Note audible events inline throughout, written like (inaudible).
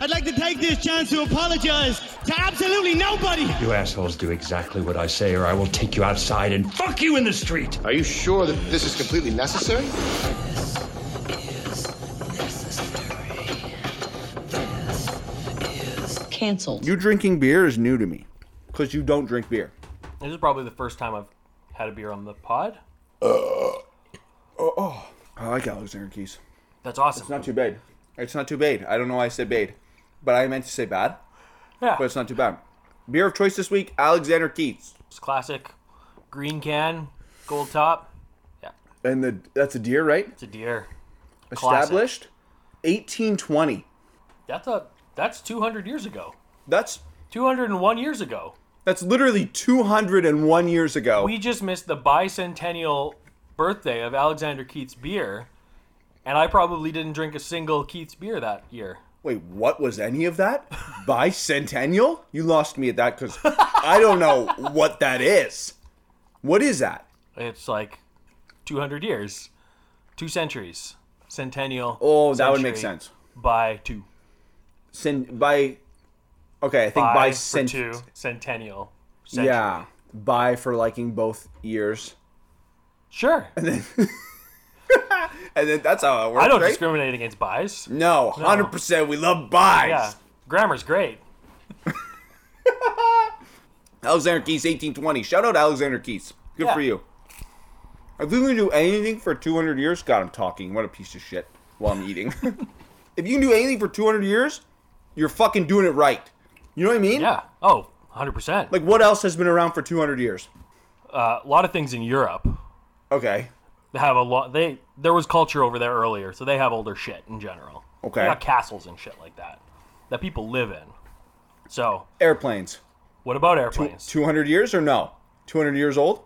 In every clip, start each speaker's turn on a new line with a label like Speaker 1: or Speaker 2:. Speaker 1: I'd like to take this chance to apologize to absolutely nobody.
Speaker 2: You assholes do exactly what I say, or I will take you outside and fuck you in the street.
Speaker 3: Are you sure that this is completely necessary?
Speaker 4: Canceled.
Speaker 5: You drinking beer is new to me because you don't drink beer.
Speaker 6: This is probably the first time I've had a beer on the pod.
Speaker 5: I like Alexander Keys.
Speaker 6: That's awesome.
Speaker 5: It's not too bad. It's not too bad. I don't know why I said bad, but I meant to say bad.
Speaker 6: yeah,
Speaker 5: But it's not too bad. Beer of choice this week, Alexander Keats.
Speaker 6: it's classic. Green can, gold top.
Speaker 5: And the that's a deer, right?
Speaker 6: It's a deer. Classic.
Speaker 5: Established 1820.
Speaker 6: That's a that's 200 years ago.
Speaker 5: That's
Speaker 6: 201 years ago.
Speaker 5: that's literally 201 years ago.
Speaker 6: We just missed the bicentennial birthday of Alexander Keith's beer, and I probably didn't drink a single Keith's beer that year.
Speaker 5: Wait, what was any of that? (laughs) Bicentennial? You lost me at that because I don't know what that is. What is that?
Speaker 6: It's like 200 years, two centuries, centennial.
Speaker 5: Oh, that would make
Speaker 6: century
Speaker 5: sense.
Speaker 6: By two,
Speaker 5: Sin by. Okay, I think
Speaker 6: by,
Speaker 5: by
Speaker 6: for
Speaker 5: cent-
Speaker 6: two, centennial. century.
Speaker 5: Yeah, by for liking both years,
Speaker 6: sure.
Speaker 5: and then that's how it works.
Speaker 6: I don't
Speaker 5: right?
Speaker 6: discriminate against buys.
Speaker 5: No, hundred percent. We love buys.
Speaker 6: Yeah, grammar's great.
Speaker 5: Alexander Keys, eighteen twenty. Shout out Alexander Keys. Good
Speaker 6: Yeah.
Speaker 5: for you. If you can do anything for two hundred years, God, I'm talking. What a piece of shit. While I'm eating. (laughs) if you can do anything for two hundred years, you're fucking doing it right. You know what I mean?
Speaker 6: Yeah. Oh, 100 percent.
Speaker 5: Like what else has been around for two hundred years?
Speaker 6: a lot of things in Europe
Speaker 5: Okay.
Speaker 6: have a lot. They there was culture over there earlier, so they have older shit in general.
Speaker 5: Okay.
Speaker 6: They got castles and shit like that that people live in. So
Speaker 5: Airplanes.
Speaker 6: what about airplanes?
Speaker 5: Two hundred years or no? Two hundred years old?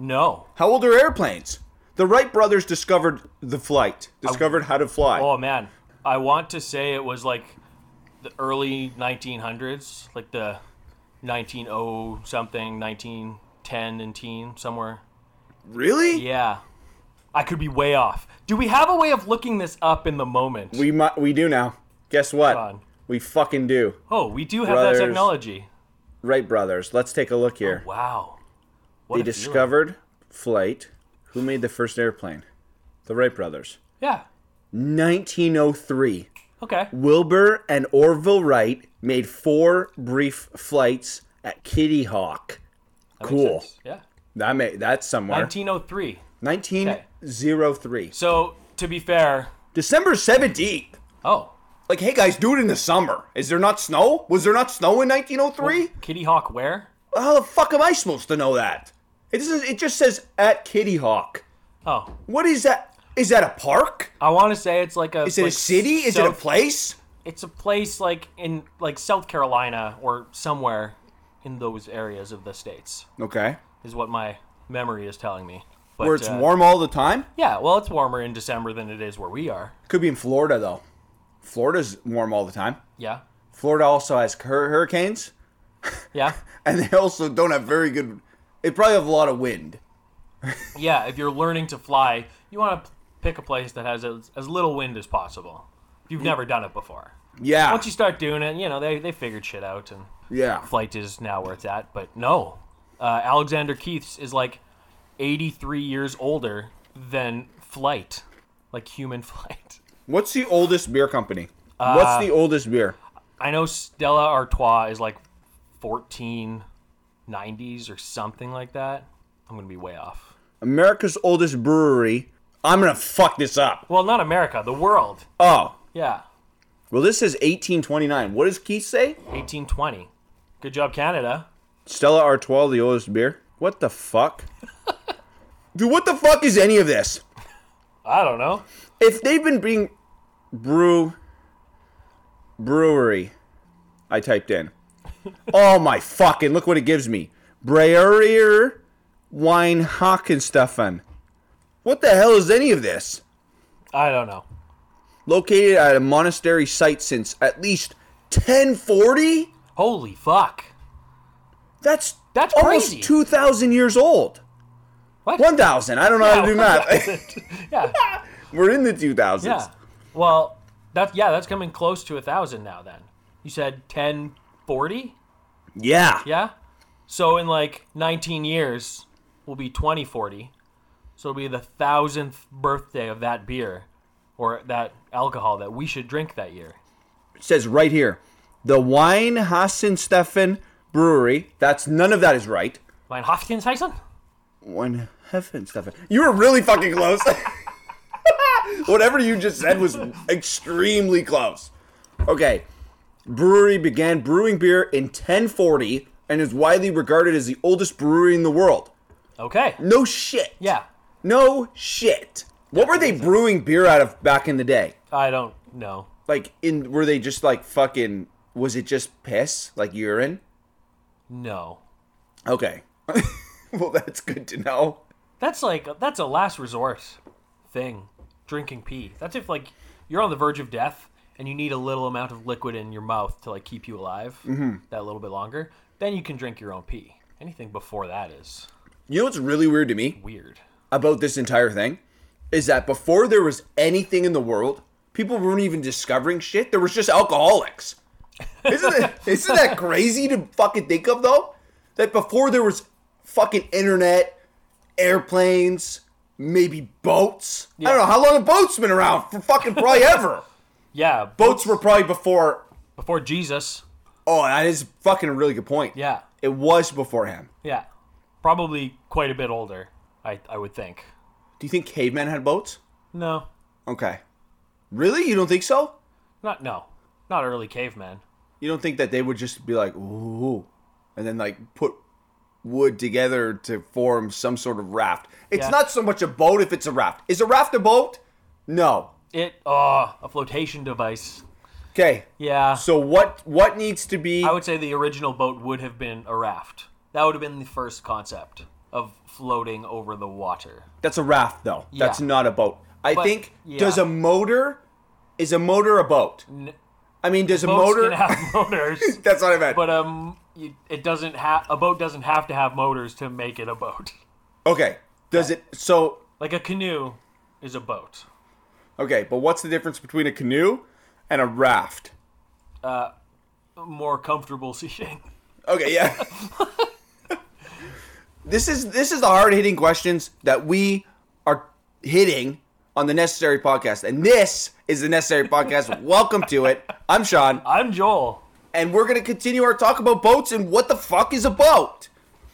Speaker 6: no.
Speaker 5: How old are airplanes? The Wright brothers discovered the flight. Discovered how to fly.
Speaker 6: Oh man, I want to say it was like the early 1900s, like the 190 something, 1910 and teen somewhere.
Speaker 5: really?
Speaker 6: Yeah. I could be way off. Do we have a way of looking this up in the moment?
Speaker 5: We mu- we do now. Guess what?
Speaker 6: on.
Speaker 5: We fucking do.
Speaker 6: oh, we do have
Speaker 5: Brothers.
Speaker 6: that technology.
Speaker 5: Wright brothers. Let's take a look here.
Speaker 6: Wow. Oh, What
Speaker 5: they
Speaker 6: a feeling.
Speaker 5: discovered flight. Who made the first airplane? The Wright brothers.
Speaker 6: Yeah.
Speaker 5: 1903.
Speaker 6: Okay.
Speaker 5: Wilbur and Orville Wright made four brief flights at Kitty Hawk. cool.
Speaker 6: sense. Yeah.
Speaker 5: That may that's somewhere.
Speaker 6: 1903.
Speaker 5: 1903.
Speaker 6: So, to be fair,
Speaker 5: December 17th.
Speaker 6: oh,
Speaker 5: Like, hey guys, do it in the summer. Is there not snow? Was there not snow in 1903?
Speaker 6: Kitty Hawk where?
Speaker 5: How the fuck am I supposed to know that? It just, it just says at Kitty Hawk.
Speaker 6: Oh,
Speaker 5: What is that? Is that a park?
Speaker 6: I want to say it's like a.
Speaker 5: Is it a
Speaker 6: like
Speaker 5: city? Is it a
Speaker 6: South-
Speaker 5: place?
Speaker 6: It's a place like in like South Carolina or somewhere in those areas of the states
Speaker 5: Okay.
Speaker 6: is what my memory is telling me. But,
Speaker 5: Where it's
Speaker 6: uh,
Speaker 5: warm all the time?
Speaker 6: Yeah, well, it's warmer in December than it is where we are.
Speaker 5: Could be in Florida though. Florida's warm all the time.
Speaker 6: Yeah,
Speaker 5: Florida also has hur- hurricanes, (laughs)
Speaker 6: yeah,
Speaker 5: and they also don't have very good. They probably have a lot of wind.
Speaker 6: yeah. If you're learning to fly, you want to pick a place that has as, as little wind as possible. If you've never done it before.
Speaker 5: Yeah.
Speaker 6: once you start doing it, you know, they, they figured shit out and
Speaker 5: yeah.
Speaker 6: flight is now where it's at. But no, uh, Alexander Keith's is like 83 years older than flight, like human (laughs) flight.
Speaker 5: What's the oldest beer company?
Speaker 6: Uh,
Speaker 5: What's the oldest beer?
Speaker 6: I know Stella Artois is like 1490s or something like that. I'm going to be way off.
Speaker 5: America's oldest brewery. I'm gonna fuck this up.
Speaker 6: Well, not America, the world.
Speaker 5: Oh,
Speaker 6: Yeah,
Speaker 5: well, this is 1829. What does Keith say?
Speaker 6: 1820. Good job, Canada.
Speaker 5: Stella Artois, the oldest beer. What the fuck? (laughs) Dude, what the fuck is any of this?
Speaker 6: I don't know.
Speaker 5: If they've been being brew brewery, I typed in. oh my fucking! Look what it gives me. Breyer Wine Hockenstefan. What the hell is any of this?
Speaker 6: I don't know.
Speaker 5: Located at a monastery site since at least 1040.
Speaker 6: Holy fuck.
Speaker 5: That's
Speaker 6: That's
Speaker 5: almost
Speaker 6: crazy.
Speaker 5: 2,000 years old. (laughs)
Speaker 6: What?
Speaker 5: 1,000. I don't know how to do
Speaker 6: Yeah,
Speaker 5: math.
Speaker 6: yeah.
Speaker 5: We're in the 2000s.
Speaker 6: Yeah. Well, That's yeah, that's coming close to a thousand now. Then you said ten forty,
Speaker 5: Yeah.
Speaker 6: yeah. So in like nineteen years, we'll be twenty forty. So it'll be the thousandth birthday of that beer, or that alcohol that we should drink that year.
Speaker 5: It says right here, the Wine Steffen Brewery. That's none of that is right.
Speaker 6: Mein Hopkins Tyson?
Speaker 5: One heaven Steffen. You were really fucking close. (laughs) Whatever you just said was extremely close. Okay. Brewery began brewing beer in 1040 and is widely regarded as the oldest brewery in the world.
Speaker 6: Okay.
Speaker 5: No shit.
Speaker 6: Yeah.
Speaker 5: No shit. What were they brewing beer out of back in the day?
Speaker 6: I don't know.
Speaker 5: Like in were they just like fucking was it just piss? Like urine?
Speaker 6: No.
Speaker 5: Okay. (laughs) well, that's good to know.
Speaker 6: That's like that's a last resort thing. Drinking pee. That's if like you're on the verge of death and you need a little amount of liquid in your mouth to like keep you alive that little bit longer. Then you can drink your own pee. Anything before that is
Speaker 5: You know what's really weird to me
Speaker 6: weird.
Speaker 5: about this entire thing is that before there was anything in the world, people weren't even discovering shit. There was just alcoholics. Isn't it, (laughs) isn't that crazy to fucking think of though? That before there was fucking internet, airplanes, maybe boats. I don't know how long have boats been around for fucking probably ever.
Speaker 6: Yeah,
Speaker 5: boats were probably before.
Speaker 6: before Jesus.
Speaker 5: Oh, that is fucking a really good point.
Speaker 6: Yeah.
Speaker 5: it was before him.
Speaker 6: Yeah. Probably quite a bit older, I I would think.
Speaker 5: Do you think cavemen had boats?
Speaker 6: No.
Speaker 5: Okay. Really? You don't think so?
Speaker 6: Not no. Not early caveman.
Speaker 5: You don't think that they would just be like, ooh, and then like put wood together to form some sort of raft? It's
Speaker 6: Yeah.
Speaker 5: not so much a boat if it's a raft. Is a raft a boat? No.
Speaker 6: It oh, a flotation device.
Speaker 5: Okay.
Speaker 6: Yeah.
Speaker 5: So what what needs to be
Speaker 6: I would say the original boat would have been a raft. That would have been the first concept of floating over the water.
Speaker 5: That's a raft though. That's
Speaker 6: Yeah.
Speaker 5: not a boat. I
Speaker 6: But-
Speaker 5: think
Speaker 6: yeah.
Speaker 5: does a motor is a motor a boat? I mean, does a
Speaker 6: Boats
Speaker 5: motor
Speaker 6: can have (laughs) motors,
Speaker 5: (laughs) That's what I meant.
Speaker 6: but um, you- it doesn't have a boat doesn't have to have motors to make it a boat.
Speaker 5: okay. Does it so
Speaker 6: Like a canoe is a boat.
Speaker 5: okay, but what's the difference between a canoe and a raft?
Speaker 6: More comfortable (laughs) seating.
Speaker 5: Okay, yeah. this is this is the hard hitting questions that we are hitting on the necessary podcast, and this is the necessary podcast. Welcome to it. I'm Sean,
Speaker 6: I'm Joel.
Speaker 5: and we're gonna continue our talk about boats and what the fuck is a boat,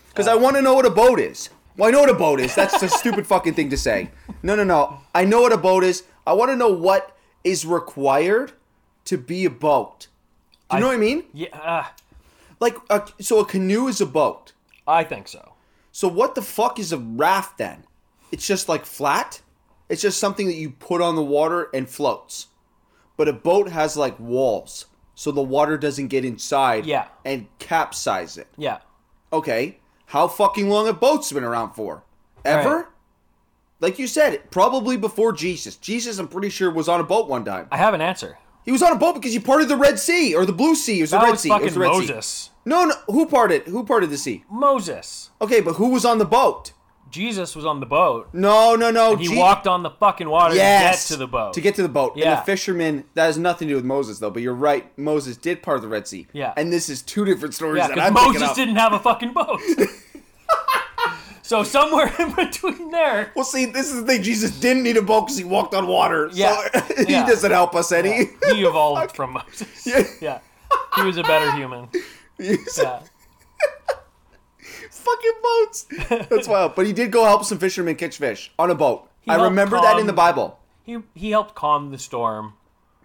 Speaker 5: because I want to know what a boat is. Well, I know what a boat is. That's a stupid fucking thing to say. No, no, no. I know what a boat is. I want to know what is required to be a boat. Do you know what I mean?
Speaker 6: Yeah, uh,
Speaker 5: Like, a, so a canoe is a boat.
Speaker 6: I think so.
Speaker 5: So what the fuck is a raft then? It's just like flat. It's just something that you put on the water and floats. But a boat has like walls, so the water doesn't get inside
Speaker 6: Yeah.
Speaker 5: and capsize it.
Speaker 6: Yeah,
Speaker 5: Okay. How fucking long have boats been around for? Ever?
Speaker 6: Right.
Speaker 5: Like you said, probably before Jesus. Jesus, I'm pretty sure, was on a boat one time.
Speaker 6: I have an answer.
Speaker 5: He was on a boat because he parted the Red Sea or the Blue Sea. It was the
Speaker 6: That
Speaker 5: Red
Speaker 6: was
Speaker 5: Sea. It
Speaker 6: fucking
Speaker 5: was the Red
Speaker 6: Moses.
Speaker 5: Sea. No, no. Who parted? Who parted the sea?
Speaker 6: Moses.
Speaker 5: Okay, but who was on the boat?
Speaker 6: Jesus was on the boat.
Speaker 5: No, no, no.
Speaker 6: He
Speaker 5: Je-
Speaker 6: walked on the fucking water
Speaker 5: yes,
Speaker 6: to get to the boat.
Speaker 5: To get to the boat. And
Speaker 6: Yeah.
Speaker 5: the fisherman, that has nothing to do with Moses, though, but you're right. Moses did part of the Red Sea.
Speaker 6: Yeah.
Speaker 5: And this is two different stories
Speaker 6: Yeah,
Speaker 5: that I'm
Speaker 6: because
Speaker 5: picking
Speaker 6: Moses
Speaker 5: up.
Speaker 6: didn't have a
Speaker 5: (laughs)
Speaker 6: fucking boat. so somewhere in between there,
Speaker 5: Well, see, this is the thing. Jesus didn't need a boat because he walked on water.
Speaker 6: Yeah.
Speaker 5: So (laughs) he
Speaker 6: Yeah.
Speaker 5: doesn't help us any.
Speaker 6: he evolved from Moses. Yeah. he was a better human. Yeah,
Speaker 5: (laughs) Fucking boats.
Speaker 6: (laughs)
Speaker 5: That's wild. But he did go help some fishermen catch fish on a boat. I
Speaker 6: helped
Speaker 5: remember that in
Speaker 6: calm-
Speaker 5: the Bible.
Speaker 6: he he helped calm the storm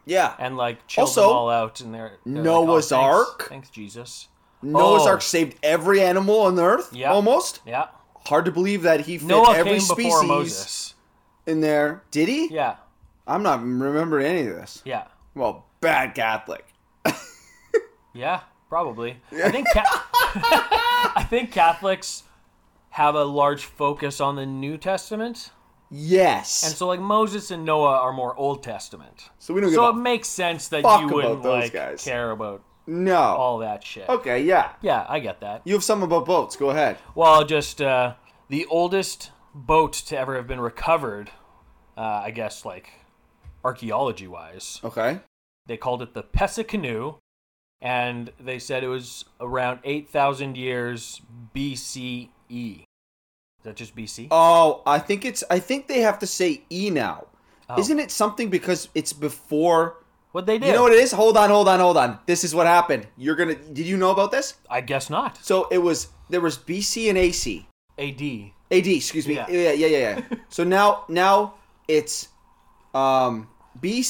Speaker 5: Yeah.
Speaker 6: and like chilled
Speaker 5: Also,
Speaker 6: them all out. And they're, they're like, oh,
Speaker 5: Noah's
Speaker 6: thanks-
Speaker 5: Ark?
Speaker 6: Thanks, Jesus.
Speaker 5: Noah's
Speaker 6: Oh.
Speaker 5: Ark saved every animal on the earth,
Speaker 6: Yeah.
Speaker 5: almost.
Speaker 6: Yeah,
Speaker 5: Hard to believe that he fit
Speaker 6: Noah
Speaker 5: every
Speaker 6: came before
Speaker 5: species
Speaker 6: Moses.
Speaker 5: in there. Did he?
Speaker 6: Yeah,
Speaker 5: I'm not remembering any of this.
Speaker 6: yeah,
Speaker 5: Well, bad Catholic.
Speaker 6: yeah. Probably. I think Ca-
Speaker 5: (laughs)
Speaker 6: (laughs) I think Catholics have a large focus on the New Testament.
Speaker 5: Yes.
Speaker 6: And so, like Moses and Noah are more Old Testament.
Speaker 5: so we don't
Speaker 6: So it
Speaker 5: give a
Speaker 6: makes sense that
Speaker 5: fuck
Speaker 6: you
Speaker 5: about
Speaker 6: wouldn't
Speaker 5: those
Speaker 6: like
Speaker 5: guys.
Speaker 6: care about
Speaker 5: no.
Speaker 6: all that shit.
Speaker 5: Okay, yeah.
Speaker 6: Yeah, I get that.
Speaker 5: You have something about boats. Go ahead.
Speaker 6: Well, just uh, the oldest boat to ever have been recovered, uh, I guess, like archaeology wise,
Speaker 5: Okay.
Speaker 6: They called it the Pesa Canoe, and they said it was around 8,000 years BCE. Is that just BC?
Speaker 5: Oh, I think it's. I think they have to say e now. Isn't it something because it's before?
Speaker 6: what they did?
Speaker 5: You know what it is? Hold on, hold on, hold on. This is what happened. You're gonna. Did you know about this?
Speaker 6: I guess not.
Speaker 5: So it was there was BC and AC,
Speaker 6: AD.
Speaker 5: AD. Excuse me.
Speaker 6: Yeah.
Speaker 5: Yeah, yeah, yeah, yeah.
Speaker 6: (laughs)
Speaker 5: so now now it's um,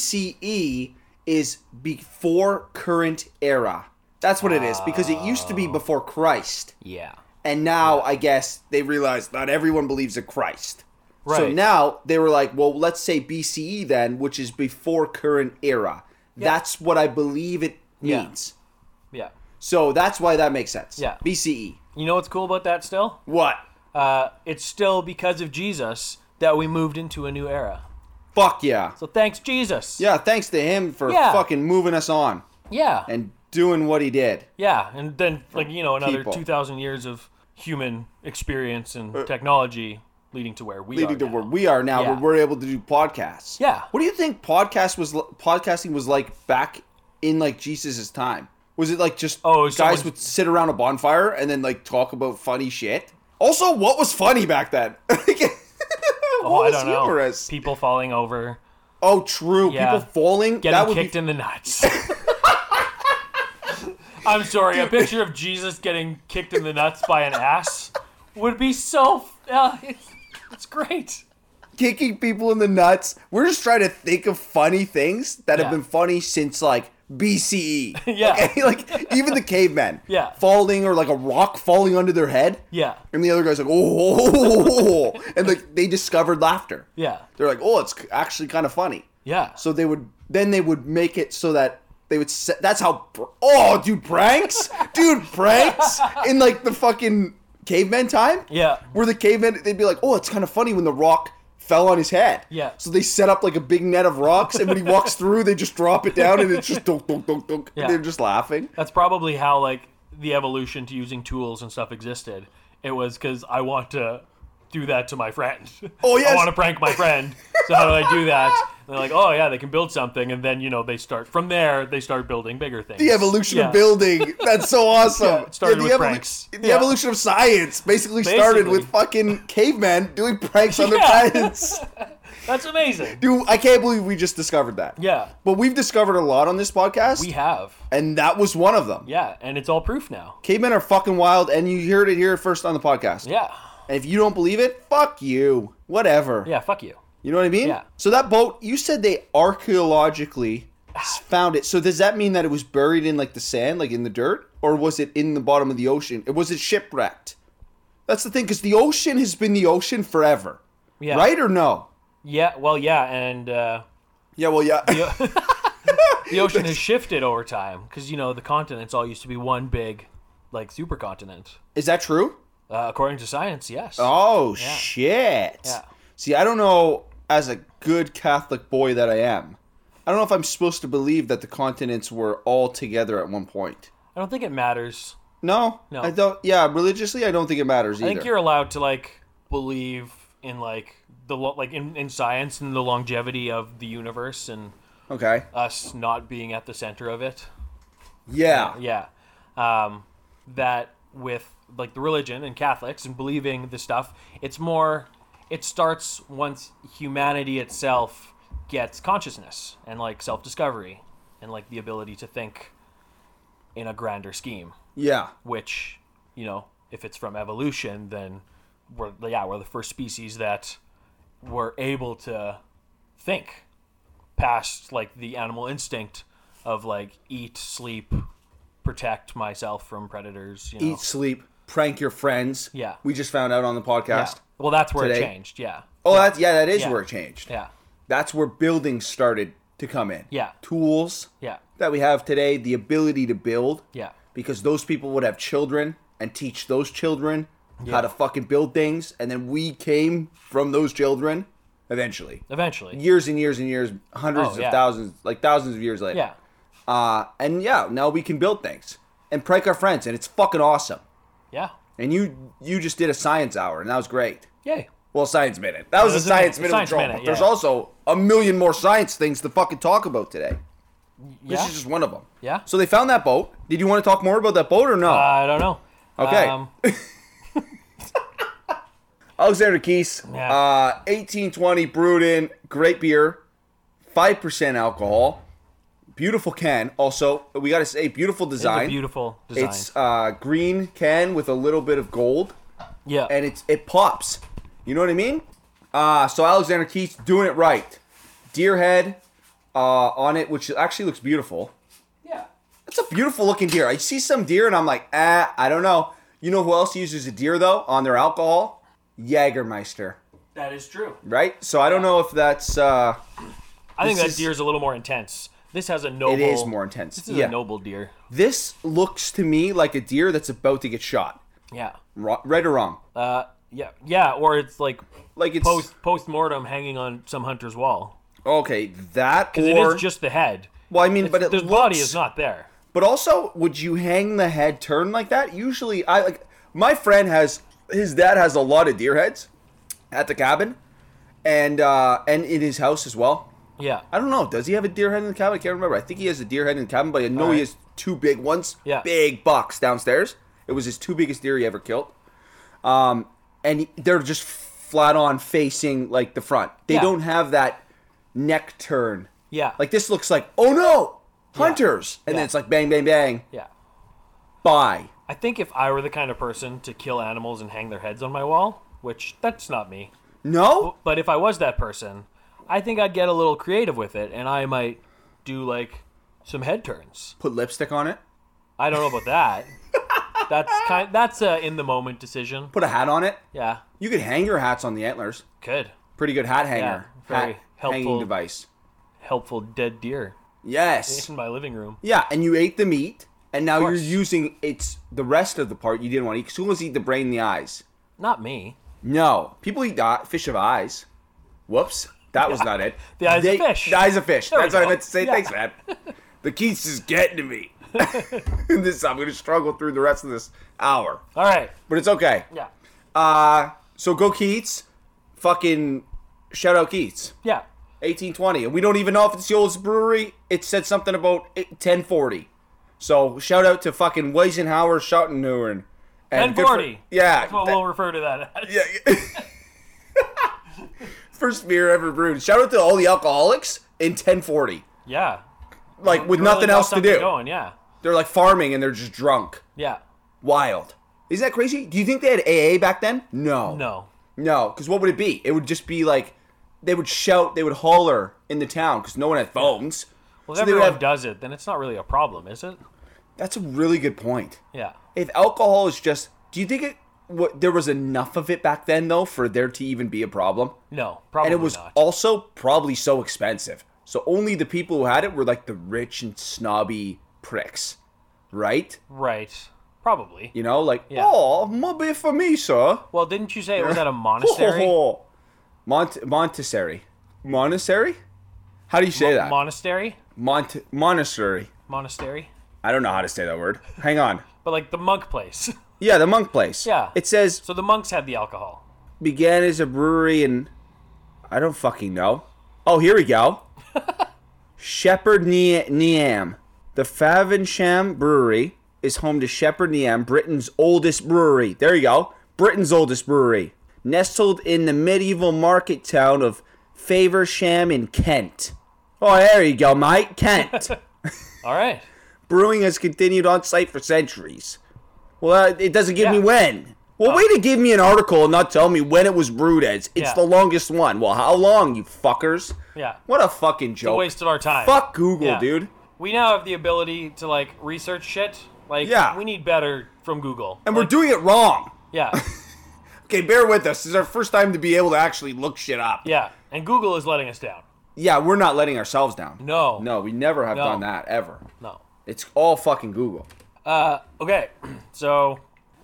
Speaker 5: BCE is before current era. That's what it is because it used to be before Christ,
Speaker 6: Yeah.
Speaker 5: and now I guess they realize not everyone believes in Christ.
Speaker 6: Right.
Speaker 5: So now they were like, well, let's say BCE then, which is before current era. That's what I believe it
Speaker 6: Yeah.
Speaker 5: means.
Speaker 6: Yeah.
Speaker 5: So that's why that makes sense.
Speaker 6: Yeah.
Speaker 5: BCE.
Speaker 6: You know what's cool about that still?
Speaker 5: What?
Speaker 6: Uh, it's still because of Jesus that we moved into a new era.
Speaker 5: Fuck yeah.
Speaker 6: So thanks, Jesus.
Speaker 5: Yeah, thanks to him for
Speaker 6: Yeah.
Speaker 5: fucking moving us on
Speaker 6: Yeah.
Speaker 5: and doing what he did.
Speaker 6: Yeah, and then like you know another
Speaker 5: people. Uh,
Speaker 6: two thousand years of human experience and technology leading to where we
Speaker 5: Leading
Speaker 6: are
Speaker 5: to
Speaker 6: now.
Speaker 5: where we are now,
Speaker 6: Yeah.
Speaker 5: where we're able to do podcasts.
Speaker 6: Yeah.
Speaker 5: What do you think podcast was l- podcasting was like back in like Jesus' time? Was it like just
Speaker 6: Oh, it was
Speaker 5: guys
Speaker 6: someone-
Speaker 5: would sit around a bonfire and then like talk about funny shit? Also, what was funny back then? (laughs) what
Speaker 6: oh, I
Speaker 5: was
Speaker 6: don't
Speaker 5: humorous?
Speaker 6: know. People falling over,
Speaker 5: Oh, true.
Speaker 6: Yeah.
Speaker 5: People falling. that
Speaker 6: getting
Speaker 5: would
Speaker 6: kicked
Speaker 5: be
Speaker 6: in the nuts. (laughs) I'm sorry, a picture of Jesus getting kicked in the nuts by an ass would be so. (laughs) Uh, it's, it's great.
Speaker 5: kicking people in the nuts. We're just trying to think of funny things that
Speaker 6: Yeah.
Speaker 5: have been funny since like BCE.
Speaker 6: (laughs) Yeah.
Speaker 5: Okay? (laughs) Like even the cavemen.
Speaker 6: (laughs) Yeah.
Speaker 5: Falling or like a rock falling under their head.
Speaker 6: Yeah,
Speaker 5: And the other guy's like, oh, (laughs) and like they discovered laughter.
Speaker 6: yeah,
Speaker 5: They're like, oh, it's actually kind of funny.
Speaker 6: yeah.
Speaker 5: So they would then they would make it so that they would set, that's how pr- oh dude pranks dude
Speaker 6: (laughs)
Speaker 5: pranks in like the fucking caveman time
Speaker 6: Yeah.
Speaker 5: where the caveman they'd be like oh it's kind of funny when the rock fell on his head
Speaker 6: Yeah.
Speaker 5: so they set up like a big net of rocks and when he
Speaker 6: (laughs)
Speaker 5: walks through they just drop it down and it's just dunk dunk dunk dunk
Speaker 6: Yeah.
Speaker 5: and they're just laughing
Speaker 6: That's probably how like the evolution to using tools and stuff existed. It was because I want to do that to my friend.
Speaker 5: Oh, yes.
Speaker 6: (laughs) I want to prank my friend. So how do I do that? And they're like, oh yeah, they can build something, and then you know they start from there. They start building bigger things.
Speaker 5: the evolution
Speaker 6: Yeah.
Speaker 5: of building that's so awesome
Speaker 6: Yeah, it started
Speaker 5: the
Speaker 6: with
Speaker 5: evolu-
Speaker 6: pranks.
Speaker 5: the
Speaker 6: Yeah.
Speaker 5: evolution of science basically, started
Speaker 6: Basically.
Speaker 5: with fucking cavemen doing pranks on their
Speaker 6: (laughs) Yeah.
Speaker 5: parents
Speaker 6: That's amazing.
Speaker 5: Dude, I can't believe we just discovered that.
Speaker 6: Yeah,
Speaker 5: But we've discovered a lot on this podcast,
Speaker 6: we have.
Speaker 5: and that was one of them.
Speaker 6: Yeah, and it's all proof now.
Speaker 5: Cavemen are fucking wild, and you heard it here first on the podcast.
Speaker 6: Yeah,
Speaker 5: And if you don't believe it, fuck you. Whatever.
Speaker 6: yeah. Fuck you.
Speaker 5: You know what I mean?
Speaker 6: Yeah.
Speaker 5: So that boat, you said they archaeologically s- found it. So does that mean that it was buried in like the sand, like in the dirt, or was it in the bottom of the ocean? It was it shipwrecked? That's the thing, because the ocean has been the ocean forever,
Speaker 6: Yeah.
Speaker 5: right or no?
Speaker 6: Yeah. Well, yeah, and uh,
Speaker 5: Yeah. Well, yeah.
Speaker 6: (laughs) the ocean has shifted over time because you know the continents all used to be one big, like supercontinent.
Speaker 5: Is that true?
Speaker 6: Uh, according to science, yes.
Speaker 5: Oh shit.
Speaker 6: Yeah.
Speaker 5: See, I don't know as a good Catholic boy that I am. I don't know if I'm supposed to believe that the continents were all together at one point.
Speaker 6: I don't think it matters.
Speaker 5: No?
Speaker 6: No.
Speaker 5: I don't yeah, religiously I don't think it matters
Speaker 6: I
Speaker 5: either.
Speaker 6: think you're allowed to like believe in like the lo- like in, in science and the longevity of the universe and
Speaker 5: okay.
Speaker 6: us not being at the center of it.
Speaker 5: Yeah.
Speaker 6: Yeah. Um, that with like the religion and Catholics and believing the stuff, it's more it starts once humanity itself gets consciousness and like self-discovery and like the ability to think in a grander scheme.
Speaker 5: Yeah.
Speaker 6: which you know if it's from evolution then we're yeah we're the first species that were able to think past like the animal instinct of like eat sleep protect myself from predators you know
Speaker 5: Eat, sleep, prank your friends.
Speaker 6: Yeah.
Speaker 5: We just found out on the
Speaker 6: Yeah.
Speaker 5: podcast.
Speaker 6: well that's where it
Speaker 5: Today.
Speaker 6: changed yeah
Speaker 5: Oh, that's yeah, that is
Speaker 6: Yeah.
Speaker 5: where it changed.
Speaker 6: yeah
Speaker 5: That's where building started to come in.
Speaker 6: Yeah.
Speaker 5: Tools
Speaker 6: yeah
Speaker 5: that we have today, the ability to build.
Speaker 6: yeah
Speaker 5: because those people would have children and teach those children how to fucking build things and then we came from those children eventually
Speaker 6: eventually
Speaker 5: years and years and years hundreds
Speaker 6: Oh, yeah.
Speaker 5: of thousands like thousands of years later
Speaker 6: yeah
Speaker 5: uh, and yeah now we can build things and prank our friends and it's fucking awesome
Speaker 6: yeah
Speaker 5: and you you just did a science hour and that was great
Speaker 6: yay
Speaker 5: well science minute that was a
Speaker 6: was a minute-
Speaker 5: science minute,
Speaker 6: science
Speaker 5: drama.
Speaker 6: minute,
Speaker 5: there's
Speaker 6: yeah.
Speaker 5: also a million more science things to fucking talk about today
Speaker 6: Yeah.
Speaker 5: This is just one of them.
Speaker 6: Yeah.
Speaker 5: So they found that boat. Did you want to talk more about that boat or no?
Speaker 6: I don't know.
Speaker 5: Okay.
Speaker 6: Um,
Speaker 5: Alexander Keys,
Speaker 6: Yeah.
Speaker 5: (laughs) uh, 1820 brewed in great beer, 5% alcohol. Beautiful can. Also, we got to say, beautiful
Speaker 6: it's a
Speaker 5: design.
Speaker 6: beautiful design.
Speaker 5: It's uh, green can with a little bit of gold,
Speaker 6: yeah.
Speaker 5: and it's it pops. You know what I mean? Uh, so Alexander Keith's doing it right. Deer head uh, on it, which actually looks beautiful.
Speaker 6: yeah.
Speaker 5: It's a beautiful looking deer. I see some deer and I'm like, ah, I don't know. You know who else uses a deer though on their alcohol? Jägermeister,
Speaker 6: That is true.
Speaker 5: right? So I don't know if that's uh,
Speaker 6: I think
Speaker 5: This
Speaker 6: that
Speaker 5: is-
Speaker 6: deer is a little more intense. This has a noble.
Speaker 5: it is more intense.
Speaker 6: This is
Speaker 5: yeah,
Speaker 6: a noble deer.
Speaker 5: this looks to me like a deer that's about to get shot.
Speaker 6: Yeah.
Speaker 5: Ro- Right or wrong?
Speaker 6: Uh, yeah. Yeah. Or it's like
Speaker 5: Like it's
Speaker 6: post post mortem hanging on some hunter's wall
Speaker 5: okay that
Speaker 6: because it
Speaker 5: or
Speaker 6: is just the head.
Speaker 5: Well, I mean, but it
Speaker 6: the
Speaker 5: looks,
Speaker 6: body is not there.
Speaker 5: But also, would you hang the head turn like that? Usually, I like my friend has his dad has a lot of deer heads at the cabin, and uh and in his house as well.
Speaker 6: Yeah.
Speaker 5: I don't know. Does he have a deer head in the cabin? I can't remember. I think he has a deer head in the cabin, but I know
Speaker 6: All right.
Speaker 5: he has two big ones.
Speaker 6: Yeah.
Speaker 5: Big bucks downstairs. It was his two biggest deer he ever killed. Um, and he- they're just flat on facing like the front. They
Speaker 6: Yeah.
Speaker 5: don't have that neck turn.
Speaker 6: Yeah.
Speaker 5: Like this looks like, oh no, hunters, and
Speaker 6: Yeah.
Speaker 5: then it's like bang, bang, bang,
Speaker 6: Yeah.
Speaker 5: bye.
Speaker 6: I think if I were the kind of person to kill animals and hang their heads on my wall, which that's not me,
Speaker 5: No,
Speaker 6: but if I was that person, I think I'd get a little creative with it and I might do like some head turns.
Speaker 5: put lipstick on it.
Speaker 6: I don't know about that. that's kind that's a in the moment decision.
Speaker 5: Put a hat on it.
Speaker 6: Yeah.
Speaker 5: You could hang your hats on the antlers.
Speaker 6: Good.
Speaker 5: Pretty good hat hanger.
Speaker 6: Yeah, very
Speaker 5: hat
Speaker 6: helpful.
Speaker 5: hanging device.
Speaker 6: Helpful dead deer
Speaker 5: Yes.
Speaker 6: (laughs) in my living room.
Speaker 5: Yeah, and you ate the meat, and now you're
Speaker 6: course.
Speaker 5: using it's the rest of the part you didn't want to eat. 'Cause Who wants to eat the brain and the eyes?
Speaker 6: Not me.
Speaker 5: No, people eat the, fish of eyes. Whoops, that was not it.
Speaker 6: The eyes of fish.
Speaker 5: The eyes of fish.
Speaker 6: There we
Speaker 5: That's what I
Speaker 6: go.
Speaker 5: meant to say.
Speaker 6: Yeah.
Speaker 5: Thanks,
Speaker 6: (laughs)
Speaker 5: man. The keys is getting to me. (laughs) this I'm gonna struggle through the rest of this hour,
Speaker 6: All right.
Speaker 5: but it's okay.
Speaker 6: Yeah.
Speaker 5: Uh, so go Keats. Fucking shout out Keats.
Speaker 6: Yeah.
Speaker 5: 1820. And we don't even know if it's the oldest brewery. It said something about it- 1040. So shout out to fucking Weisenhauer Schottenhuren. And good for-
Speaker 6: 1040.
Speaker 5: yeah.
Speaker 6: That's what
Speaker 5: that-
Speaker 6: we'll refer to that as.
Speaker 5: yeah, (laughs) yeah. First beer ever brewed. Shout out to all the alcoholics in 1040.
Speaker 6: Yeah.
Speaker 5: Like with
Speaker 6: Really
Speaker 5: nothing
Speaker 6: got
Speaker 5: else to
Speaker 6: something
Speaker 5: do.
Speaker 6: Going. Yeah.
Speaker 5: They're like farming and they're just drunk.
Speaker 6: Yeah.
Speaker 5: Wild. Isn't that crazy? Do you think they had AA back then? No.
Speaker 6: No.
Speaker 5: No, because what would it be? It would just be like they would shout, they would holler in the town because no one had phones.
Speaker 6: Well, if
Speaker 5: So they would
Speaker 6: everyone
Speaker 5: have-
Speaker 6: does it, then it's not really a problem, is it?
Speaker 5: That's a really good point.
Speaker 6: Yeah.
Speaker 5: If alcohol is just, do you think it? What, there was enough of it back then though for there to even be a problem,
Speaker 6: No,
Speaker 5: and
Speaker 6: probably
Speaker 5: it was
Speaker 6: not.
Speaker 5: also probably so expensive. So only the people who had it were like the rich and snobby pricks, right?
Speaker 6: right. Probably.
Speaker 5: You know, like
Speaker 6: Yeah.
Speaker 5: oh, maybe for me, sir.
Speaker 6: Well, didn't you say it
Speaker 5: (laughs)
Speaker 6: was at a
Speaker 5: Ho, ho,
Speaker 6: monastery?
Speaker 5: ho. Mont Montessori, Monastery. How do you say that?
Speaker 6: Monastery?
Speaker 5: Mont monastery.
Speaker 6: Monastery?
Speaker 5: I don't know how to say that word. Hang on.
Speaker 6: But like the monk place. (laughs)
Speaker 5: Yeah, the monk place.
Speaker 6: Yeah.
Speaker 5: It says
Speaker 6: so the monks had the alcohol.
Speaker 5: began as a brewery in I don't fucking know. Oh, here we
Speaker 6: (laughs)
Speaker 5: go. Shepherd Ne- Neam. The Favensham Brewery is home to Shepherd Neam, Britain's oldest brewery. There you go. Britain's oldest brewery. Nestled in the medieval market town of Faversham in Kent. Oh, there you go, mate.
Speaker 6: (laughs)
Speaker 5: Kent.
Speaker 6: All right.
Speaker 5: brewing has continued on site for centuries. Well, uh, it doesn't give me
Speaker 6: Yeah. Oh.
Speaker 5: when. Well, way to give me an article and not tell me when it was brewed as. It's
Speaker 6: Yeah.
Speaker 5: the longest one. Well, how long, you fuckers?
Speaker 6: Yeah.
Speaker 5: What a fucking joke.
Speaker 6: Wasted our time.
Speaker 5: Fuck Google,
Speaker 6: Yeah.
Speaker 5: dude.
Speaker 6: We now have the ability to like research shit. Like
Speaker 5: Yeah.
Speaker 6: we need better from Google.
Speaker 5: And we're doing it wrong.
Speaker 6: Yeah.
Speaker 5: Okay, bear with us. This is our first time to be able to actually look shit up. Yeah,
Speaker 6: Yeah. And Google is letting us down.
Speaker 5: we're not letting ourselves down.
Speaker 6: No.
Speaker 5: No, we never have
Speaker 6: No.
Speaker 5: done that, ever.
Speaker 6: No.
Speaker 5: It's all fucking Google.
Speaker 6: Okay, (clears throat) so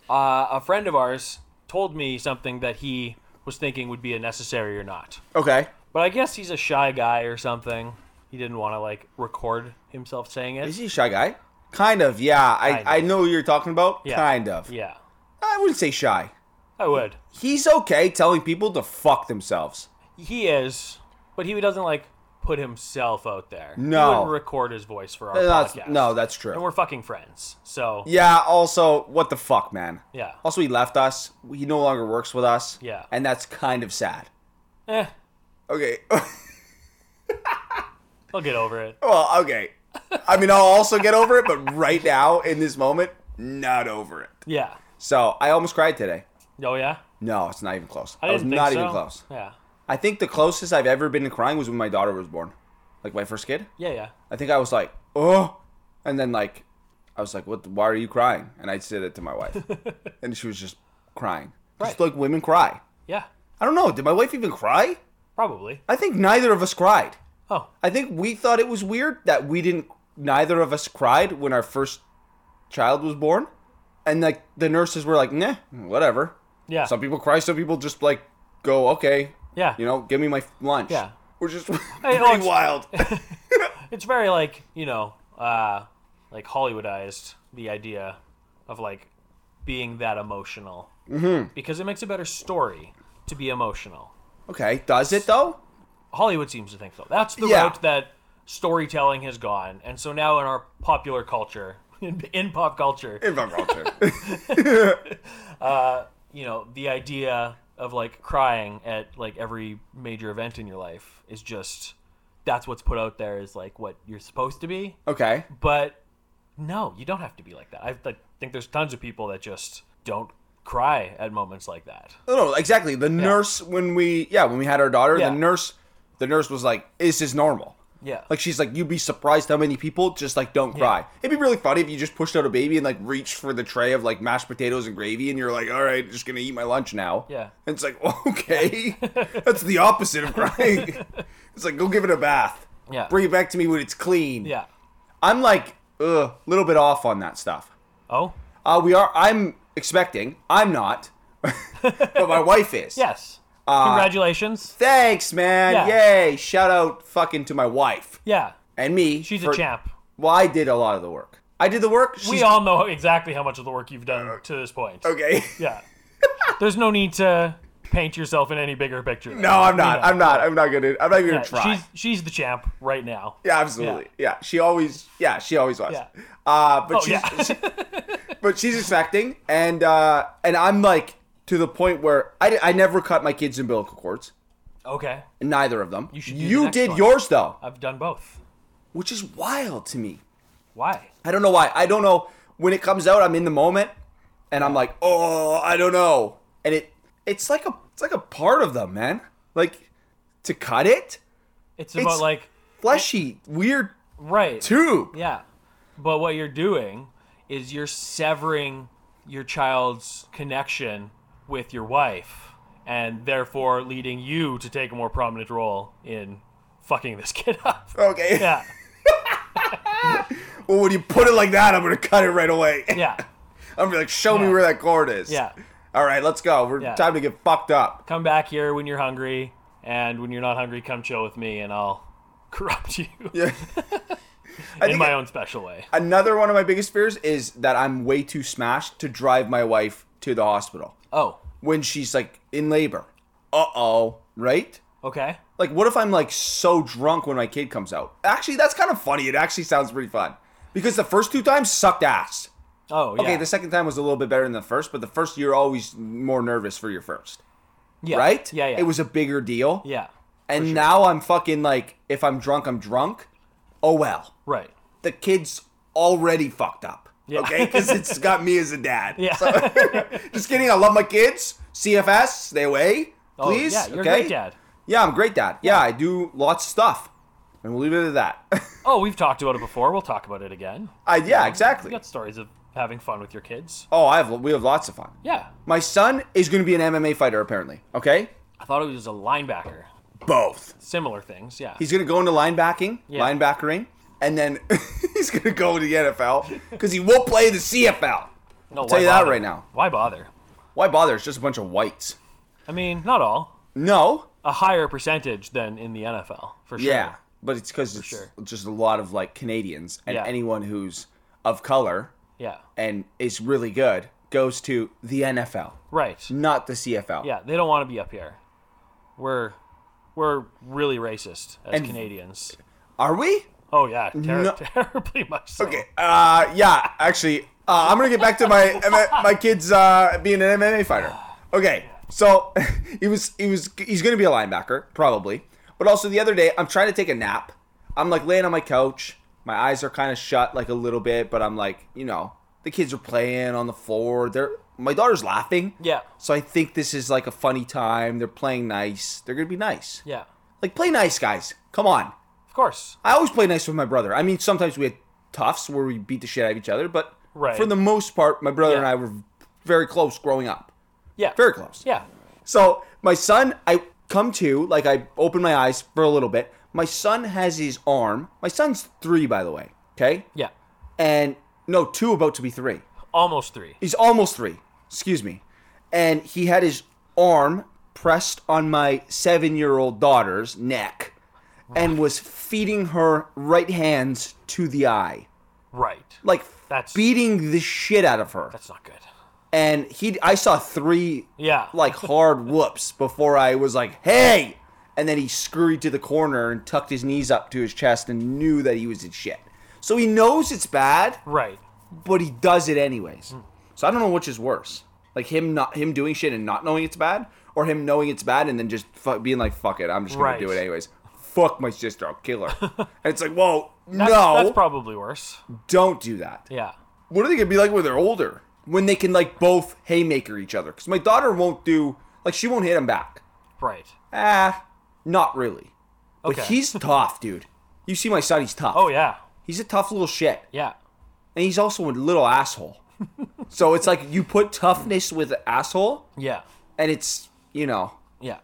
Speaker 6: uh, a friend of ours told me something that he was thinking would be a necessary or not.
Speaker 5: Okay.
Speaker 6: But I guess he's a shy guy or something. He didn't want to like record himself saying it.
Speaker 5: Is he a shy guy? Kind of, yeah. I,
Speaker 6: Kind
Speaker 5: I
Speaker 6: of.
Speaker 5: know who you're talking about.
Speaker 6: Yeah.
Speaker 5: Kind of.
Speaker 6: Yeah,
Speaker 5: I wouldn't say shy.
Speaker 6: I would.
Speaker 5: he's okay telling people to fuck themselves.
Speaker 6: He is, but he doesn't like put himself out there.
Speaker 5: No.
Speaker 6: he wouldn't record his voice for our
Speaker 5: That's-
Speaker 6: podcast.
Speaker 5: no, that's
Speaker 6: And
Speaker 5: true.
Speaker 6: we're fucking friends, so
Speaker 5: Yeah. Also, what the fuck, man?
Speaker 6: Yeah.
Speaker 5: Also, he left us. He no longer works with us.
Speaker 6: Yeah.
Speaker 5: And that's kind of sad.
Speaker 6: eh,
Speaker 5: Okay. (laughs)
Speaker 6: I'll get over it.
Speaker 5: well, okay. I mean, I'll also get over it, but right now in this moment, not over it.
Speaker 6: Yeah.
Speaker 5: So I almost cried today.
Speaker 6: Oh yeah.
Speaker 5: No, it's not even close.
Speaker 6: I
Speaker 5: I, was
Speaker 6: didn't think
Speaker 5: not
Speaker 6: so.
Speaker 5: even close.
Speaker 6: Yeah.
Speaker 5: I think the closest I've ever been to crying was when my daughter was born, like my first kid.
Speaker 6: Yeah, yeah.
Speaker 5: I think I was like, oh, and then like, I was like, what? Why are you crying? And I said it to my
Speaker 6: (laughs)
Speaker 5: wife, and she was just crying. Just
Speaker 6: Right.
Speaker 5: like women cry.
Speaker 6: Yeah.
Speaker 5: I don't know. Did my wife even cry?
Speaker 6: Probably.
Speaker 5: I think neither of us cried.
Speaker 6: Oh,
Speaker 5: I think we thought it was weird that we didn't. Neither of us cried when our first child was born, and like the nurses were like, nah, whatever.
Speaker 6: yeah.
Speaker 5: Some people cry. Some people just like go, okay,
Speaker 6: yeah.
Speaker 5: you know, give me my lunch.
Speaker 6: Yeah.
Speaker 5: We're just
Speaker 6: Hey,
Speaker 5: (laughs) pretty
Speaker 6: Alex. (laughs)
Speaker 5: wild.
Speaker 6: it's very like you know uh like hollywoodized the idea of like being that emotional mm-hmm. because it makes a better story to be emotional
Speaker 5: okay, does it though?
Speaker 6: hollywood seems to think so that's the
Speaker 5: Yeah.
Speaker 6: route that storytelling has gone and so now in our popular culture (laughs) in, in pop culture
Speaker 5: If I'm wrong, too.
Speaker 6: you know the idea of like crying at like every major event in your life is just that's what's put out there is like what you're supposed to be
Speaker 5: (laughs) Okay.
Speaker 6: but no, you don't have to be like that. I like, think there's tons of people that just don't cry at moments like that.
Speaker 5: No, no, exactly. The nurse when we yeah when we had our daughter,
Speaker 6: Yeah.
Speaker 5: the nurse, the nurse was like, "This is normal."
Speaker 6: Yeah,
Speaker 5: Like she's like, "You'd be surprised how many people just like don't cry." It'd be really funny if you just pushed out a baby and like reached for the tray of like mashed potatoes and gravy, and you're like, "All right, just gonna eat my lunch now."
Speaker 6: Yeah.
Speaker 5: And it's like, (laughs) okay, that's the opposite of
Speaker 6: (laughs)
Speaker 5: crying. it's like, go give it a bath.
Speaker 6: Yeah.
Speaker 5: Bring it back to me when it's clean.
Speaker 6: yeah.
Speaker 5: I'm like a little bit off on that stuff.
Speaker 6: Oh,
Speaker 5: Uh, we are. I'm expecting. I'm not, (laughs) but my wife
Speaker 6: (laughs)
Speaker 5: is.
Speaker 6: yes.
Speaker 5: uh,
Speaker 6: Congratulations.
Speaker 5: Thanks, man.
Speaker 6: Yeah.
Speaker 5: Yay! Shout out fucking to my wife
Speaker 6: Yeah,
Speaker 5: and me.
Speaker 6: she's
Speaker 5: for-
Speaker 6: a champ.
Speaker 5: Well, I did a lot of the work. I did the work.
Speaker 6: We
Speaker 5: she's-
Speaker 6: all know exactly how much of the work you've done to this point.
Speaker 5: (laughs) Okay.
Speaker 6: Yeah. there's no need to paint yourself in any bigger picture.
Speaker 5: No, I'm not. I'm not. I'm not gonna. I'm not gonna
Speaker 6: Yeah,
Speaker 5: try.
Speaker 6: she's she's the champ right now.
Speaker 5: yeah, absolutely. Yeah. she always. Yeah, she always was.
Speaker 6: Yeah.
Speaker 5: Uh, but
Speaker 6: Oh,
Speaker 5: she's,
Speaker 6: yeah. (laughs)
Speaker 5: but she's expecting, and uh, and I'm like to the point where I, di- I never cut my kids umbilical cords.
Speaker 6: okay,
Speaker 5: Neither of them. You
Speaker 6: should do the
Speaker 5: you
Speaker 6: next
Speaker 5: did
Speaker 6: one.
Speaker 5: yours though,
Speaker 6: I've done both.
Speaker 5: which is wild to me.
Speaker 6: Why?
Speaker 5: I don't know why. I don't know when it comes out. I'm in the moment, and I'm like, oh, I don't know. And it it's like a it's like a part of them, man. Like to cut it,
Speaker 6: It's about
Speaker 5: It's-
Speaker 6: like
Speaker 5: fleshy, weird
Speaker 6: right.
Speaker 5: tube.
Speaker 6: Yeah. But what you're doing is you're severing your child's connection with your wife and therefore leading you to take a more prominent role in fucking this (laughs) kid up.
Speaker 5: Okay.
Speaker 6: Yeah.
Speaker 5: (laughs) Well, when you put it like that, I'm gonna cut it right away.
Speaker 6: Yeah.
Speaker 5: (laughs) I'm gonna like, show me
Speaker 6: Yeah.
Speaker 5: where that cord is.
Speaker 6: Yeah.
Speaker 5: All right, let's go. We're
Speaker 6: Yeah.
Speaker 5: time to get fucked up. (laughs)
Speaker 6: Come back here when you're hungry and when you're not hungry come chill with me and I'll (laughs) corrupt you
Speaker 5: Yeah. I
Speaker 6: in
Speaker 5: think
Speaker 6: my own special way.
Speaker 5: another one of my biggest fears is that I'm way too smashed to drive my wife to the hospital
Speaker 6: Oh,
Speaker 5: when she's like in labor. Uh oh, right?
Speaker 6: okay.
Speaker 5: Like, what if I'm like so drunk when my kid comes out? Actually, that's kind of funny. It actually sounds pretty fun because the first two times sucked ass.
Speaker 6: Oh, yeah.
Speaker 5: Okay, the second time was a little bit better than the first, but the first you're always more nervous for your first,
Speaker 6: yeah.
Speaker 5: right?
Speaker 6: Yeah, yeah.
Speaker 5: It was a bigger deal,
Speaker 6: Yeah.
Speaker 5: and now I'm fucking like, if I'm drunk, I'm drunk. Oh well,
Speaker 6: Right.
Speaker 5: the kid's already fucked up.
Speaker 6: Yeah.
Speaker 5: Okay, because
Speaker 6: (laughs)
Speaker 5: it's got me as a dad.
Speaker 6: Yeah.
Speaker 5: (laughs) Just kidding. I love my kids. CFS, stay away,
Speaker 6: Oh,
Speaker 5: please.
Speaker 6: yeah, you're a
Speaker 5: okay?
Speaker 6: great dad.
Speaker 5: Yeah, I'm a great dad. Yeah, I do lots of stuff. And we'll leave it at that. (laughs)
Speaker 6: Oh, we've talked about it before. We'll talk about it again.
Speaker 5: I, yeah,
Speaker 6: You
Speaker 5: exactly.
Speaker 6: got stories of having fun with your kids.
Speaker 5: Oh, I have we have lots of fun.
Speaker 6: Yeah.
Speaker 5: My son is going to be an MMA fighter apparently. Okay?
Speaker 6: I thought it was a linebacker.
Speaker 5: Both.
Speaker 6: Similar things, yeah.
Speaker 5: He's going to go into linebacking,
Speaker 6: Yeah.
Speaker 5: linebackering, and then (laughs) he's going to go to the NFL cuz he won't play the CFL. tell
Speaker 6: no, why
Speaker 5: you that
Speaker 6: bother?
Speaker 5: right now.
Speaker 6: Why bother?
Speaker 5: Why bother? It's just a bunch of whites.
Speaker 6: I mean, not all.
Speaker 5: No.
Speaker 6: A higher percentage than in the NFL, for sure.
Speaker 5: Yeah, but it's cuz it's
Speaker 6: sure.
Speaker 5: just a lot of like Canadians and
Speaker 6: Yeah.
Speaker 5: anyone who's of color
Speaker 6: Yeah.
Speaker 5: and is really good goes to the NFL,
Speaker 6: Right.
Speaker 5: not the CFL.
Speaker 6: Yeah, they don't want to be up here. We're We're really racist as Canadians.
Speaker 5: Are we?
Speaker 6: Oh yeah, ter- (laughs)
Speaker 5: No.
Speaker 6: terribly much. So.
Speaker 5: Okay. Uh, yeah. Actually, uh, I'm gonna get back to my my- my kids uh, being an MMA fighter. Okay. So (laughs) he was he was he's gonna be a linebacker probably, but also the other day I'm trying to take a nap. I'm like laying on my couch. My eyes are kind of shut like a little bit, but I'm like you know the kids are playing on the floor. They're my daughter's laughing.
Speaker 6: Yeah.
Speaker 5: So I think this is like a funny time. They're playing nice. They're gonna be nice.
Speaker 6: Yeah,
Speaker 5: Like play nice, guys. Come on.
Speaker 6: of course.
Speaker 5: I always play nice with my brother. I mean, sometimes we had toughs where we beat the shit out of each other, but
Speaker 6: Right.
Speaker 5: for the most part, my brother
Speaker 6: Yeah.
Speaker 5: and I were very close growing up.
Speaker 6: Yeah,
Speaker 5: Very close.
Speaker 6: Yeah,
Speaker 5: So my son, I come to, like I open my eyes for a little bit. My son has his arm. My son's three, by the way. Okay?
Speaker 6: yeah.
Speaker 5: And no, two about to be three.
Speaker 6: Almost three.
Speaker 5: He's almost three. Excuse me. And he had his arm pressed on my seven year old daughter's neck and was feeding her right hands to the eye.
Speaker 6: Right.
Speaker 5: Like
Speaker 6: That's-
Speaker 5: beating the shit out of her.
Speaker 6: That's not good.
Speaker 5: And he I saw three
Speaker 6: Yeah.
Speaker 5: like
Speaker 6: (laughs)
Speaker 5: hard whoops before I was like, hey and then he scurried to the corner and tucked his knees up to his chest and knew that he was in shit. So he knows it's bad,
Speaker 6: Right.
Speaker 5: but he does it anyways. So I don't know which is worse, like him not him doing shit and not knowing it's bad, or him knowing it's bad and then just fu- being like, "Fuck it, I'm just gonna
Speaker 6: Right.
Speaker 5: do it anyways." Fuck my sister, I'll kill
Speaker 6: (laughs)
Speaker 5: her. and it's like, whoa,
Speaker 6: That's,
Speaker 5: no,
Speaker 6: That's probably worse.
Speaker 5: don't do that.
Speaker 6: Yeah.
Speaker 5: What are they gonna be like when they're older? When they can like both haymaker each other? Because my daughter won't do like she won't hit him back.
Speaker 6: Right.
Speaker 5: Ah, not really. But
Speaker 6: Okay. (laughs)
Speaker 5: he's tough, dude. You see my son, he's tough.
Speaker 6: Oh yeah.
Speaker 5: he's a tough little shit
Speaker 6: Yeah.
Speaker 5: and he's also a little
Speaker 6: (laughs)
Speaker 5: asshole. so it's like you put toughness with asshole,
Speaker 6: Yeah.
Speaker 5: and it's you know,
Speaker 6: Yeah.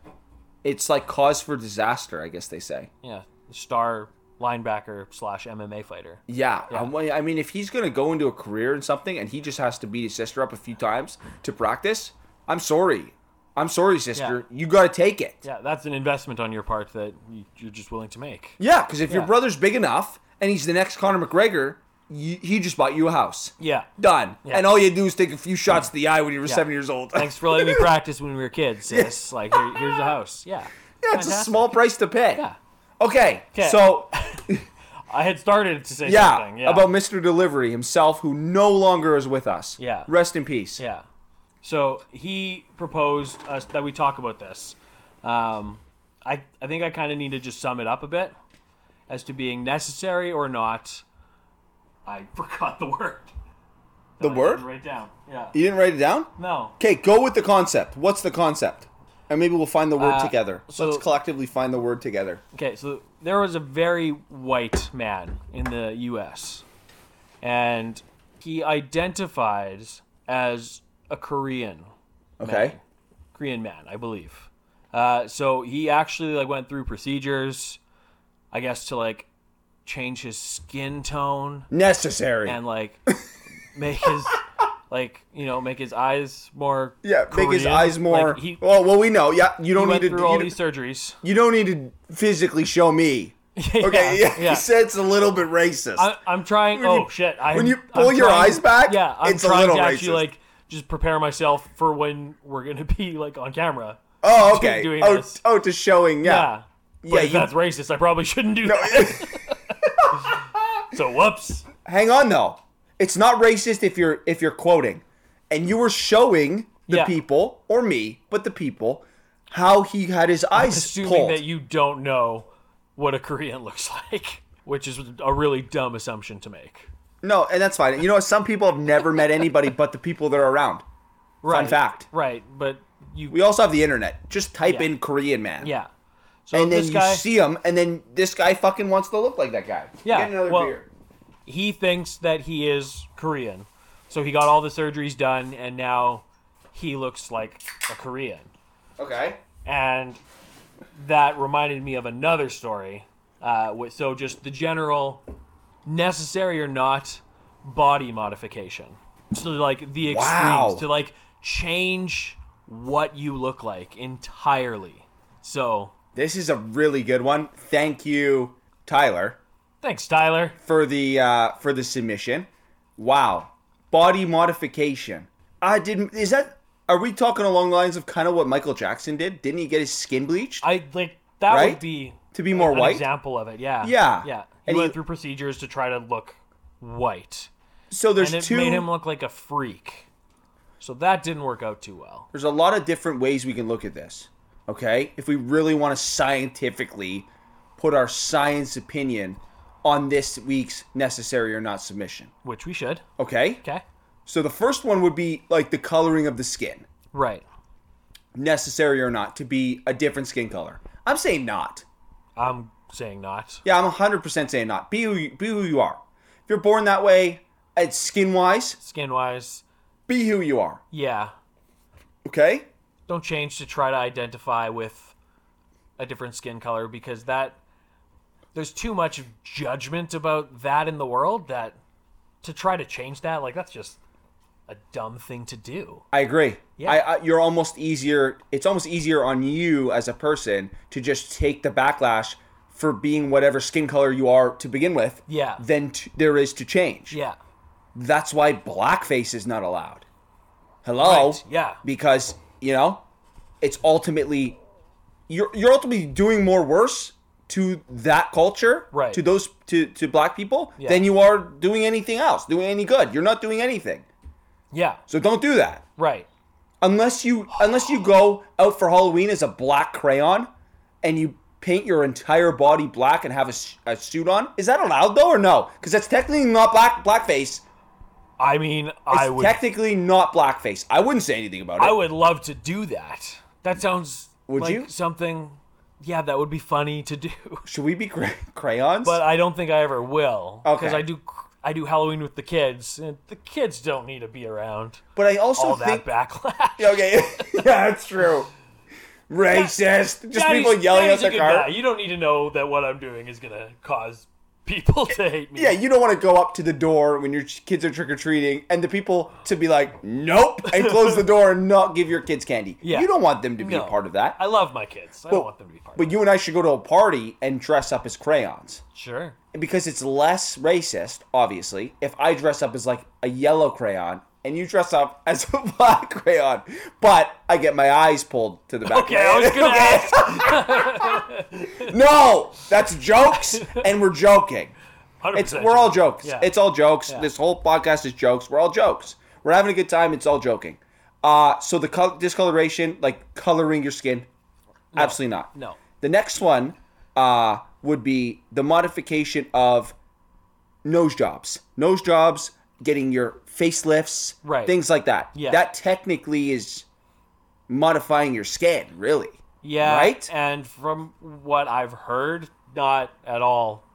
Speaker 5: it's like cause for disaster. I guess they say.
Speaker 6: Yeah. Star linebacker slash MMA fighter.
Speaker 5: Yeah, I'm- I mean, if he's gonna go into a career in something, and he just has to beat his sister up a few times to practice, I'm sorry, I'm sorry, sister, you gotta take it.
Speaker 6: Yeah, that's an investment on your part that you- you're just willing to make.
Speaker 5: Yeah, because if your
Speaker 6: Yeah.
Speaker 5: brother's big enough and he's the next Conor McGregor, you, he just bought you a house.
Speaker 6: Yeah.
Speaker 5: Done.
Speaker 6: Yeah.
Speaker 5: And all you do is take a few shots to the eye when you were seven years old.
Speaker 6: Thanks for letting me practice when we were kids, sis. Like, here, here's the house. Yeah.
Speaker 5: (laughs) yeah, it's a
Speaker 6: Fantastic.
Speaker 5: small price to pay.
Speaker 6: Yeah.
Speaker 5: Okay,
Speaker 6: 'Kay. (laughs)
Speaker 5: so
Speaker 6: I had started to say
Speaker 5: yeah,
Speaker 6: something. Yeah.
Speaker 5: about Mr. Delivery himself, who no longer is with us.
Speaker 6: Yeah.
Speaker 5: Rest in peace.
Speaker 6: Yeah. So he proposed us that we talk about this. Um, I I think I kind of need to just sum it up a bit as to being necessary or not. I (laughs) forgot the word.
Speaker 4: The word?
Speaker 6: Right down. Yeah.
Speaker 4: You didn't write it down?
Speaker 6: No.
Speaker 4: Okay, go with the concept. What's the concept? And maybe we'll find the word
Speaker 6: Uh,
Speaker 4: together.
Speaker 6: so-
Speaker 4: Let's collectively find the word together.
Speaker 6: Okay, so there was a very white man in the US, and he identifies as a Korean.
Speaker 4: Okay.
Speaker 6: Man. Korean man, I believe. Uh, so he actually like went through procedures, I guess, to like change his skin tone
Speaker 5: Necessary.
Speaker 6: and like make his (laughs) like you know make his eyes more
Speaker 5: yeah, make his
Speaker 6: Korean.
Speaker 5: eyes more. Oh,
Speaker 6: Like, he,
Speaker 5: well, well, we know. Yeah, you
Speaker 6: he
Speaker 5: don't
Speaker 6: went
Speaker 5: need to. you
Speaker 6: through all
Speaker 5: don't-
Speaker 6: these surgeries. (laughs)
Speaker 5: you don't need to physically show me. Okay, yeah,
Speaker 6: yeah.
Speaker 5: you said it's a little bit racist.
Speaker 6: I, I'm trying.
Speaker 5: you-
Speaker 6: oh shit! I,
Speaker 5: when you pull your eyes back,
Speaker 6: yeah, I'm
Speaker 5: it's a
Speaker 6: trying
Speaker 5: little
Speaker 6: to actually
Speaker 5: racist.
Speaker 6: like just prepare myself for when we're gonna be like on camera.
Speaker 5: oh, okay.
Speaker 6: doing
Speaker 5: oh,
Speaker 6: this.
Speaker 5: oh, to showing. Yeah,
Speaker 6: Yeah, but if
Speaker 5: you-
Speaker 6: that's racist. I probably shouldn't do that.
Speaker 5: (laughs)
Speaker 6: So whoops.
Speaker 5: Hang on though. It's not racist if you're if you're quoting, and you were showing the
Speaker 6: Yeah.
Speaker 5: people or me, but the people how he had his eyes
Speaker 6: Assuming
Speaker 5: pulled.
Speaker 6: that you don't know what a Korean (laughs) looks like, which is a really dumb assumption to make.
Speaker 5: No, and that's fine. You know, some people have never met anybody but the people that are around.
Speaker 6: Right.
Speaker 5: fact.
Speaker 6: Right, but you.
Speaker 5: We also have the internet. Just type
Speaker 6: Yeah.
Speaker 5: in Korean man.
Speaker 6: yeah. So
Speaker 5: And then
Speaker 6: this
Speaker 5: you
Speaker 6: guy,
Speaker 5: see him, and then this guy fucking wants to look like that guy.
Speaker 6: Yeah,
Speaker 5: Get another
Speaker 6: well-
Speaker 5: beer.
Speaker 6: he thinks that he is Korean. So he got all the surgeries done, and now he looks like a Korean.
Speaker 5: Okay.
Speaker 6: and that reminded me of another story. Uh, with, so just the general necessary or not body modification. So like the extremes
Speaker 5: Wow.
Speaker 6: to like change what you look like entirely. So
Speaker 5: This is a really good one. Thank you, Tyler.
Speaker 6: thanks, Tyler.
Speaker 5: for the uh, for the submission. Wow, body modification. I didn't. Is that? Are we talking along the lines of kind of what Michael Jackson did? Didn't he get his skin bleached?
Speaker 6: I like That
Speaker 5: right?
Speaker 6: would be
Speaker 5: To be more
Speaker 6: an
Speaker 5: white?
Speaker 6: example of it. Yeah.
Speaker 5: Yeah.
Speaker 6: Yeah. He
Speaker 5: And
Speaker 6: went
Speaker 5: he-
Speaker 6: through procedures to try to look white,
Speaker 5: So there's
Speaker 6: and it
Speaker 5: two.
Speaker 6: made him look like a freak. So that didn't work out too well.
Speaker 5: there's a lot of different ways we can look at this. Okay, if we really want to scientifically put our science opinion on this week's necessary or not submission.
Speaker 6: Which we should.
Speaker 5: Okay.
Speaker 6: Okay.
Speaker 5: So the first one would be like the coloring of the skin,
Speaker 6: Right.
Speaker 5: necessary or not, to be a different skin color. I'm saying not.
Speaker 6: I'm saying not.
Speaker 5: Yeah, I'm 100% saying not. Be who you, be who you are. If you're born that way, at skin wise,
Speaker 6: Skin wise,
Speaker 5: be who you are.
Speaker 6: yeah.
Speaker 5: Okay?
Speaker 6: Don't change to try to identify with a different skin color because that there's too much judgment about that in the world that to try to change that like that's just a dumb thing to do.
Speaker 5: I agree.
Speaker 6: Yeah.
Speaker 5: I, I you're almost easier. It's almost easier on you as a person to just take the backlash for being whatever skin color you are to begin with.
Speaker 6: Yeah.
Speaker 5: Than t- there is to change.
Speaker 6: Yeah.
Speaker 5: That's why blackface is not allowed. Hello.
Speaker 6: Right, yeah.
Speaker 5: Because you know, it's ultimately you're you're ultimately doing more worse to that culture,
Speaker 6: Right.
Speaker 5: To those to to black people than you are doing anything else, doing any good. You're not doing anything.
Speaker 6: Yeah.
Speaker 5: So don't do that
Speaker 6: Right.
Speaker 5: unless you unless you go out for Halloween as a black crayon and you paint your entire body black and have a, s- a suit on. Is that allowed though or no? Because that's technically not black blackface. It's
Speaker 6: I mean, I would
Speaker 5: technically not blackface. I wouldn't say anything about it.
Speaker 6: I would love to do that. That sounds
Speaker 5: Would
Speaker 6: like
Speaker 5: you?
Speaker 6: something yeah, that would be funny to do.
Speaker 5: Should we be cray- crayons?
Speaker 6: But I don't think I ever will because
Speaker 5: Okay.
Speaker 6: I do I do Halloween with the kids and the kids don't need to be around
Speaker 5: but I also
Speaker 6: all
Speaker 5: think
Speaker 6: that backlash.
Speaker 5: (laughs) okay, (laughs) yeah, that's true. Racist. Just people yelling at
Speaker 6: Daddy's a
Speaker 5: their
Speaker 6: good
Speaker 5: car.
Speaker 6: guy. You don't need to know that what I'm doing is gonna cause (laughs) people to hate me.
Speaker 5: Yeah, you don't want to go up to the door when your ch- kids are trick or treating and the people to be like, nope, and close the door and not give your kids candy.
Speaker 6: Yeah.
Speaker 5: You don't want them to be
Speaker 6: No.
Speaker 5: a part of that.
Speaker 6: I love my kids. I don't want them to be part. of
Speaker 5: But you and I should go to a party and dress up as crayons
Speaker 6: it. Sure.
Speaker 5: because it's less racist, obviously, if I dress up as like a yellow crayon and you dress up as a (laughs) black crayon, but I get my eyes pulled to the back. of
Speaker 6: Okay,
Speaker 5: my
Speaker 6: I was
Speaker 5: head. (laughs)
Speaker 6: gonna ask.
Speaker 5: no, that's
Speaker 6: (laughs)
Speaker 5: jokes, and we're joking.
Speaker 6: 100%.
Speaker 5: It's we're all jokes.
Speaker 6: Yeah.
Speaker 5: It's all jokes. This whole podcast is jokes. We're all jokes. We're having a good time. It's all joking. Uh so the col- discoloration, like coloring your skin, absolutely not.
Speaker 6: no.
Speaker 5: The next one uh would be the modification of nose jobs. Nose jobs, getting your facelifts,
Speaker 6: Right.
Speaker 5: things like that.
Speaker 6: Yeah.
Speaker 5: That technically is modifying your skin, really.
Speaker 6: Yeah.
Speaker 5: Right?
Speaker 6: And from what I've heard, not at all. (laughs)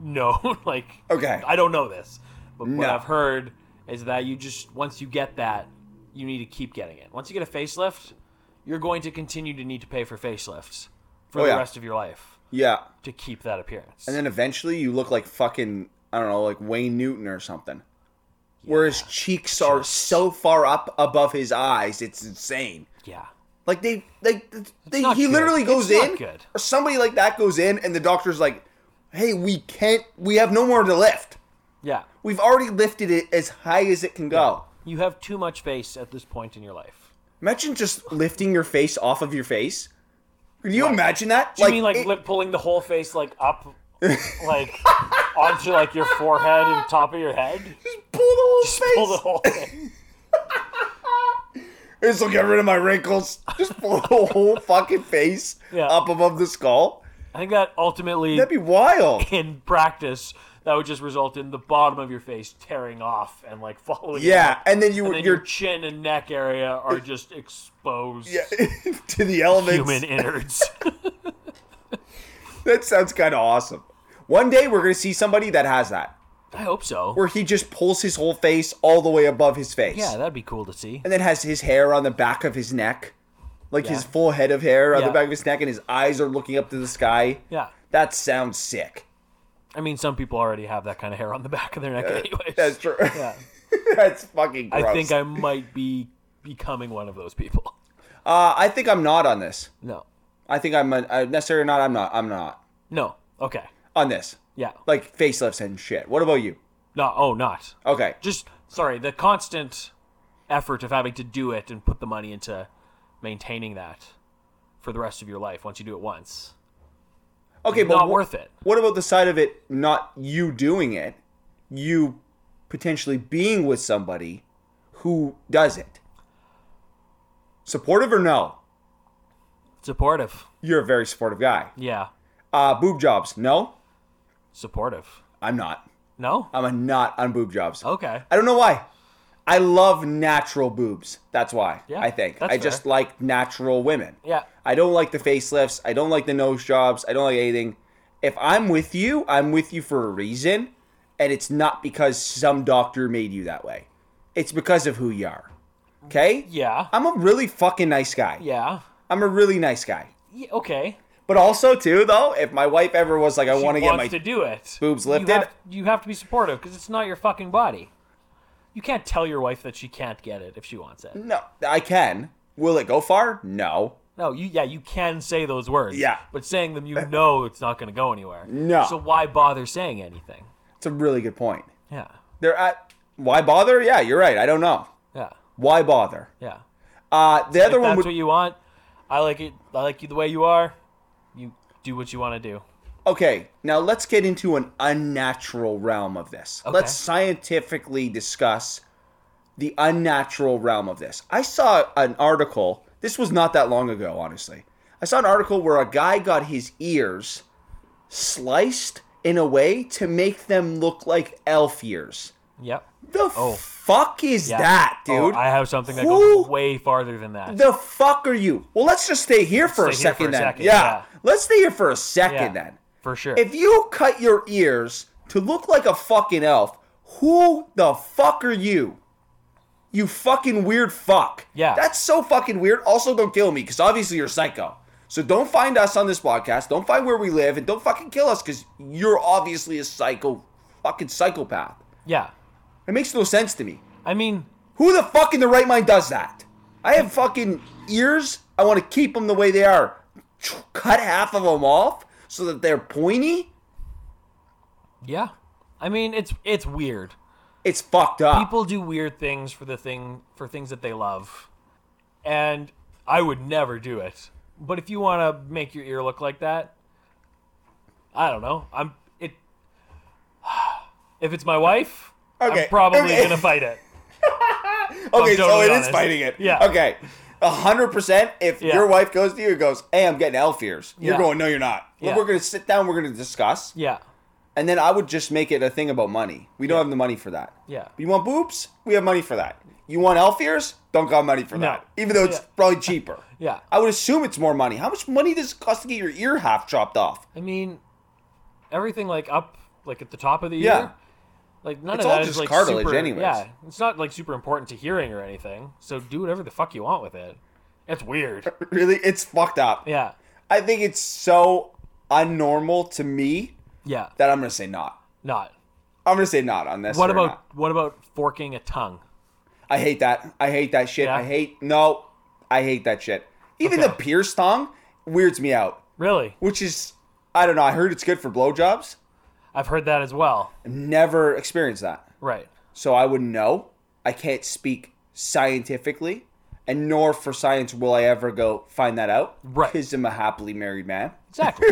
Speaker 6: No, like
Speaker 5: Okay.
Speaker 6: I don't know this, but what
Speaker 5: No.
Speaker 6: I've heard is that you just once you get that, you need to keep getting it. Once you get a facelift, you're going to continue to need to pay for facelifts for
Speaker 5: Oh,
Speaker 6: the
Speaker 5: yeah.
Speaker 6: rest of your life
Speaker 5: Yeah.
Speaker 6: to keep that appearance.
Speaker 5: And then eventually you look like fucking, I don't know, like Wayne Newton or something. Where his cheeks are so far up above his eyes, it's insane.
Speaker 6: yeah,
Speaker 5: Like they, like they,
Speaker 6: not
Speaker 5: he
Speaker 6: good.
Speaker 5: literally goes
Speaker 6: It's not
Speaker 5: in,
Speaker 6: good.
Speaker 5: or somebody like that goes in, and the doctor's like, "Hey, we can't, we have no more to lift.
Speaker 6: yeah.
Speaker 5: We've already lifted it as high as it can go.
Speaker 6: You have too much face at this point in your life.
Speaker 5: Imagine just lifting your face off of your face. Can you imagine that?
Speaker 6: Do you mean like
Speaker 5: it-
Speaker 6: lip pulling the whole face like up, like (laughs) onto like your forehead and top of your head?
Speaker 5: pull the whole face?
Speaker 6: Pull the whole thing.
Speaker 5: This will get rid of my wrinkles. Just pull the whole fucking face
Speaker 6: Yeah.
Speaker 5: up above the skull.
Speaker 6: I think that ultimately,
Speaker 5: That'd be wild.
Speaker 6: in practice, that would just result in the bottom of your face tearing off and like following.
Speaker 5: Yeah, and then you
Speaker 6: and then your
Speaker 5: you're
Speaker 6: chin and neck area are just exposed
Speaker 5: (laughs) to the elements. (laughs)
Speaker 6: human innards.
Speaker 5: That sounds kind of awesome. One day we're gonna see somebody that has that,
Speaker 6: I hope so.
Speaker 5: where he just pulls his whole face all the way above his face,
Speaker 6: Yeah, that'd be cool to see.
Speaker 5: and then has his hair on the back of his neck, like his
Speaker 6: Yeah.
Speaker 5: full head of hair on
Speaker 6: Yeah.
Speaker 5: the back of his neck, and his eyes are looking up to the sky.
Speaker 6: Yeah,
Speaker 5: That sounds sick.
Speaker 6: I mean, some people already have that kind of hair on the back of their neck, anyways.
Speaker 5: That's true. (laughs)
Speaker 6: Yeah.
Speaker 5: That's fucking. Gross.
Speaker 6: I think I might be becoming one of those people.
Speaker 5: Uh, I think I'm not on this.
Speaker 6: No.
Speaker 5: I think I'm a, uh, necessarily or not. I'm not. I'm not
Speaker 6: No. Okay.
Speaker 5: on this.
Speaker 6: Yeah.
Speaker 5: Like facelifts and shit. What about you?
Speaker 6: No. Oh, not.
Speaker 5: Okay.
Speaker 6: Just sorry. The constant effort of having to do it and put the money into maintaining that for the rest of your life once you do it once.
Speaker 5: Okay, but
Speaker 6: Not
Speaker 5: wha-
Speaker 6: worth it.
Speaker 5: What about the side of it not you doing it, you potentially being with somebody who does it? Supportive or no?
Speaker 6: Supportive.
Speaker 5: You're a very supportive guy.
Speaker 6: Yeah.
Speaker 5: Uh, boob jobs? No,
Speaker 6: Supportive.
Speaker 5: I'm not.
Speaker 6: No?
Speaker 5: I'm a not on boob jobs.
Speaker 6: Okay.
Speaker 5: I don't know why. I love natural boobs. That's why.
Speaker 6: Yeah,
Speaker 5: I think
Speaker 6: that's
Speaker 5: I just
Speaker 6: fair.
Speaker 5: like natural women.
Speaker 6: Yeah.
Speaker 5: I don't like the facelifts. I don't like the nose jobs. I don't like anything. If I'm with you, I'm with you for a reason, and it's not because some doctor made you that way. It's because of who you are. Okay?
Speaker 6: Yeah.
Speaker 5: I'm a really fucking nice guy.
Speaker 6: Yeah.
Speaker 5: I'm a really nice guy.
Speaker 6: yeah. Okay.
Speaker 5: But also too though, if my wife ever was like I want
Speaker 6: She
Speaker 5: to get my
Speaker 6: wants to do it.
Speaker 5: boobs
Speaker 6: You
Speaker 5: lifted.
Speaker 6: have, you have to be supportive because it's not your fucking body. You can't tell your wife that she can't get it if she wants it.
Speaker 5: No, I can. Will it go far? No.
Speaker 6: No, you yeah, you can say those words.
Speaker 5: Yeah.
Speaker 6: But saying them you know it's not gonna go anywhere.
Speaker 5: No.
Speaker 6: So why bother saying anything?
Speaker 5: It's a really good point.
Speaker 6: Yeah.
Speaker 5: They're at why bother? Yeah, you're right. I don't know.
Speaker 6: Yeah.
Speaker 5: Why bother?
Speaker 6: Yeah.
Speaker 5: Uh the other
Speaker 6: if
Speaker 5: one
Speaker 6: that's
Speaker 5: would
Speaker 6: what you want, I like it I like you the way you are. You do what you want to do.
Speaker 5: Okay, now let's get into an unnatural realm of this. Let's scientifically discuss the unnatural realm of this. I saw an article, this was not that long ago, honestly. I saw an article where a guy got his ears sliced in a way to make them look like elf ears.
Speaker 6: Yep.
Speaker 5: The
Speaker 6: Oh.
Speaker 5: fuck is
Speaker 6: Yeah.
Speaker 5: that,
Speaker 6: Oh,
Speaker 5: dude?
Speaker 6: I have something that
Speaker 5: Who-
Speaker 6: goes way farther than that.
Speaker 5: the fuck are you? Well, let's just stay here for a
Speaker 6: stay here for
Speaker 5: second
Speaker 6: a
Speaker 5: then.
Speaker 6: second,
Speaker 5: yeah.
Speaker 6: yeah.
Speaker 5: Let's stay here for a second
Speaker 6: yeah,
Speaker 5: then.
Speaker 6: For sure.
Speaker 5: If you cut your ears to look like a fucking elf, who the fuck are you? You fucking weird fuck.
Speaker 6: Yeah.
Speaker 5: That's so fucking weird. Also, don't kill me because obviously you're psycho. So don't find us on this podcast. Don't find where we live and don't fucking kill us because you're obviously a psycho fucking psychopath.
Speaker 6: yeah.
Speaker 5: It makes no sense to me.
Speaker 6: I mean,
Speaker 5: Who the fuck in the right mind does that? I have fucking ears. I want to keep them the way they are. Cut half of them off so that they're pointy.
Speaker 6: yeah. I mean it's it's weird.
Speaker 5: It's fucked up.
Speaker 6: people do weird things for the thing for things that they love and i would never do it but if you want to make your ear look like that i don't know i'm it (sighs) if it's my wife
Speaker 5: Okay.
Speaker 6: i'm probably
Speaker 5: Okay. (laughs)
Speaker 6: gonna fight it
Speaker 5: Okay,
Speaker 6: I'm
Speaker 5: so
Speaker 6: totally
Speaker 5: it is
Speaker 6: honest.
Speaker 5: fighting it.
Speaker 6: Yeah.
Speaker 5: Okay. A hundred percent. If
Speaker 6: Yeah.
Speaker 5: your wife goes to you and goes, "Hey, I'm getting elf ears," you're
Speaker 6: Yeah.
Speaker 5: going, "No, you're not." Well,
Speaker 6: Yeah.
Speaker 5: We're going to sit down. We're going to discuss,
Speaker 6: yeah
Speaker 5: and then I would just make it a thing about money. We don't have the money for that.
Speaker 6: yeah
Speaker 5: You want boobs? We have money for that. You want elf ears? Don't got money for
Speaker 6: No.
Speaker 5: that. Even though it's
Speaker 6: Yeah.
Speaker 5: probably
Speaker 6: (laughs)
Speaker 5: cheaper.
Speaker 6: yeah
Speaker 5: I would assume it's more money. How much money does it cost to get your ear half chopped off? (laughs)
Speaker 6: i mean everything like up like at the top of the ear
Speaker 5: Yeah.
Speaker 6: like none
Speaker 5: It's
Speaker 6: of
Speaker 5: all
Speaker 6: that is
Speaker 5: just
Speaker 6: like
Speaker 5: cartilage
Speaker 6: super,
Speaker 5: anyways.
Speaker 6: yeah it's not like super important to hearing or anything so do whatever the fuck you want with it it's weird
Speaker 5: Really, it's fucked up.
Speaker 6: (laughs) yeah
Speaker 5: I think it's so unnormal to me
Speaker 6: yeah
Speaker 5: that I'm going to say not.
Speaker 6: not
Speaker 5: I'm going to say not on this.
Speaker 6: What
Speaker 5: or
Speaker 6: about
Speaker 5: not.
Speaker 6: what about forking a tongue?
Speaker 5: I hate that. I hate that shit.
Speaker 6: Yeah?
Speaker 5: I hate no. I hate that shit. Even the pierced tongue weirds me out.
Speaker 6: Really?
Speaker 5: Which is I don't know. I heard it's good for blowjobs.
Speaker 6: I've heard that as well.
Speaker 5: Never experienced that,
Speaker 6: Right.
Speaker 5: so I wouldn't know. I can't speak scientifically, and nor for science will I ever go find that out.
Speaker 6: Right.
Speaker 5: Because I'm a happily married man. (laughs)
Speaker 6: Exactly.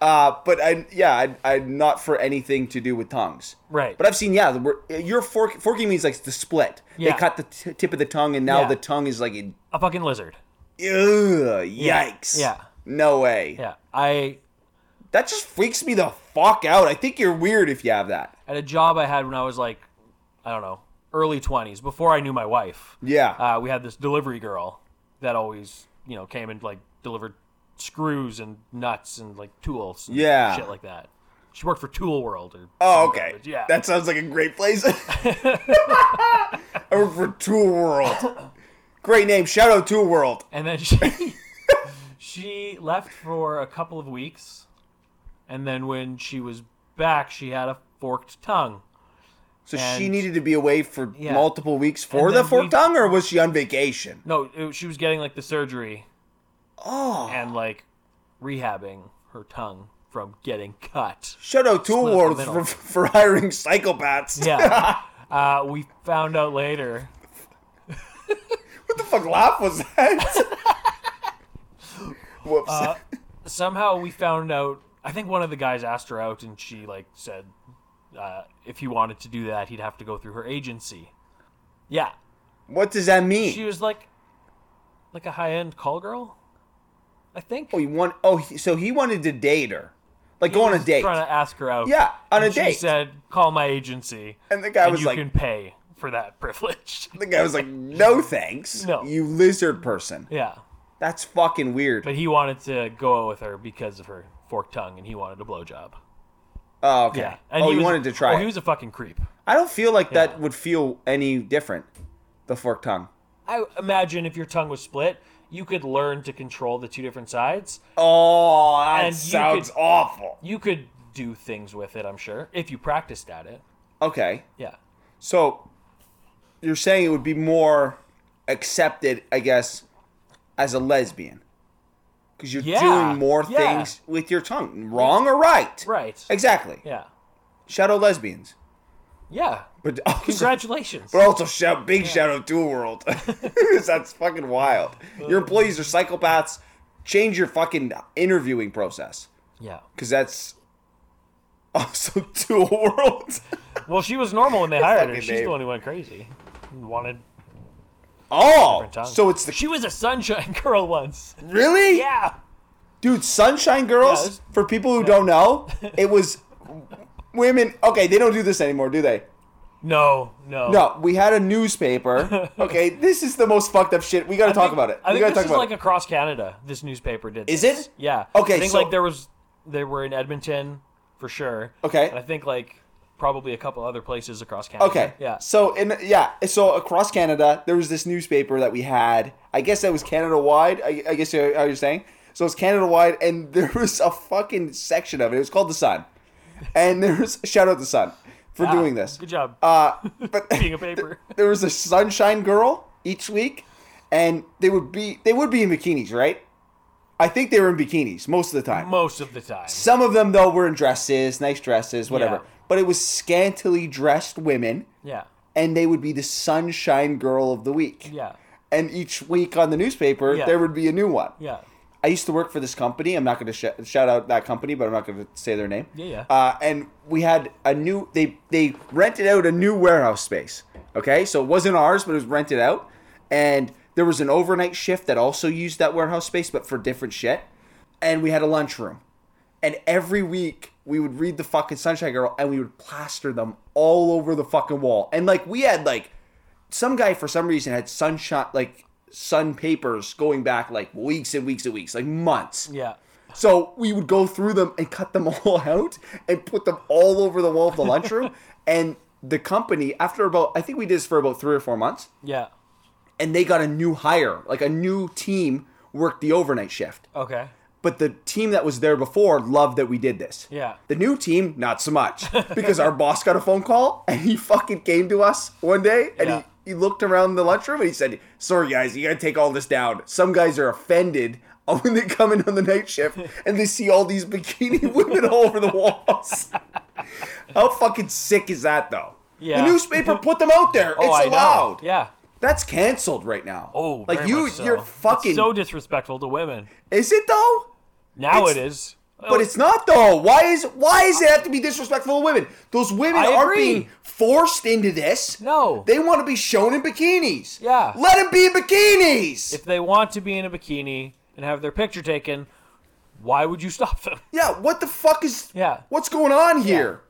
Speaker 5: Uh, but I yeah, I, I'm not for anything to do with tongues.
Speaker 6: Right.
Speaker 5: But I've seen, yeah, the word- your fork, forking means like the split. They
Speaker 6: Yeah.
Speaker 5: cut the t- tip of the tongue, and now
Speaker 6: Yeah.
Speaker 5: the tongue is like in
Speaker 6: a fucking lizard.
Speaker 5: Ugh, yikes.
Speaker 6: Yeah.
Speaker 5: No way.
Speaker 6: Yeah. I
Speaker 5: That just freaks me the fuck out. I think you're weird if you have that.
Speaker 6: at a job I had when I was like, I don't know, early twenties, before I knew my wife.
Speaker 5: Yeah.
Speaker 6: Uh, we had this delivery girl that always, you know, came and like delivered screws and nuts and like tools. And
Speaker 5: Yeah.
Speaker 6: Shit like that. She worked for Tool World or.
Speaker 5: oh, okay.
Speaker 6: yeah.
Speaker 5: That sounds like a great
Speaker 6: (laughs)
Speaker 5: place. (laughs) I work for Tool World. Great name. Shout out Tool World.
Speaker 6: And then she (laughs) she left for a couple of weeks, and then when she was back, she had a forked tongue.
Speaker 5: So she
Speaker 6: And-
Speaker 5: needed to be away for
Speaker 6: Yeah.
Speaker 5: multiple weeks for
Speaker 6: And
Speaker 5: the
Speaker 6: then
Speaker 5: forked
Speaker 6: we-
Speaker 5: tongue, or was she on vacation?
Speaker 6: No, it, she was getting like the surgery
Speaker 5: Oh.
Speaker 6: and like rehabbing her tongue from getting
Speaker 5: (laughs)
Speaker 6: cut.
Speaker 5: Shout out Tool
Speaker 6: Split up the
Speaker 5: World
Speaker 6: middle.
Speaker 5: for, for hiring psychopaths.
Speaker 6: Yeah. Uh, we found out later.
Speaker 5: what the fuck laugh was that? (laughs) Whoops.
Speaker 6: Uh, somehow we found out i think one of the guys asked her out and she like said uh, if he wanted to do that he'd have to go through her agency yeah
Speaker 5: what does that mean?
Speaker 6: she was like like a high-end call girl i think
Speaker 5: oh, you want? Oh, he, so he wanted to date her, like go on a
Speaker 6: was
Speaker 5: date.
Speaker 6: trying to ask her out
Speaker 5: Yeah, on a
Speaker 6: And she
Speaker 5: date.
Speaker 6: said call my agency
Speaker 5: And the guy was
Speaker 6: you
Speaker 5: like-
Speaker 6: can pay for that (laughs) privilege
Speaker 5: the guy was like, "No thanks,
Speaker 6: No.
Speaker 5: you lizard person."
Speaker 6: yeah
Speaker 5: That's fucking weird.
Speaker 6: but he wanted to go out with her because of her forked tongue and he wanted a blowjob
Speaker 5: Oh, okay.
Speaker 6: yeah and
Speaker 5: oh,
Speaker 6: he
Speaker 5: you
Speaker 6: was-
Speaker 5: wanted to try.
Speaker 6: oh,
Speaker 5: it.
Speaker 6: he was a fucking creep
Speaker 5: I don't feel like that would feel any different. The forked tongue.
Speaker 6: I imagine if your tongue was split, you could learn to control the two different sides.
Speaker 5: Oh, that
Speaker 6: And you
Speaker 5: sounds
Speaker 6: could-
Speaker 5: awful.
Speaker 6: You could do things with it, I'm sure, if you practiced at it.
Speaker 5: Okay,
Speaker 6: Yeah.
Speaker 5: so you're saying it would be more accepted, I guess, as a lesbian because you're
Speaker 6: Yeah,
Speaker 5: doing more
Speaker 6: yeah.
Speaker 5: things with your tongue. Wrong or right?
Speaker 6: Right.
Speaker 5: Exactly.
Speaker 6: Yeah.
Speaker 5: Shadow lesbians.
Speaker 6: Yeah.
Speaker 5: But (laughs) also,
Speaker 6: Congratulations.
Speaker 5: But also, shout big shout out to World. (laughs) That's fucking wild. Your employees are psychopaths. Change your fucking interviewing process
Speaker 6: Yeah.
Speaker 5: because that's also (laughs) Dual
Speaker 6: (laughs)
Speaker 5: World.
Speaker 6: Well, she was normal when they hired her.
Speaker 5: Fucking
Speaker 6: She's
Speaker 5: name.
Speaker 6: the one who went crazy. and Wanted
Speaker 5: oh,
Speaker 6: tongue.
Speaker 5: so it's the
Speaker 6: She was a sunshine (laughs) girl once.
Speaker 5: really
Speaker 6: Yeah.
Speaker 5: dude Sunshine Girls.
Speaker 6: Yeah, it's-
Speaker 5: for people who don't
Speaker 6: (laughs)
Speaker 5: know, it was women. Okay, they don't do this anymore, do they?
Speaker 6: No. No.
Speaker 5: No, we had a
Speaker 6: (laughs)
Speaker 5: newspaper. Okay, this is the most fucked up shit. We got to talk about it.
Speaker 6: I
Speaker 5: we
Speaker 6: think
Speaker 5: got to
Speaker 6: this
Speaker 5: talk
Speaker 6: is
Speaker 5: about
Speaker 6: like
Speaker 5: it.
Speaker 6: across Canada. This newspaper did.
Speaker 5: Is
Speaker 6: this.
Speaker 5: it?
Speaker 6: Yeah.
Speaker 5: Okay,
Speaker 6: I think
Speaker 5: so-
Speaker 6: like there was they were in Edmonton for sure.
Speaker 5: Okay.
Speaker 6: And I think like probably a couple other places across Canada.
Speaker 5: Okay.
Speaker 6: Yeah.
Speaker 5: So in yeah, so across Canada, there was this newspaper that we had. I guess that was Canada wide. I, I guess you- how you're saying. So it's Canada wide, and (laughs) there was a fucking section of it. It was called the Sun, and there was shout out the Sun for
Speaker 6: Ah,
Speaker 5: doing this.
Speaker 6: Good job. (laughs)
Speaker 5: Uh, but
Speaker 6: Being a paper.
Speaker 5: (laughs)
Speaker 6: (laughs)
Speaker 5: there was a sunshine girl each week, and they would be they would be in bikinis, right? I think they were in bikinis most of the time.
Speaker 6: Most of the time.
Speaker 5: Some of them though were in dresses, nice dresses, whatever.
Speaker 6: Yeah.
Speaker 5: But it was scantily dressed women
Speaker 6: Yeah.
Speaker 5: and they would be the sunshine girl of the week.
Speaker 6: Yeah.
Speaker 5: And each week on the newspaper,
Speaker 6: Yeah.
Speaker 5: there would be a new one.
Speaker 6: Yeah.
Speaker 5: I used to work for this company. I'm not going to sh- shout out that company, but I'm not going to say their name.
Speaker 6: Yeah, yeah.
Speaker 5: Uh, and we had a new. They they rented out a new warehouse space. Okay, so it wasn't ours, but it was rented out. And there was an overnight shift that also used that warehouse space, but for different shit. And we had a lunchroom. And every week we would read the fucking Sunshine Girl, and we would plaster them all over the fucking wall. And like we had like some guy for some reason had sunshot like sun papers going back like weeks and weeks and weeks, like months.
Speaker 6: Yeah.
Speaker 5: So we would go through them and cut them (laughs) all out and put them all over the wall of the lunchroom. and the company, after about I think we did this for about three or four months,
Speaker 6: Yeah.
Speaker 5: and they got a new hire, like a new team worked the overnight shift.
Speaker 6: Okay.
Speaker 5: But the team that was there before loved that we did this.
Speaker 6: Yeah.
Speaker 5: The new team, not so much. Because our boss got a phone call and he fucking came to us one day and
Speaker 6: Yeah.
Speaker 5: he, he looked around the lunchroom and he said, Sorry guys, you gotta take all this down. Some guys are offended (laughs) when they come in on the night shift and they see all these bikini (laughs) women all over the
Speaker 6: (laughs)
Speaker 5: walls. How fucking sick is that though?
Speaker 6: Yeah.
Speaker 5: The newspaper put them out there.
Speaker 6: Oh, I
Speaker 5: it's
Speaker 6: know.
Speaker 5: allowed.
Speaker 6: Yeah.
Speaker 5: That's canceled right now.
Speaker 6: Oh,
Speaker 5: like
Speaker 6: very
Speaker 5: you,
Speaker 6: much so.
Speaker 5: you're
Speaker 6: It's
Speaker 5: fucking.
Speaker 6: so disrespectful to women.
Speaker 5: is it though?
Speaker 6: Now
Speaker 5: It's-
Speaker 6: it is.
Speaker 5: But it's not though. Why is why does it have to be disrespectful to women? Those women
Speaker 6: I
Speaker 5: are
Speaker 6: agree.
Speaker 5: being forced into this.
Speaker 6: No.
Speaker 5: they want to be shown in bikinis.
Speaker 6: Yeah.
Speaker 5: let them be in bikinis.
Speaker 6: if they want to be in a bikini and have their picture taken, why would you stop them?
Speaker 5: yeah, what the fuck is?
Speaker 6: Yeah.
Speaker 5: what's going on here?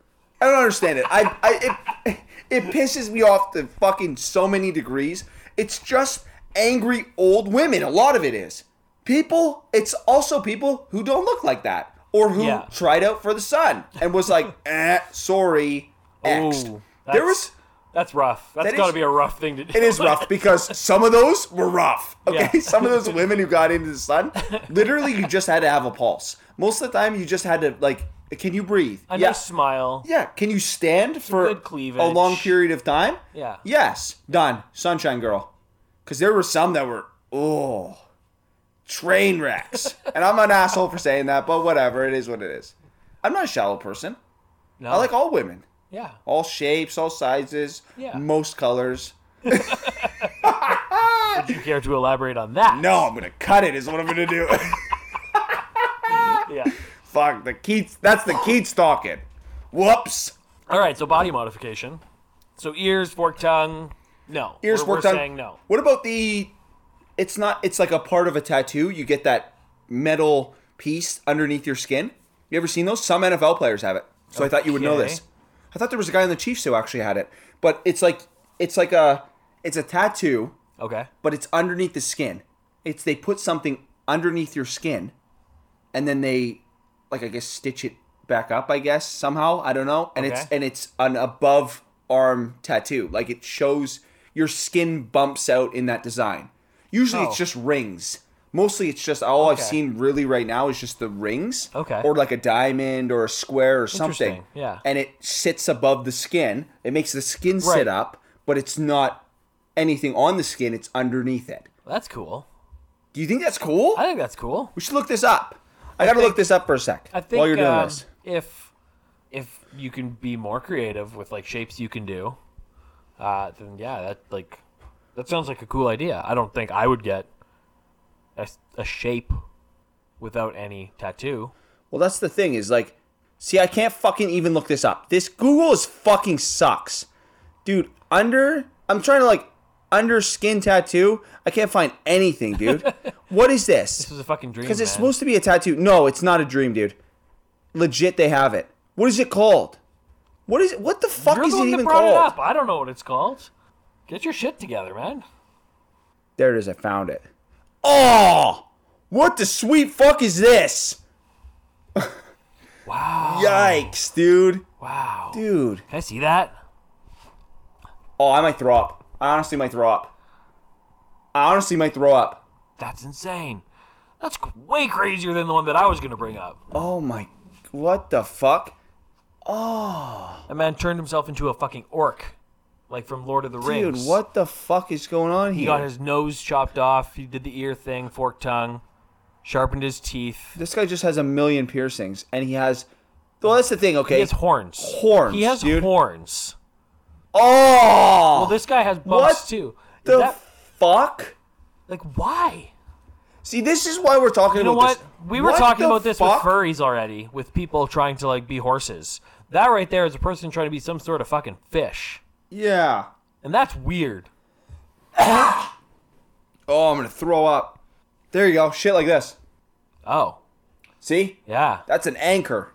Speaker 5: I don't understand it. I, I it, it pisses me off to fucking so many degrees. It's just angry old women. A lot of it is people. It's also people who don't look like that or who
Speaker 6: Yeah.
Speaker 5: tried out for the sun and was
Speaker 6: (laughs)
Speaker 5: like, eh, sorry, X'd.
Speaker 6: Ooh,
Speaker 5: there
Speaker 6: Oh, that's-
Speaker 5: was
Speaker 6: That's rough. That's
Speaker 5: That
Speaker 6: got to
Speaker 5: is-
Speaker 6: be a rough thing to do. (laughs)
Speaker 5: it is rough because some of those were rough. Okay, (laughs)
Speaker 6: Yeah.
Speaker 5: some of those women who got into the sun, literally, you just had to have a pulse. Most of the time, you just had to like, can you breathe?
Speaker 6: a
Speaker 5: Yeah.
Speaker 6: nice smile.
Speaker 5: Yeah. Can you stand for
Speaker 6: good cleavage.
Speaker 5: a long period of time?
Speaker 6: Yeah.
Speaker 5: Yes. Done. Sunshine Girl. Because there were some that were, oh, train wrecks. and I'm an asshole for saying that, but whatever. It is what it is. I'm not a shallow person.
Speaker 6: No.
Speaker 5: I like all women,
Speaker 6: Yeah.
Speaker 5: (laughs) all shapes, all sizes,
Speaker 6: Yeah.
Speaker 5: most colors.
Speaker 6: Would you care to elaborate on that?
Speaker 5: No, I'm going to cut it, is what I'm going to do. (laughs)
Speaker 7: Fuck the Keats. That's the Keats talking. Whoops.
Speaker 6: All right, so body modification. So ears, forked tongue. No,
Speaker 7: Ears
Speaker 6: we're,
Speaker 7: worked
Speaker 6: we're
Speaker 7: on.
Speaker 6: saying no.
Speaker 7: What about the?
Speaker 5: The it's not it's like a part of a tattoo. You get that metal piece underneath your skin. You ever seen those? Some NFL players have it. So I thought you would know
Speaker 6: Okay.
Speaker 5: this. I thought there was a guy on the Chiefs who actually had it. But it's like it's like a it's a tattoo,
Speaker 6: Okay.
Speaker 5: but it's underneath the skin. It's they put something underneath your skin and then they like I guess stitch it back up, I guess, somehow. I don't know. And it's
Speaker 6: Okay.
Speaker 5: and it's an above arm tattoo. Like it shows your skin bumps out in that design. Usually
Speaker 6: Oh.
Speaker 5: it's just rings. Mostly it's just all I've
Speaker 6: Okay.
Speaker 5: seen really right now is just the rings.
Speaker 6: Okay.
Speaker 5: Or like a diamond or a square or something.
Speaker 6: Interesting, yeah.
Speaker 5: And it sits above the skin. It makes the skin
Speaker 6: Right.
Speaker 5: sit up, but it's not anything on the skin, it's underneath it.
Speaker 6: That's cool.
Speaker 5: Do you think that's cool?
Speaker 6: I think that's cool.
Speaker 5: we should look this up. I, gotta look this up for a sec
Speaker 6: I think
Speaker 5: while you're doing
Speaker 6: um,
Speaker 5: this.
Speaker 6: if if you can be more creative with like shapes you can do, uh, then yeah, that like that sounds like a cool idea. I don't think I would get a, a shape without any tattoo.
Speaker 5: Well, that's the thing is like, see, I can't fucking even look this up. This Google is fucking sucks, dude. Under, I'm trying to like under skin tattoo. I can't find anything, dude.
Speaker 6: (laughs)
Speaker 5: what is
Speaker 6: This
Speaker 5: this?
Speaker 6: is a fucking dream.
Speaker 5: Because it's
Speaker 6: man.
Speaker 5: supposed to be a tattoo. No, it's not a dream, dude. Legit, they have it. What is it called? What is it? What the fuck
Speaker 6: You're
Speaker 5: is
Speaker 6: the one
Speaker 5: it
Speaker 6: that
Speaker 5: even
Speaker 6: brought
Speaker 5: called?
Speaker 6: it up. I don't know what it's called. Get your shit together, man.
Speaker 5: There it is. I found it. Oh, what the sweet fuck is this?
Speaker 6: (laughs) Wow.
Speaker 5: Yikes, dude.
Speaker 6: Wow.
Speaker 5: Dude.
Speaker 6: Can I see that?
Speaker 5: Oh, I might throw up. I honestly might throw up. I honestly might throw up.
Speaker 6: That's insane. That's way crazier than the one that I was gonna bring up.
Speaker 5: Oh my, what the fuck?
Speaker 6: That man turned himself into a fucking orc, like from Lord of the Rings.
Speaker 5: Dude, what the fuck is going on
Speaker 6: He
Speaker 5: here?
Speaker 6: got his nose chopped off. He did the ear thing, forked tongue, sharpened his teeth.
Speaker 5: this guy just has a million piercings and he has Well, that's the thing, okay?
Speaker 6: He has horns.
Speaker 5: Horns,
Speaker 6: He has
Speaker 5: dude.
Speaker 6: horns.
Speaker 5: oh!
Speaker 6: Well, this guy has bumps
Speaker 5: What
Speaker 6: too. Is
Speaker 5: the
Speaker 6: that-
Speaker 5: fuck?
Speaker 6: like why?
Speaker 5: See, this is why we're talking
Speaker 6: You know
Speaker 5: about
Speaker 6: what?
Speaker 5: this.
Speaker 6: We were
Speaker 5: What
Speaker 6: talking
Speaker 5: the
Speaker 6: about this
Speaker 5: fuck?
Speaker 6: with furries already, with people trying to like be horses. That right there is a person trying to be some sort of fucking fish,
Speaker 5: Yeah.
Speaker 6: and that's weird.
Speaker 5: Oh, I'm gonna throw up. There you go. Shit like this.
Speaker 6: Oh,
Speaker 5: See?
Speaker 6: yeah,
Speaker 5: That's an anchor.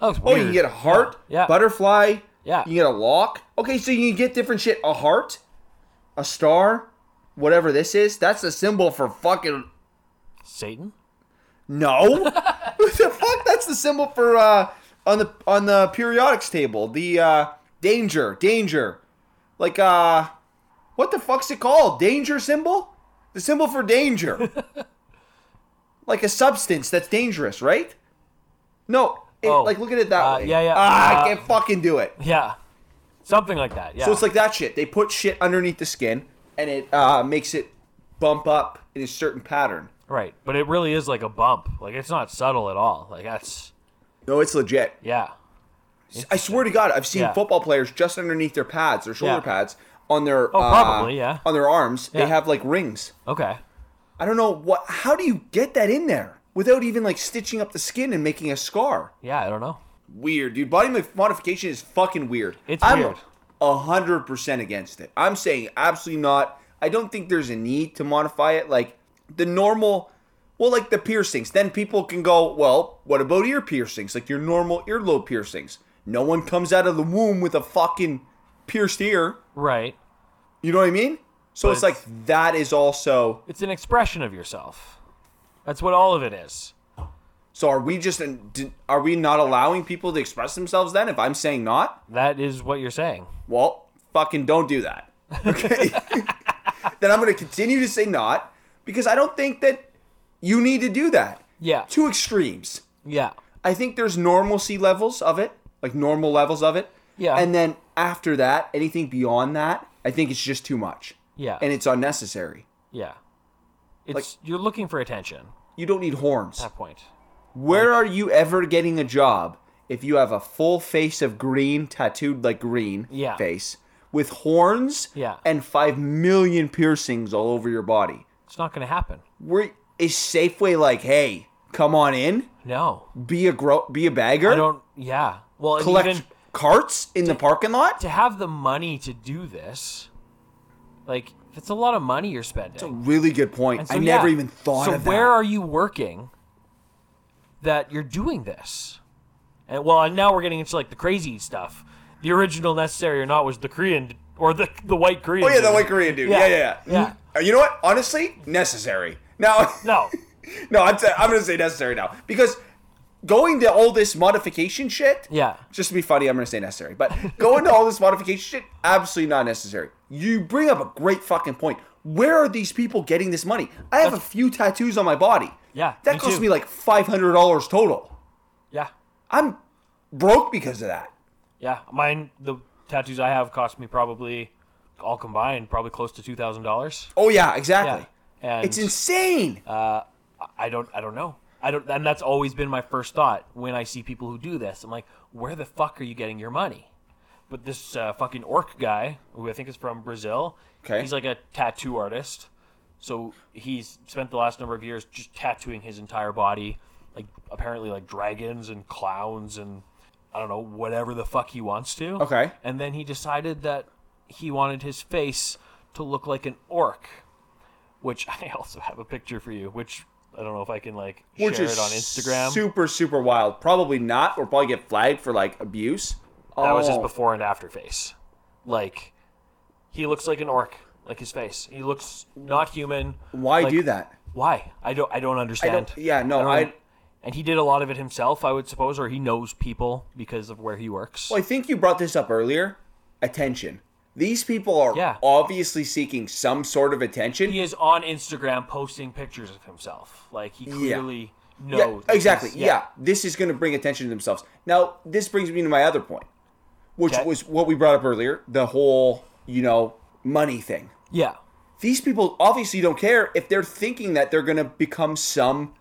Speaker 6: that was
Speaker 5: Oh,
Speaker 6: weird.
Speaker 5: you can get a heart,
Speaker 6: Yeah.
Speaker 5: butterfly,
Speaker 6: Yeah.
Speaker 5: you can get a lock. Okay, so you can get different shit. A heart, a star, whatever this is. That's a symbol for fucking
Speaker 6: Satan. (laughs)
Speaker 5: no. (laughs) what the fuck? That's the symbol for uh on the on the periodics table. The uh danger, danger. Like uh what the fuck's it called? Danger symbol? The symbol for danger.
Speaker 6: (laughs)
Speaker 5: like a substance that's dangerous, right? No. It,
Speaker 6: Oh.
Speaker 5: like look at it that
Speaker 6: Uh,
Speaker 5: way.
Speaker 6: yeah, yeah.
Speaker 5: Ah,
Speaker 6: Uh,
Speaker 5: I can't fucking do it.
Speaker 6: Yeah, something like that. Yeah.
Speaker 5: So it's like that shit. They put shit underneath the skin and it uh, makes it bump up in a certain pattern.
Speaker 6: right, but it really is like a bump. Like it's not subtle at all. Like that's
Speaker 5: No, it's legit.
Speaker 6: yeah.
Speaker 5: I swear to God, I've seen
Speaker 6: Yeah.
Speaker 5: football players just underneath their pads, their shoulder
Speaker 6: Yeah.
Speaker 5: pads, on their
Speaker 6: Oh,
Speaker 5: uh,
Speaker 6: probably, yeah.
Speaker 5: on their arms.
Speaker 6: Yeah.
Speaker 5: They have like rings.
Speaker 6: Okay.
Speaker 5: I don't know what. How do you get that in there without even like stitching up the skin and making a scar?
Speaker 6: Yeah, I don't know.
Speaker 5: Weird, dude. Body mod- modification is fucking weird.
Speaker 6: It's
Speaker 5: I'm
Speaker 6: weird.
Speaker 5: A hundred percent against it. I'm saying absolutely not. I don't think there's a need to modify it. Like the normal, well, like the piercings. Then people can go, well, what about ear piercings? Like your normal earlobe piercings. No one comes out of the womb with a fucking pierced ear.
Speaker 6: Right.
Speaker 5: You know what I mean? So
Speaker 6: But
Speaker 5: it's
Speaker 6: it's-
Speaker 5: like that is also.
Speaker 6: It's an expression of yourself. That's what all of it is.
Speaker 5: So are we just? did- Are we not allowing people to express themselves then? If I'm saying not.
Speaker 6: That is what you're saying.
Speaker 5: Well, fucking don't do that. Okay. then I'm going to continue to say not because I don't think that you need to do that.
Speaker 6: Yeah.
Speaker 5: Two extremes.
Speaker 6: Yeah.
Speaker 5: I think there's normalcy levels of it, like normal levels of it.
Speaker 6: Yeah.
Speaker 5: And then after that, anything beyond that, I think it's just too much.
Speaker 6: Yeah.
Speaker 5: And it's unnecessary.
Speaker 6: yeah. It's you're looking for attention.
Speaker 5: You don't need horns.
Speaker 6: That point.
Speaker 5: Where are you ever getting a job if you have a full face of green, tattooed like green
Speaker 6: Yeah.
Speaker 5: face, with horns
Speaker 6: Yeah.
Speaker 5: and five million piercings all over your body?
Speaker 6: It's not going to happen.
Speaker 5: Where is Safeway like, hey, come on in?
Speaker 6: No,
Speaker 4: Be a gro- be a bagger.
Speaker 6: I don't. Yeah. Well, and
Speaker 4: collect
Speaker 6: even
Speaker 4: carts in the parking lot.
Speaker 6: to have the money to do this, like that's a lot of money you're spending.
Speaker 4: Really good point.
Speaker 6: And so,
Speaker 4: I never
Speaker 6: yeah.
Speaker 4: even thought
Speaker 6: so
Speaker 4: of
Speaker 6: where
Speaker 4: that.
Speaker 6: are you working that you're doing this? And well, and now we're getting into like the crazy stuff. The original necessary or not was the Korean or the the white Korean.
Speaker 5: Oh yeah, the
Speaker 6: dude.
Speaker 5: white Korean dude.
Speaker 6: Yeah.
Speaker 5: Yeah, yeah, yeah.
Speaker 6: Yeah.
Speaker 5: Uh, You know what? Honestly, necessary. Now, (laughs)
Speaker 6: No.
Speaker 5: no, I'm, t- I'm gonna say necessary now because going to all this modification shit.
Speaker 6: Yeah.
Speaker 5: Just to be funny, I'm gonna say necessary, but going to all this modification shit, absolutely not necessary. You bring up a great fucking point. Where are these people getting this money? I have a few tattoos on my body.
Speaker 6: Yeah,
Speaker 5: that
Speaker 6: me
Speaker 5: cost
Speaker 6: too.
Speaker 5: me like five hundred dollars total.
Speaker 6: Yeah.
Speaker 5: I'm broke because of that.
Speaker 6: Yeah. Mine the tattoos I have cost me probably all combined probably close to two thousand dollars.
Speaker 5: Oh yeah,
Speaker 6: Yeah.
Speaker 5: exactly.
Speaker 6: And
Speaker 5: It's insane.
Speaker 6: I don't I don't know. I don't and that's always been my first thought when I see people who do this. I'm like, where the fuck are you getting your money? But this uh, fucking orc guy, who I think is from Brazil,
Speaker 5: Okay.
Speaker 6: he's like a tattoo artist. So he's spent the last number of years just tattooing his entire body, like apparently like dragons and clowns and I don't know whatever the fuck he wants to.
Speaker 5: Okay.
Speaker 6: And then he decided that he wanted his face to look like an orc, which (laughs) I also have a picture for you, which I don't know if I can like
Speaker 5: Which
Speaker 6: share
Speaker 5: is
Speaker 6: it on Instagram.
Speaker 5: Super, super wild. Probably not. We'll probably get flagged for like abuse.
Speaker 6: That was his
Speaker 5: Oh.
Speaker 6: before and after face. Like he looks like an orc, like his face. He looks not human.
Speaker 5: Why
Speaker 6: Like,
Speaker 5: do that?
Speaker 6: Why? I don't I don't understand.
Speaker 5: yeah, no,
Speaker 6: don't-
Speaker 5: I-
Speaker 6: and he did a lot of it himself, I would suppose, or he knows people because of where he works.
Speaker 5: Well, I think you brought this up earlier. Attention. These people are
Speaker 6: Yeah.
Speaker 5: obviously seeking some sort of attention.
Speaker 6: he is on Instagram posting pictures of himself. Like he clearly knows.
Speaker 5: Yeah,
Speaker 6: that
Speaker 5: exactly.
Speaker 6: he's-
Speaker 5: Yeah. this is going to bring attention to themselves. Now, this brings me to my other point, which
Speaker 6: Okay.
Speaker 5: was what we brought up earlier the whole, you know, money thing.
Speaker 6: Yeah.
Speaker 5: These people obviously don't care if they're thinking that they're going to become some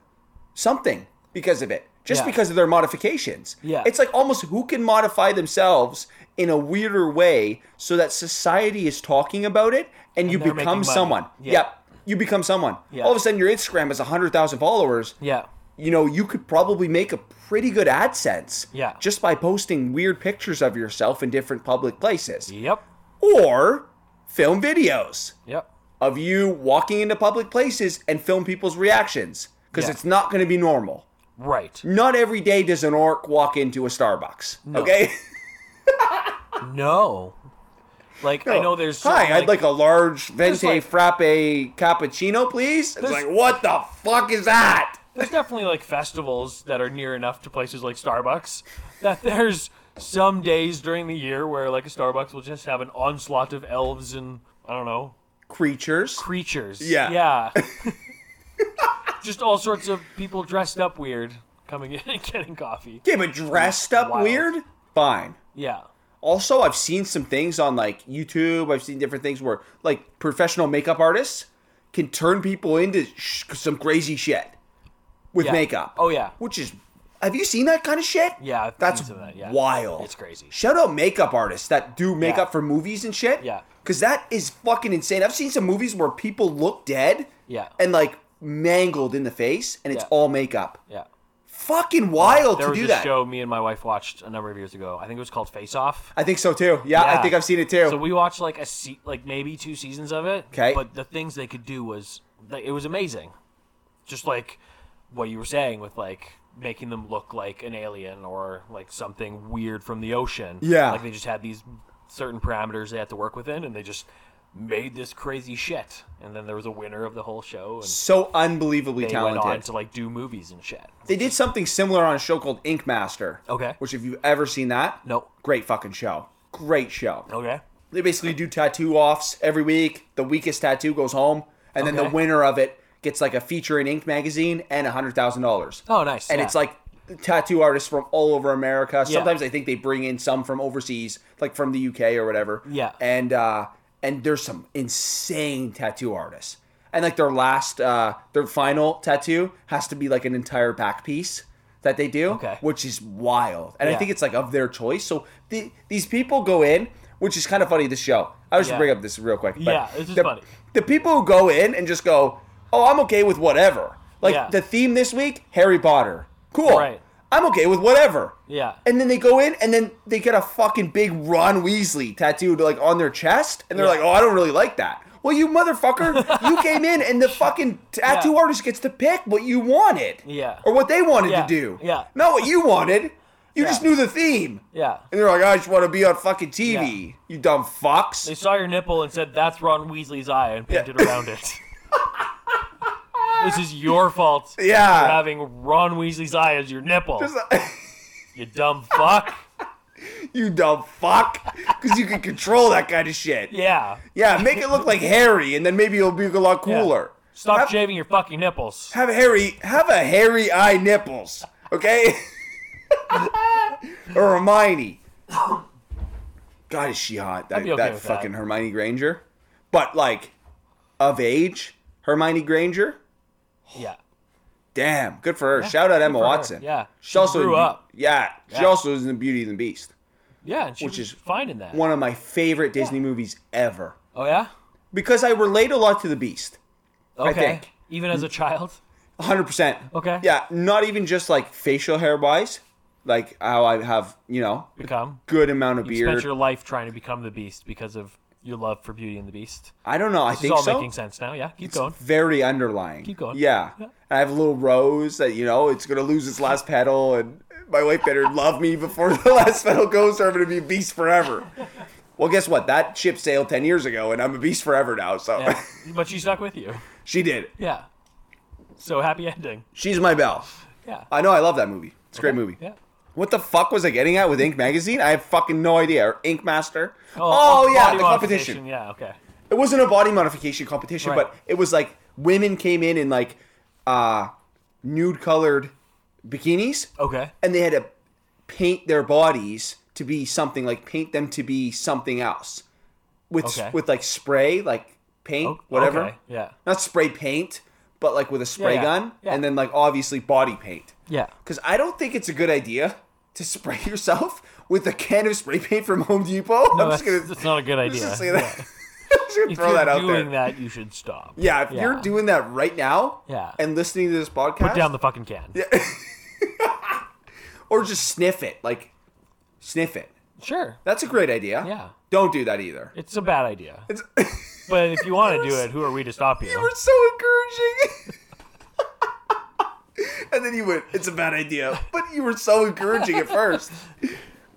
Speaker 5: something because of it, just
Speaker 6: Yeah.
Speaker 5: because of their modifications.
Speaker 6: Yeah.
Speaker 5: It's like almost who can modify themselves in a weirder way so that society is talking about it and, you
Speaker 6: they're making
Speaker 5: become
Speaker 6: money.
Speaker 5: someone.
Speaker 6: Yeah.
Speaker 5: Yep. You become someone.
Speaker 6: Yeah.
Speaker 5: All of a sudden, your Instagram has 100,000 followers
Speaker 6: Yeah.
Speaker 5: you know, you could probably make a pretty good AdSense.
Speaker 6: Yeah.
Speaker 5: Just by posting weird pictures of yourself in different public places.
Speaker 6: Yep.
Speaker 5: Or film videos
Speaker 6: Yep.
Speaker 5: of you walking into public places and film people's reactions. Because
Speaker 6: Yeah.
Speaker 5: it's not going to be normal.
Speaker 6: Right.
Speaker 5: Not every day does an orc walk into a Starbucks. Okay?
Speaker 6: No.
Speaker 5: (laughs)
Speaker 6: Like I know there's
Speaker 5: Hi,
Speaker 6: certain,
Speaker 5: I'd like a large venti
Speaker 6: like-
Speaker 5: frappe cappuccino, please. It's like, what the fuck is that?
Speaker 6: there's definitely like festivals that are near enough to places like Starbucks that there's some days during the year where like a Starbucks will just have an onslaught of elves and I don't know
Speaker 5: Creatures.
Speaker 6: creatures.
Speaker 5: Yeah.
Speaker 6: Yeah. (laughs) just all sorts of people dressed up weird coming in and (laughs) getting coffee.
Speaker 5: Okay, but dressed up
Speaker 6: Wild.
Speaker 5: weird? Fine.
Speaker 6: Yeah.
Speaker 5: also i've seen some things on like youtube i've seen different things where like professional makeup artists can turn people into sh- some crazy shit with
Speaker 6: Yeah.
Speaker 5: makeup
Speaker 6: Oh yeah.
Speaker 5: which is have you seen that kind of shit
Speaker 6: Yeah. I've
Speaker 5: that's
Speaker 6: seen some of that, yeah.
Speaker 5: wild
Speaker 6: It's crazy.
Speaker 5: shout out makeup artists that do makeup
Speaker 6: Yeah.
Speaker 5: for movies and shit
Speaker 6: Yeah.
Speaker 5: because that is fucking insane i've seen some movies where people look dead
Speaker 6: Yeah.
Speaker 5: and like mangled in the face and it's
Speaker 6: Yeah.
Speaker 5: all makeup
Speaker 6: Yeah.
Speaker 5: fucking wild
Speaker 6: There
Speaker 5: to
Speaker 6: was
Speaker 5: do
Speaker 6: this
Speaker 5: that
Speaker 6: show me and my wife watched a number of years ago. I think it was called Face Off.
Speaker 5: i think so too yeah,
Speaker 6: Yeah.
Speaker 5: i think i've seen it too
Speaker 6: So we watched like a se- like maybe two seasons of it.
Speaker 5: 'Kay.
Speaker 6: But the things they could do was like, it was amazing. Just like what you were saying with like making them look like an alien or like something weird from the ocean.
Speaker 5: Yeah.
Speaker 6: Like they just had these certain parameters they had to work within and they just made this crazy shit. And then there was a winner of the whole show and
Speaker 5: so unbelievably
Speaker 6: they
Speaker 5: talented
Speaker 6: went on to like do movies and shit.
Speaker 5: They did something similar on a show called Ink Master.
Speaker 6: Okay.
Speaker 5: Which, if you've ever seen that,
Speaker 6: No.
Speaker 5: Great fucking show. Great show.
Speaker 6: Okay.
Speaker 5: They basically do tattoo offs every week. The weakest tattoo goes home, and then
Speaker 6: Okay.
Speaker 5: the winner of it gets like a feature in Ink Magazine and a hundred thousand dollars.
Speaker 6: Oh, nice.
Speaker 5: And
Speaker 6: yeah.
Speaker 5: it's like tattoo artists from all over America.
Speaker 6: Yeah.
Speaker 5: Sometimes I think they bring in some from overseas, like from the UK or whatever.
Speaker 6: Yeah.
Speaker 5: And uh, and there's some insane tattoo artists. And like their last, uh, their final tattoo has to be like an entire back piece that they do,
Speaker 6: Okay.
Speaker 5: which is wild. And
Speaker 6: Yeah.
Speaker 5: I think it's like of their choice. So the, these people go in, which is kind of funny. This show, I just
Speaker 6: Yeah.
Speaker 5: bring up this real quick. but
Speaker 6: Yeah, this is
Speaker 5: the-
Speaker 6: funny.
Speaker 5: The people who go in and just go, oh, I'm okay with whatever. Like
Speaker 6: Yeah.
Speaker 5: the theme this week, Harry Potter. Cool.
Speaker 6: Right.
Speaker 5: I'm okay with whatever.
Speaker 6: Yeah.
Speaker 5: And then they go in, and then they get a fucking big Ron Weasley tattooed like on their chest, and they're
Speaker 6: Yeah.
Speaker 5: like, "Oh, I don't really like that." Well, you motherfucker,
Speaker 6: (laughs)
Speaker 5: you came in, and the fucking tattoo
Speaker 6: Yeah.
Speaker 5: artist gets to pick what you wanted,
Speaker 6: Yeah.
Speaker 5: or what they wanted
Speaker 6: Yeah.
Speaker 5: to do,
Speaker 6: Yeah.
Speaker 5: not what you wanted. You
Speaker 6: Yeah.
Speaker 5: just knew the theme,
Speaker 6: yeah.
Speaker 5: and they're like, "I just want to be on fucking TV, you dumb
Speaker 6: They
Speaker 5: fucks."
Speaker 6: saw your nipple and said, "That's Ron Weasley's eye," and painted around it. (laughs) this is your fault (laughs) for
Speaker 5: Yeah.
Speaker 6: having Ron Weasley's eye as your nipple.
Speaker 5: Just-
Speaker 6: You dumb fuck.
Speaker 5: (laughs) you dumb fuck, because you can control that kind of shit.
Speaker 6: Yeah.
Speaker 5: Yeah, make it look like Harry, and then maybe it'll be a lot
Speaker 6: Yeah.
Speaker 5: cooler.
Speaker 6: Stop
Speaker 5: Have-
Speaker 6: shaving your fucking nipples.
Speaker 5: Have hairy, have a hairy eye nipples,
Speaker 6: (laughs)
Speaker 5: okay? or Hermione. God, is she hot? That,
Speaker 6: be okay
Speaker 5: that
Speaker 6: with that.
Speaker 5: fucking Hermione Granger. But like, of age, Hermione Granger.
Speaker 6: Yeah.
Speaker 5: Damn, good for her. Shout out Emma
Speaker 6: for her.
Speaker 5: Watson.
Speaker 6: Yeah,
Speaker 5: she,
Speaker 6: she
Speaker 5: also
Speaker 6: grew up.
Speaker 5: Yeah, she
Speaker 6: Yeah.
Speaker 5: also is in Beauty and the Beast.
Speaker 6: Yeah, and she
Speaker 5: Which
Speaker 6: Which
Speaker 5: is
Speaker 6: is finding that.
Speaker 5: One of my favorite Disney movies ever
Speaker 6: oh yeah.
Speaker 5: because I relate a lot to the Beast.
Speaker 6: Okay.
Speaker 5: think.
Speaker 6: Even as a child.
Speaker 5: Hundred percent.
Speaker 6: Okay.
Speaker 5: Yeah, not even just like facial hair wise, like how I have, you know,
Speaker 6: Become.
Speaker 5: good amount of
Speaker 6: You spent
Speaker 5: beard.
Speaker 6: your life trying to become the Beast because of your love for Beauty and the Beast.
Speaker 5: I don't know. I
Speaker 6: This is
Speaker 5: think
Speaker 6: all
Speaker 5: so.
Speaker 6: making sense now. Yeah. Keep
Speaker 5: (laughs)
Speaker 6: going.
Speaker 5: Very underlying. Keep
Speaker 6: going.
Speaker 5: Yeah.
Speaker 6: Yeah.
Speaker 5: I have a little rose that you know it's gonna lose its last petal, and my wife better love me before the (laughs) last petal goes, or I'm gonna be a beast forever. Well, guess what? That ship sailed ten years ago, and I'm a beast forever now. So
Speaker 6: Yeah. but she stuck with you.
Speaker 5: (laughs) she did.
Speaker 6: Yeah. So happy ending.
Speaker 5: She's my belle.
Speaker 6: Yeah.
Speaker 5: I know. I love that movie. It's a great movie.
Speaker 6: Yeah.
Speaker 5: What the fuck was I getting at with Ink Magazine? I have fucking no idea. Or Ink Master.
Speaker 6: oh,
Speaker 5: Oh, yeah,
Speaker 6: body
Speaker 5: the competition.
Speaker 6: modification, Yeah. Okay.
Speaker 5: It wasn't a body modification competition,
Speaker 6: Right.
Speaker 5: but it was like women came in in like uh, nude colored bikinis,
Speaker 6: Okay.
Speaker 5: and they had to paint their bodies to be something like paint them to be something else with
Speaker 6: Okay.
Speaker 5: with like spray, like paint,
Speaker 6: O-
Speaker 5: whatever.
Speaker 6: okay, Yeah.
Speaker 5: Not spray paint, but like with a spray
Speaker 6: yeah,
Speaker 5: gun,
Speaker 6: yeah.
Speaker 5: and then like obviously body paint.
Speaker 6: Yeah.
Speaker 5: Because I don't think it's a good idea to spray (laughs) yourself with a can of spray paint from Home Depot. I'm just
Speaker 6: No, Oh, that's,
Speaker 5: gonna,
Speaker 6: that's not a good
Speaker 5: I'm
Speaker 6: idea.
Speaker 5: just gonna say
Speaker 6: Yeah.
Speaker 5: that. I'm just gonna (laughs)
Speaker 6: If
Speaker 5: throw
Speaker 6: you're
Speaker 5: that out there.
Speaker 6: doing that, you should stop.
Speaker 5: Yeah, if you're
Speaker 6: Yeah.
Speaker 5: doing that right now
Speaker 6: Yeah.
Speaker 5: and listening to this podcast,
Speaker 6: Put down the fucking can.
Speaker 5: or just sniff it, like sniff it.
Speaker 6: Sure.
Speaker 5: That's a great idea.
Speaker 6: Yeah.
Speaker 5: Don't do that either.
Speaker 6: It's a bad idea.
Speaker 5: It's, (laughs)
Speaker 6: But if you want to do it, who are we to stop you?
Speaker 5: you were so encouraging. (laughs) and then you went, it's a bad idea. But you were so encouraging at
Speaker 6: (laughs)
Speaker 5: first.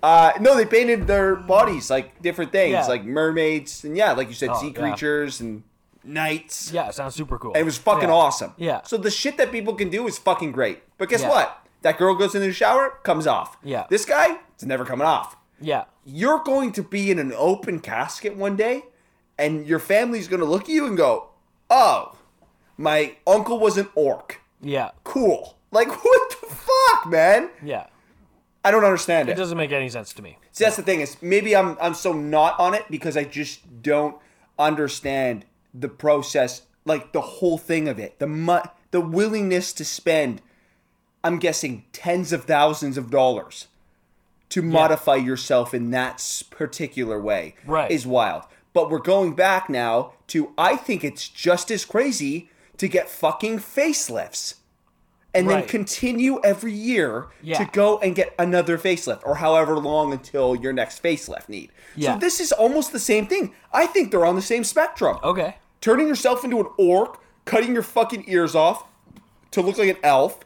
Speaker 5: Uh, no, they painted their bodies like different things,
Speaker 6: Yeah.
Speaker 5: like mermaids and yeah, like you said,
Speaker 6: Oh,
Speaker 5: sea
Speaker 6: yeah.
Speaker 5: creatures and knights.
Speaker 6: Yeah, it sounds super cool.
Speaker 5: And it was fucking
Speaker 6: Yeah.
Speaker 5: awesome.
Speaker 6: Yeah.
Speaker 5: So the shit that people can do is fucking great. But guess
Speaker 6: Yeah.
Speaker 5: what? That girl goes into the shower, comes off.
Speaker 6: Yeah.
Speaker 5: This guy, it's never coming off.
Speaker 6: Yeah.
Speaker 5: You're going to be in an open casket one day, and your family's going to look at you and go, "Oh, my uncle was an orc.
Speaker 6: Yeah.
Speaker 5: Cool." Like (laughs) what the fuck, man?
Speaker 6: Yeah.
Speaker 5: I don't understand it.
Speaker 6: It doesn't make any sense to me.
Speaker 5: See, that's the thing is maybe I'm I'm so not on it because I just don't understand the process, like the whole thing of it, the mu- the willingness to spend. I'm guessing tens of thousands of dollars to modify yourself in that s- particular way
Speaker 6: Right.
Speaker 5: is wild. But we're going back now to I think it's just as crazy to get fucking facelifts and then
Speaker 6: Right.
Speaker 5: continue every year to
Speaker 6: Yeah.
Speaker 5: go and get another facelift or however long until your next facelift need.
Speaker 6: Yeah.
Speaker 5: So this is almost the same thing. I think they're on the same spectrum.
Speaker 6: Okay.
Speaker 5: Turning yourself into an orc, cutting your fucking ears off to look like an elf,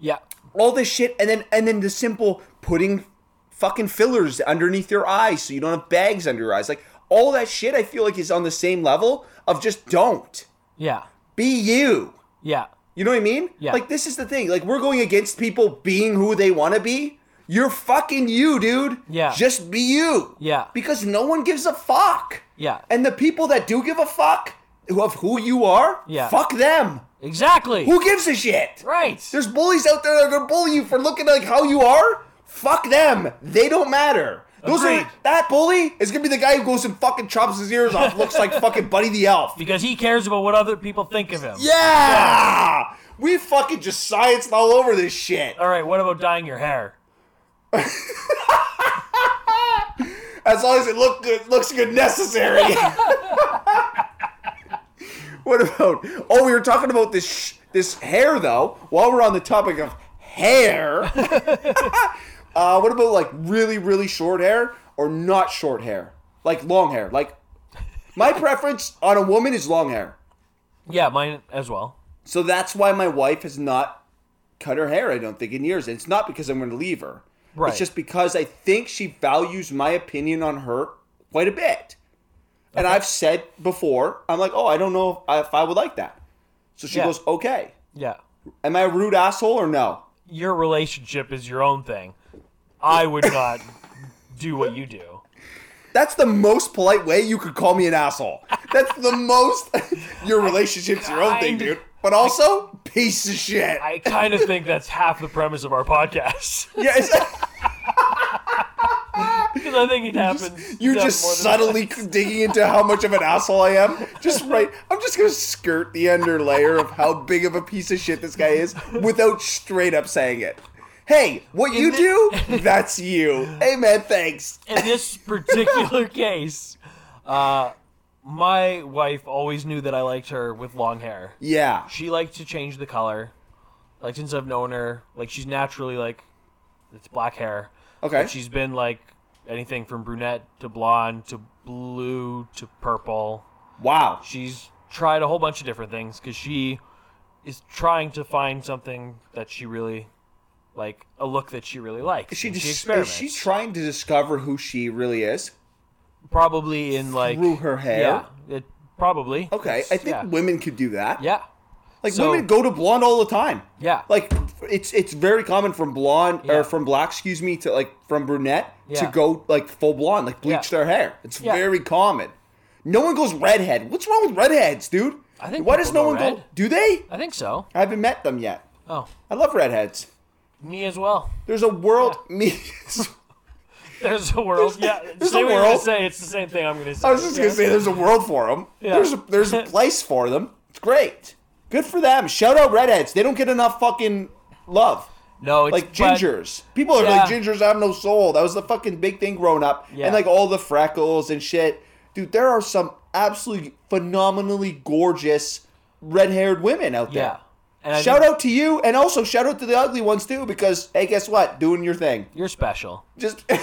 Speaker 6: Yeah.
Speaker 5: all this shit and then and then the simple putting fucking fillers underneath your eyes so you don't have bags under your eyes. Like all that shit I feel like is on the same level of just don't.
Speaker 6: Yeah.
Speaker 5: Be you.
Speaker 6: Yeah.
Speaker 5: You know what I mean?
Speaker 6: Yeah.
Speaker 5: Like this is the thing. Like we're going against people being who they want to be. You're fucking you, dude.
Speaker 6: Yeah.
Speaker 5: Just be you.
Speaker 6: Yeah.
Speaker 5: Because no one gives a fuck.
Speaker 6: Yeah.
Speaker 5: And the people that do give a fuck who- of who you are,
Speaker 6: Yeah.
Speaker 5: fuck them.
Speaker 6: Exactly.
Speaker 5: Who gives a shit?
Speaker 6: right.
Speaker 5: There's bullies out there that are gonna bully you for looking like how you are. Fuck them. They don't matter. Those
Speaker 6: Agreed.
Speaker 5: are, that bully is gonna be the guy who goes and fucking chops his ears off, looks
Speaker 6: (laughs)
Speaker 5: like fucking Buddy the Elf.
Speaker 6: because he cares about what other people think of him.
Speaker 5: Yeah! We fucking just scienced all over this shit.
Speaker 6: All right. What about dyeing your hair?
Speaker 5: As long as it look good, looks good necessary. (laughs) what about? Oh, we were talking about this sh- this hair though. While we're on the topic of hair. (laughs) uh, what about like really, really short hair or not short hair? Like long hair. Like my preference on a woman is long hair.
Speaker 6: Yeah, mine as well.
Speaker 5: So that's why my wife has not cut her hair, I don't think, in years. And it's not because I'm going to leave her.
Speaker 6: Right.
Speaker 5: It's just because I think she values my opinion on her quite a bit. And I've said before, I'm like, oh, I don't know if I, if I would like that. So she
Speaker 6: Yeah.
Speaker 5: goes, okay.
Speaker 6: Yeah.
Speaker 5: Am I a rude asshole or no?
Speaker 6: Your relationship is your own thing. I would not do what you do.
Speaker 5: That's the most polite way you could call me an asshole. That's the most. (laughs) your relationship's your own thing,
Speaker 6: kinda-
Speaker 5: dude. But also, piece of shit.
Speaker 6: I kind of think that's half the premise of our podcast. (laughs)
Speaker 5: yes. (laughs)
Speaker 6: Because I think it happens.
Speaker 5: You're
Speaker 6: that
Speaker 5: just
Speaker 6: more than-
Speaker 5: subtly digging into how much of an asshole I am. Just right. I'm just gonna skirt the underlayer of how big of a piece of shit this guy is without straight up saying it. Hey, what you do? That's you. Hey, man, thanks.
Speaker 6: in this particular (laughs) case, uh, my wife always knew that I liked her with long hair.
Speaker 5: Yeah.
Speaker 6: She liked to change the color. Like since I've known her, like she's naturally like it's black hair.
Speaker 5: Okay.
Speaker 6: But she's been like anything from brunette to blonde to blue to purple.
Speaker 5: Wow.
Speaker 6: She's tried a whole bunch of different things because she is trying to find something that she really like a look that she really likes.
Speaker 5: Is she
Speaker 6: and
Speaker 5: just
Speaker 6: she
Speaker 5: is
Speaker 6: experiments
Speaker 5: she trying to discover who she really is
Speaker 6: probably in like
Speaker 5: through her hair?
Speaker 6: Yeah, it, probably.
Speaker 5: Okay,
Speaker 6: It's-
Speaker 5: I think
Speaker 6: yeah.
Speaker 5: women could do that.
Speaker 6: yeah,
Speaker 5: Like
Speaker 6: So-
Speaker 5: women go to blonde all the time.
Speaker 6: Yeah.
Speaker 5: Like it's it's very common from blonde
Speaker 6: Yeah.
Speaker 5: or from black, excuse me, to like from brunette to
Speaker 6: Yeah.
Speaker 5: go like full blonde, like bleach
Speaker 6: Yeah.
Speaker 5: their hair. It's
Speaker 6: Yeah.
Speaker 5: very common. No one goes redhead. What's wrong with redheads, dude?
Speaker 6: I think
Speaker 5: why does no
Speaker 6: people
Speaker 5: one
Speaker 6: go
Speaker 5: go?
Speaker 6: red.
Speaker 5: Do they?
Speaker 6: I think so.
Speaker 5: I haven't met them yet.
Speaker 6: Oh,
Speaker 5: I love redheads.
Speaker 6: me as well. (laughs)
Speaker 5: There's a world. Me, (laughs)
Speaker 6: There's a world. Yeah,
Speaker 5: there's
Speaker 6: say
Speaker 5: a
Speaker 6: what you're gonna
Speaker 5: world.
Speaker 6: Say it's the same thing I'm gonna say.
Speaker 5: I was just gonna say there's a world for them.
Speaker 6: Yeah.
Speaker 5: There's a, there's a place for them. It's great. Good for them. Shout out redheads. They don't get enough fucking love.
Speaker 6: no, it's
Speaker 5: like
Speaker 6: but-
Speaker 5: gingers. People are like
Speaker 6: Yeah.
Speaker 5: gingers have no soul. That was the fucking big thing growing up,
Speaker 6: Yeah.
Speaker 5: and like all the freckles and shit. Dude, there are some absolutely phenomenally gorgeous red-haired women out there.
Speaker 6: yeah, and I
Speaker 5: Shout
Speaker 6: think
Speaker 5: out to you, and also shout out to the ugly ones too, because hey, guess what? Doing your thing.
Speaker 6: You're special.
Speaker 5: Just (laughs)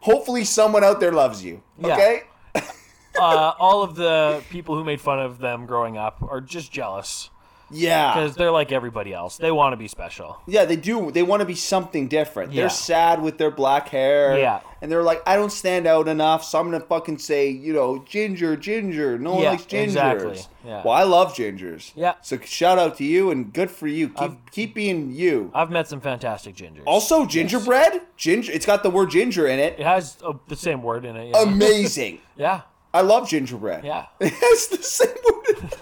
Speaker 5: hopefully someone out there loves you.
Speaker 6: Yeah.
Speaker 5: Okay.
Speaker 6: Uh, all of the people who made fun of them growing up are just jealous
Speaker 5: Yeah.
Speaker 6: because they're like everybody else. They want to be special.
Speaker 5: Yeah, they do. They want to be something different.
Speaker 6: Yeah.
Speaker 5: They're sad with their black hair.
Speaker 6: Yeah.
Speaker 5: And they're like, I don't stand out enough, so I'm going to fucking say, you know, ginger, ginger. No one
Speaker 6: Yeah,
Speaker 5: likes gingers.
Speaker 6: exactly. Yeah.
Speaker 5: Well, I love gingers.
Speaker 6: Yeah.
Speaker 5: So shout out to you and good for you. Keep, keep being you.
Speaker 6: I've met some fantastic gingers.
Speaker 5: also, gingerbread, ginger, it's got the word ginger in it.
Speaker 6: it has uh, the same word in it. Yeah,
Speaker 5: Amazing.
Speaker 6: yeah.
Speaker 5: I love Um, gingerbread.
Speaker 6: yeah.
Speaker 5: (laughs) it's the same word.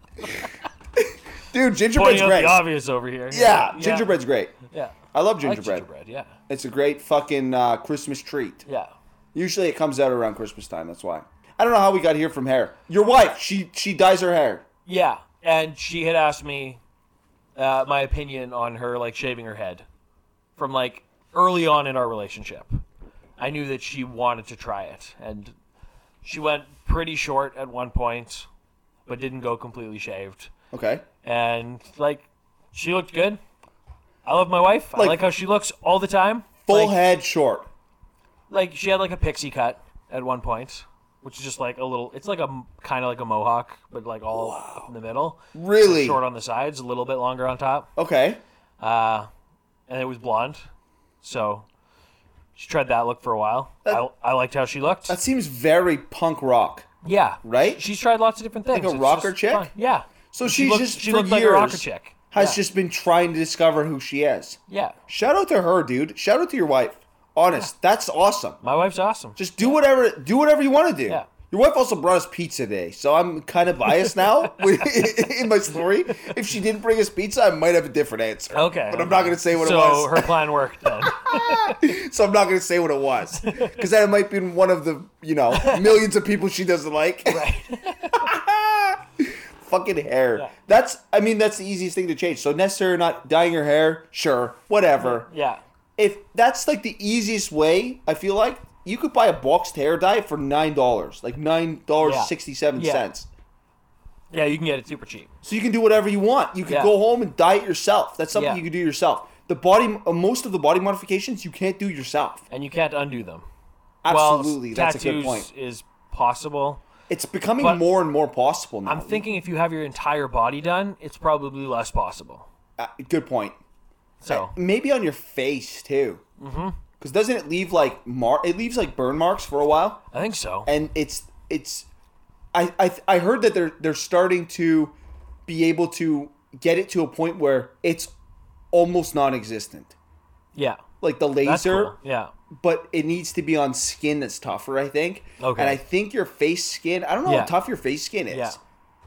Speaker 5: (laughs) in it. Dude, gingerbread's
Speaker 6: Pointing out
Speaker 5: great.
Speaker 6: the obvious over here.
Speaker 5: Yeah, gingerbread's great.
Speaker 6: Yeah,
Speaker 5: I love
Speaker 6: I like
Speaker 5: gingerbread.
Speaker 6: gingerbread. Yeah,
Speaker 5: It's a great fucking uh, Christmas treat.
Speaker 6: yeah.
Speaker 5: Usually it comes out around Christmas time. That's why. I don't know how we got here from hair. Your wife, she she dyes her hair.
Speaker 6: Yeah, and she had asked me uh, my opinion on her like shaving her head from like early on in our relationship. I knew that she wanted to try it, and she went pretty short at one point, but didn't go completely shaved.
Speaker 5: Okay.
Speaker 6: And like, she looked good. I love my wife. I
Speaker 5: Like-
Speaker 6: like how she looks all the time.
Speaker 5: Full
Speaker 6: Like-
Speaker 5: head short.
Speaker 6: Like she had like a pixie cut at one point, which is just like a little. It's like a kind of like a mohawk, but like all up in the middle
Speaker 5: Really?
Speaker 6: short on the sides, a little bit longer on top,
Speaker 5: Okay.
Speaker 6: and it was blonde. So she tried that look for a while. I, I liked how she looked.
Speaker 5: That seems very punk rock.
Speaker 6: Yeah,
Speaker 5: Right?
Speaker 6: She's tried lots of different things.
Speaker 5: a
Speaker 6: It's
Speaker 5: rocker
Speaker 6: just
Speaker 5: chick?
Speaker 6: fun. Yeah.
Speaker 5: So
Speaker 6: she
Speaker 5: she's
Speaker 6: looked,
Speaker 5: just
Speaker 6: she
Speaker 5: for
Speaker 6: looked
Speaker 5: years
Speaker 6: like a rocker chick.
Speaker 5: has
Speaker 6: yeah.
Speaker 5: just been trying to discover who she is.
Speaker 6: yeah.
Speaker 5: Shout out to her, dude. Shout out to your wife. Honest, that's awesome.
Speaker 6: My wife's awesome.
Speaker 5: Just do whatever do whatever you want to do.
Speaker 6: Yeah.
Speaker 5: Your wife also brought us pizza today, so I'm kind of biased
Speaker 6: (laughs)
Speaker 5: now (laughs) in my story. If she didn't bring us pizza, I might have a different answer.
Speaker 6: okay,
Speaker 5: but I'm not going to say what
Speaker 6: so
Speaker 5: it was.
Speaker 6: her plan worked then. (laughs)
Speaker 5: so I'm not going to say what it was because that might be one of the you know millions of people she doesn't like. (laughs) Fucking hair. That's I mean that's the easiest thing to change. So necessary or not dyeing her hair, sure, whatever.
Speaker 6: yeah.
Speaker 5: If that's like the easiest way, I feel like you could buy a boxed hair dye for nine dollars, like nine dollars sixty seven
Speaker 6: Yeah. Yeah, you can get it super cheap.
Speaker 5: So you can do whatever you want. You can
Speaker 6: Yeah.
Speaker 5: go home and diet yourself. That's something
Speaker 6: Yeah.
Speaker 5: you can do yourself. The body, uh, most of the body modifications you can't do yourself.
Speaker 6: And you can't undo them.
Speaker 5: Absolutely,
Speaker 6: well,
Speaker 5: that's a
Speaker 6: tattoos
Speaker 5: good point.
Speaker 6: is possible.
Speaker 5: It's becoming
Speaker 6: but-
Speaker 5: more and more possible now.
Speaker 6: I'm thinking if you have your entire body done, it's probably less possible.
Speaker 5: Uh, good point.
Speaker 6: So
Speaker 5: Maybe on your face too. Mm-hmm. Because doesn't it leave like mar? It leaves like burn marks for a while.
Speaker 6: I think so.
Speaker 5: and it's it's I, I I heard that they're they're starting to be able to get it to a point where it's almost non-existent
Speaker 6: Yeah,
Speaker 5: like the
Speaker 6: that's
Speaker 5: laser
Speaker 6: cool. Yeah,
Speaker 5: but it needs to be on skin that's tougher i think
Speaker 6: Okay.
Speaker 5: and i think your face skin i don't know
Speaker 6: Yeah.
Speaker 5: how tough your face skin is
Speaker 6: Yeah.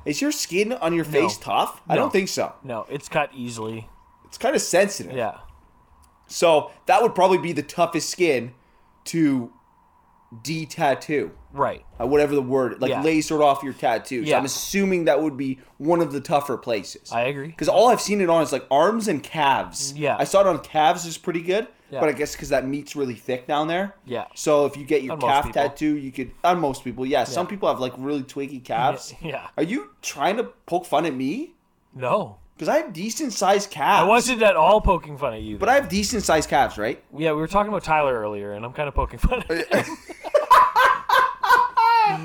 Speaker 5: is your skin on your face tough i
Speaker 6: No.
Speaker 5: don't think so
Speaker 6: no, it's cut easily.
Speaker 5: it's kind of sensitive
Speaker 6: Yeah,
Speaker 5: so that would probably be the toughest skin to de-tattoo
Speaker 6: right.
Speaker 5: uh, whatever the word, like
Speaker 6: Yeah.
Speaker 5: lasered off your tattoos.
Speaker 6: Yeah.
Speaker 5: I'm assuming that would be one of the tougher places.
Speaker 6: I agree.
Speaker 5: Because all I've seen it on is like arms and calves.
Speaker 6: Yeah.
Speaker 5: I saw it on calves is pretty good,
Speaker 6: Yeah.
Speaker 5: but I guess because that meat's really thick down there.
Speaker 6: Yeah.
Speaker 5: So if you get your
Speaker 6: On most
Speaker 5: calf
Speaker 6: people.
Speaker 5: tattoo, you could on most people. Yeah, Some people have like really twiggy calves.
Speaker 6: (laughs) Yeah.
Speaker 5: Are you trying to poke fun at me?
Speaker 6: No,
Speaker 5: Because I have decent sized calves.
Speaker 6: I wasn't at all poking fun at you.
Speaker 5: But I have decent sized calves, right?
Speaker 6: yeah, we were talking about Tyler earlier, and I'm kind of poking (laughs) fun. at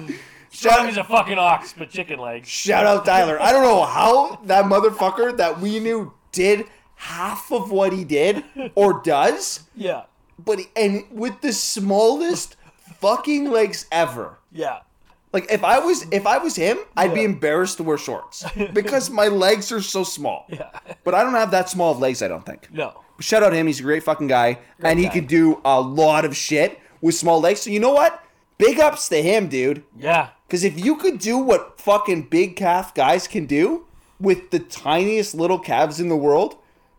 Speaker 6: him. Strong as a fucking ox, but chicken legs.
Speaker 5: Shout out Tyler. I don't know how that motherfucker that we knew did half of what he did or does,
Speaker 6: Yeah,
Speaker 5: but he, and with the smallest fucking legs ever.
Speaker 6: yeah.
Speaker 5: Like if I was if I was him, I'd be embarrassed to wear
Speaker 6: (laughs)
Speaker 5: shorts because my legs are so small.
Speaker 6: Yeah.
Speaker 5: But I don't have that small of legs, I don't think.
Speaker 6: (laughs) No.
Speaker 5: Shout out him, he's a great fucking guy and he
Speaker 6: guy.
Speaker 5: can do a lot of shit with small legs. So you know what? Big ups to him, dude.
Speaker 6: Yeah.
Speaker 5: Because if you could do what fucking big calf guys can do with the tiniest little calves in the world,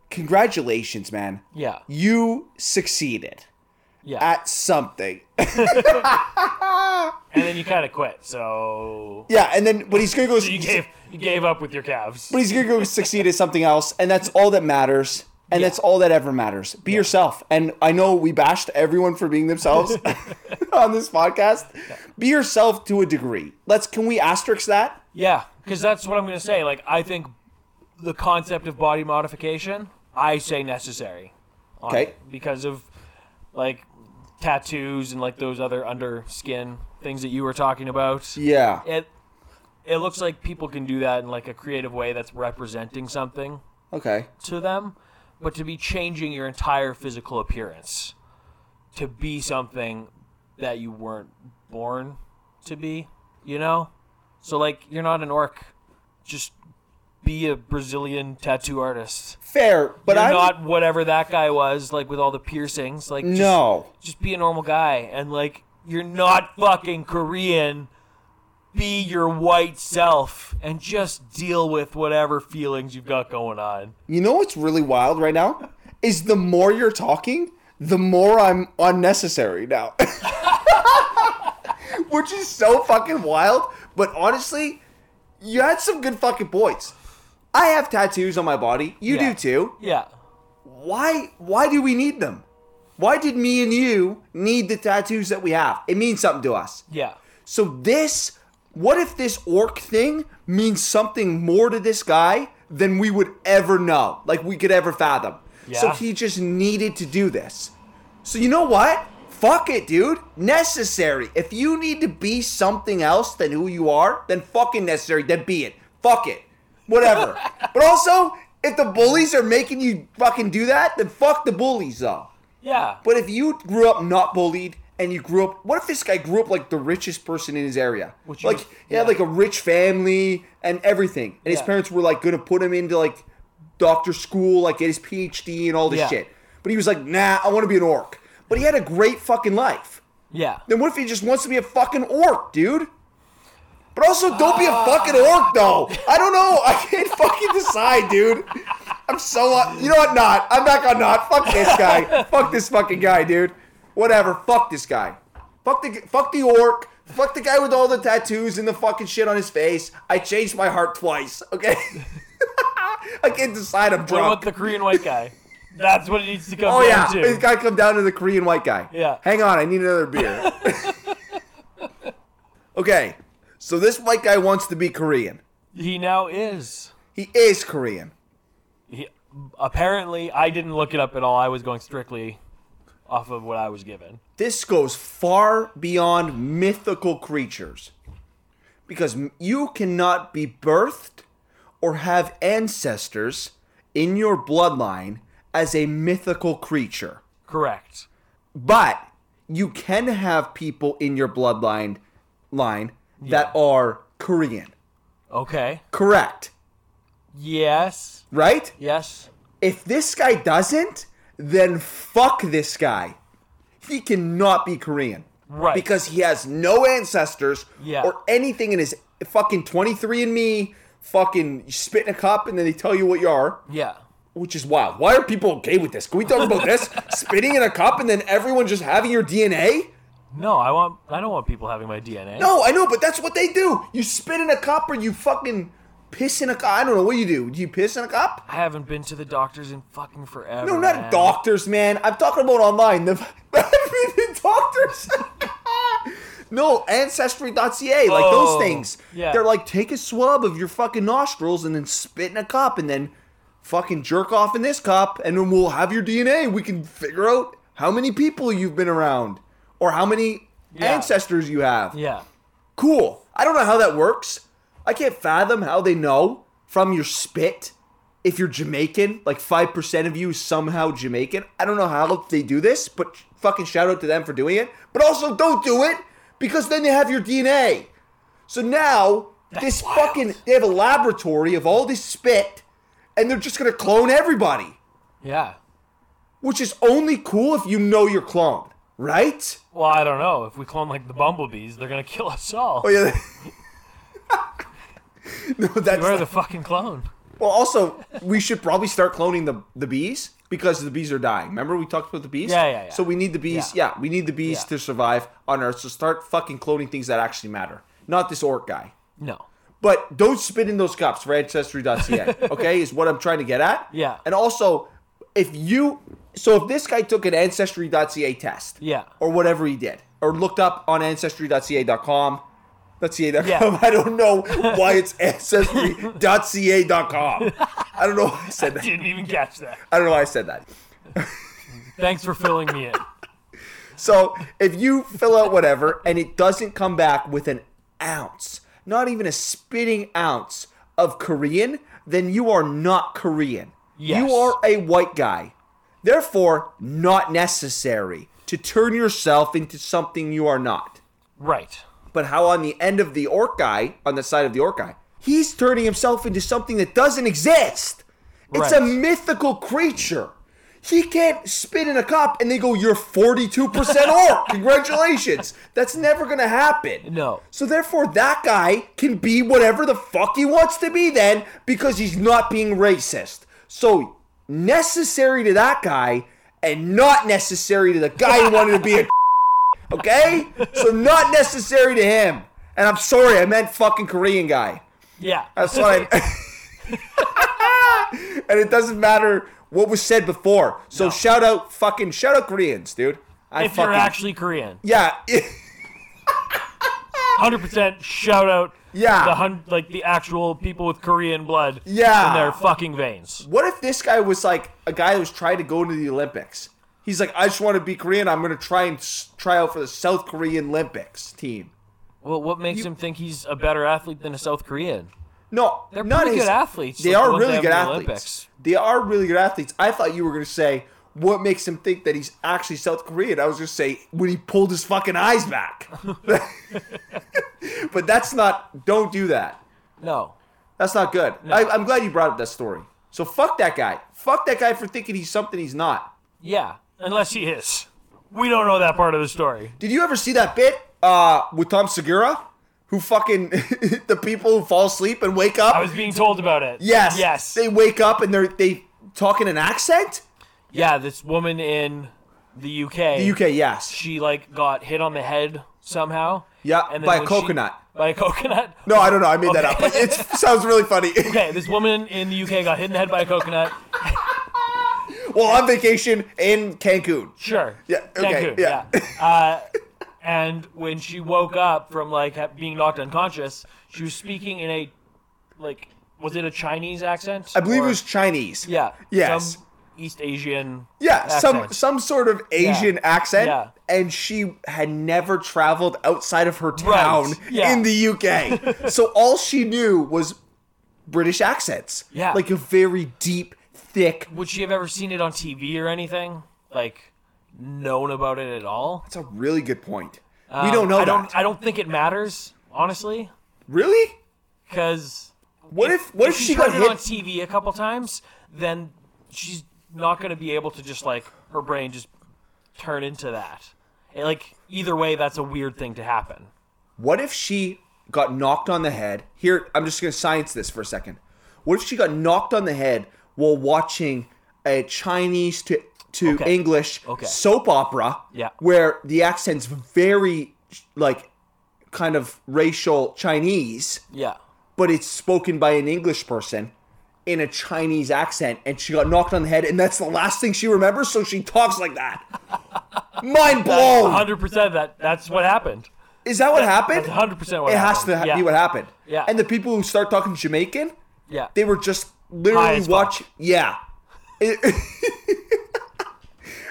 Speaker 5: congratulations, man.
Speaker 6: Yeah.
Speaker 5: You succeeded
Speaker 6: Yeah.
Speaker 5: at something. (laughs)
Speaker 6: and then you kind of quit. So
Speaker 5: yeah, and then but he's gonna go. (laughs)
Speaker 6: you gave you gave up with your calves.
Speaker 5: But he's gonna go succeed at something else, and that's all that matters. And that's all that ever matters. Be yourself. And I know we bashed everyone for being
Speaker 6: (laughs)
Speaker 5: themselves (laughs) on this podcast. Be yourself to a degree. Let's can we asterisk that?
Speaker 6: Yeah, because that's what I'm gonna say. Like I think the concept of body modification, I say necessary. on
Speaker 5: Okay.
Speaker 6: it Because of like tattoos and like those other under skin things that you were talking about.
Speaker 5: Yeah.
Speaker 6: It it looks like people can do that in like a creative way that's representing something
Speaker 5: Okay.
Speaker 6: to them, but to be changing your entire physical appearance to be something that you weren't born to be, you know? So, like, you're not an orc. Just be a Brazilian tattoo artist.
Speaker 5: Fair, but
Speaker 6: You're
Speaker 5: I'm
Speaker 6: not whatever that guy was, like, with all the piercings. Like, just,
Speaker 5: No.
Speaker 6: Just be a normal guy. And, like, you're not fucking Korean. Be your white self and just deal with whatever feelings you've got going on.
Speaker 5: You know what's really wild right now is the more you're talking, the more I'm unnecessary now. (laughs) Which is so fucking wild, but honestly, you had some good fucking points. I have tattoos on my body. You
Speaker 6: Yeah.
Speaker 5: do too.
Speaker 6: Yeah.
Speaker 5: Why why do we need them? Why did me and you need the tattoos that we have? It means something to us.
Speaker 6: Yeah.
Speaker 5: So this, what if this orc thing means something more to this guy than we would ever know, like we could ever fathom? So
Speaker 6: Yeah.
Speaker 5: he just needed to do this. So you know what? Fuck it, dude. Necessary. If you need to be something else than who you are, then fucking necessary. Then be it. Fuck it. Whatever. but also, if the bullies are making you fucking do that, then fuck the bullies though.
Speaker 6: Yeah.
Speaker 5: But if you grew up not bullied and you grew up, what if this guy grew up like the richest person in his area?
Speaker 6: Which
Speaker 5: like
Speaker 6: is-
Speaker 5: he had
Speaker 6: yeah.
Speaker 5: like a rich family and everything, and his
Speaker 6: Yeah.
Speaker 5: parents were like going to put him into like doctor school, like get his PhD and all this
Speaker 6: Yeah.
Speaker 5: shit. But he was like, nah, I want to be an orc. But he had a great fucking life.
Speaker 6: yeah.
Speaker 5: Then what if he just wants to be a fucking orc, dude? But also, don't be a fucking orc, though. I don't know. (laughs) I can't fucking decide, dude. I'm so uh, you know what? Not. I'm not gonna not. Fuck this guy. fuck this fucking guy, dude. Whatever. Fuck this guy. Fuck the fuck the orc. Fuck the guy with all the tattoos and the fucking shit on his face. I changed my heart twice. Okay. (laughs) I can't decide. I'm
Speaker 6: What
Speaker 5: drunk.
Speaker 6: about the Korean white guy? That's what it needs to come
Speaker 5: Oh yeah,
Speaker 6: down
Speaker 5: it's
Speaker 6: to.
Speaker 5: got to come down to the Korean white guy.
Speaker 6: Yeah.
Speaker 5: Hang on, I need another beer. okay, so this white guy wants to be Korean.
Speaker 6: He now is.
Speaker 5: He is Korean.
Speaker 6: He, apparently, I didn't look it up at all. I was going strictly off of what I was given.
Speaker 5: This goes far beyond mythical creatures. Because m- you cannot be birthed or have ancestors in your bloodline as a mythical creature.
Speaker 6: Correct.
Speaker 5: But you can have people in your bloodline line that are Korean.
Speaker 6: Okay.
Speaker 5: Correct.
Speaker 6: Yes.
Speaker 5: Right?
Speaker 6: Yes.
Speaker 5: If this guy doesn't, then fuck this guy. He cannot be Korean.
Speaker 6: Right.
Speaker 5: Because he has no ancestors
Speaker 6: Yeah.
Speaker 5: or anything in his fucking 23 and me fucking you spit in a cup and then they tell you what you are,
Speaker 6: yeah.
Speaker 5: which is wild. Why are people okay with this? Can we talk about this? Spitting in a cup and then everyone just having your DNA?
Speaker 6: No, I want. I don't want people having my DNA.
Speaker 5: No, I know, but that's what they do. You spit in a cup or you fucking piss in a cup. I don't know what you do. Do you piss in a cup?
Speaker 6: I haven't been to the doctors in fucking forever.
Speaker 5: No, not
Speaker 6: man.
Speaker 5: doctors, man. I'm talking about online. The, (laughs) the doctors. no, ancestry.ca, like
Speaker 6: Oh,
Speaker 5: those things.
Speaker 6: yeah.
Speaker 5: They're like, take a swab of your fucking nostrils and then spit in a cup and then fucking jerk off in this cup and then we'll have your DNA. We can figure out how many people you've been around or how many
Speaker 6: Yeah.
Speaker 5: ancestors you have.
Speaker 6: Yeah.
Speaker 5: Cool. I don't know how that works. I can't fathom how they know from your spit if you're Jamaican. Like 5% of you is somehow Jamaican. I don't know how they do this, but fucking shout out to them for doing it. But also don't do it because then they have your DNA. So now this fucking they have a laboratory of all this spit and they're just going to clone everybody,
Speaker 6: Yeah.
Speaker 5: which is only cool if you know your clone, right?
Speaker 6: Well, I don't know. If we clone like the bumblebees, they're gonna kill us all.
Speaker 5: Oh yeah. (laughs) no, that's
Speaker 6: You're the fucking clone.
Speaker 5: Well, also, we should probably start cloning the, the bees because the bees are dying. Remember we talked about the bees?
Speaker 6: Yeah, yeah, yeah.
Speaker 5: So we need the bees. Yeah, we need the bees
Speaker 6: Yeah.
Speaker 5: to survive on Earth. So start fucking cloning things that actually matter, not this orc guy.
Speaker 6: No.
Speaker 5: But don't spit in those cups for
Speaker 6: (laughs)
Speaker 5: ancestry.ca, okay, is what I'm trying to get at.
Speaker 6: Yeah.
Speaker 5: And also, if you, so if this guy took an ancestry.ca test,
Speaker 6: Yeah. (laughs)
Speaker 5: or whatever he did, or looked up on ancestry.ca.com, .ca.com.
Speaker 6: Yeah.
Speaker 5: (laughs) I don't know why it's (laughs) ancestry.ca.com. I don't know why I said that.
Speaker 6: Didn't even catch that.
Speaker 5: I don't know why I said that.
Speaker 6: Thanks for filling me in.
Speaker 5: So if you fill out whatever and it doesn't come back with an ounce, not even a spitting ounce of Korean, then you are not Korean.
Speaker 6: Yes.
Speaker 5: You are a white guy. Therefore, not necessary to turn yourself into something you are not.
Speaker 6: Right.
Speaker 5: But how on the end of the orc guy, on the side of the orc guy, he's turning himself into something that doesn't exist. It's a
Speaker 6: Right.
Speaker 5: mythical creature. He can't spit in a cup and they go, You're 42% orc. Congratulations. That's never going to happen.
Speaker 6: No.
Speaker 5: So, therefore, that guy can be whatever the fuck he wants to be then because he's not being racist. So, necessary to that guy and not necessary to the guy who wanted to be a (laughs) okay? So not necessary to him. And I'm sorry, I meant fucking Korean guy.
Speaker 6: Yeah.
Speaker 5: That's what I. and it doesn't matter what was said before. So shout out fucking shout out Koreans, dude. I
Speaker 6: if
Speaker 5: fucking
Speaker 6: you're actually Korean,
Speaker 5: yeah. (laughs)
Speaker 6: hundred percent shout out.
Speaker 5: Yeah.
Speaker 6: The hun- like the actual people with Korean blood.
Speaker 5: Yeah.
Speaker 6: In their fucking veins.
Speaker 5: what if this guy was like a guy that was trying to go into the Olympics? He's like, I just want to be Korean. I'm gonna try and s- try out for the South Korean Olympics team.
Speaker 6: Well, what makes him think he's a better athlete than a South Korean?
Speaker 5: No,
Speaker 6: They're
Speaker 5: not
Speaker 6: pretty
Speaker 5: his-
Speaker 6: good athletes,
Speaker 5: They
Speaker 6: like the
Speaker 5: are
Speaker 6: ones
Speaker 5: really
Speaker 6: that
Speaker 5: good
Speaker 6: have the
Speaker 5: athletes.
Speaker 6: Olympics.
Speaker 5: They are really good athletes. I thought you were going to say what makes him think that he's actually South Korean. I was going to say when he pulled his fucking eyes
Speaker 6: (laughs)
Speaker 5: back. but that's not. Don't do that.
Speaker 6: No.
Speaker 5: That's not good. I, I'm glad you brought up that story. So fuck that guy. Fuck that guy for thinking he's something he's not.
Speaker 6: Yeah. Unless he is. We don't know that part of the story.
Speaker 5: Did you ever see that bit uh, with Tom Segura, who fucking (laughs) the people who fall asleep and wake up?
Speaker 6: I was being told about it.
Speaker 5: yes.
Speaker 6: Yes.
Speaker 5: They wake up and they're they talk in an accent.
Speaker 6: yeah. This woman in the UK.
Speaker 5: The UK, yes.
Speaker 6: She like got hit on the head somehow.
Speaker 5: Yeah,
Speaker 6: And then
Speaker 5: by a
Speaker 6: when she-
Speaker 5: coconut.
Speaker 6: by a coconut.
Speaker 5: No, I don't know. I made that up. But it sounds really funny.
Speaker 6: (laughs) Okay, this woman in the UK got hit in the head by a coconut.
Speaker 5: (laughs) well, on vacation in Cancun.
Speaker 6: Sure.
Speaker 5: Yeah, okay,
Speaker 6: Cancun,
Speaker 5: yeah. (laughs)
Speaker 6: Uh, and when she woke up from like ha- being knocked unconscious, she was speaking in a like was it a Chinese accent?
Speaker 5: I believe
Speaker 6: Or-
Speaker 5: it was Chinese.
Speaker 6: yeah.
Speaker 5: Yes.
Speaker 6: Some East Asian.
Speaker 5: Yeah, some
Speaker 6: accent.
Speaker 5: some sort of Asian accent,
Speaker 6: Yeah.
Speaker 5: and she had never traveled outside of her
Speaker 6: Right,
Speaker 5: town
Speaker 6: yeah.
Speaker 5: in the
Speaker 6: (laughs)
Speaker 5: UK. so all she knew was British accents.
Speaker 6: Yeah.
Speaker 5: Like a very deep, thick.
Speaker 6: Would she have ever seen it on TV or anything? Like known about it at all?
Speaker 5: That's a really good point. we don't know
Speaker 6: Um,
Speaker 5: that.
Speaker 6: I don't. I don't think it matters, honestly,
Speaker 5: really?
Speaker 6: because
Speaker 5: What if, what if, she got
Speaker 6: it on
Speaker 5: hit?
Speaker 6: TV a couple times? Then she's not going to be able to just like her brain just turn into that. And, like either way, that's a weird thing to happen.
Speaker 5: What if she got knocked on the head? Here, I'm just going to science this for a second. What if she got knocked on the head while watching a Chinese to to
Speaker 6: Okay.
Speaker 5: English
Speaker 6: Okay.
Speaker 5: soap opera
Speaker 6: Yeah.
Speaker 5: where the accent's very like kind of racial Chinese,
Speaker 6: Yeah.
Speaker 5: but it's spoken by an English person in a Chinese accent and she got knocked on the head and that's the last thing she remembers so she talks like
Speaker 6: (laughs)
Speaker 5: that. Mind blown.
Speaker 6: Hundred percent. That that's what happened.
Speaker 5: Is that what happened?
Speaker 6: That's hundred percent what
Speaker 5: it
Speaker 6: happened.
Speaker 5: has to ha-
Speaker 6: yeah.
Speaker 5: be what happened.
Speaker 6: Yeah.
Speaker 5: And the people who start talking Jamaican,
Speaker 6: Yeah.
Speaker 5: they were just
Speaker 6: High
Speaker 5: literally
Speaker 6: as fuck.
Speaker 5: watching. Yeah. It- (laughs)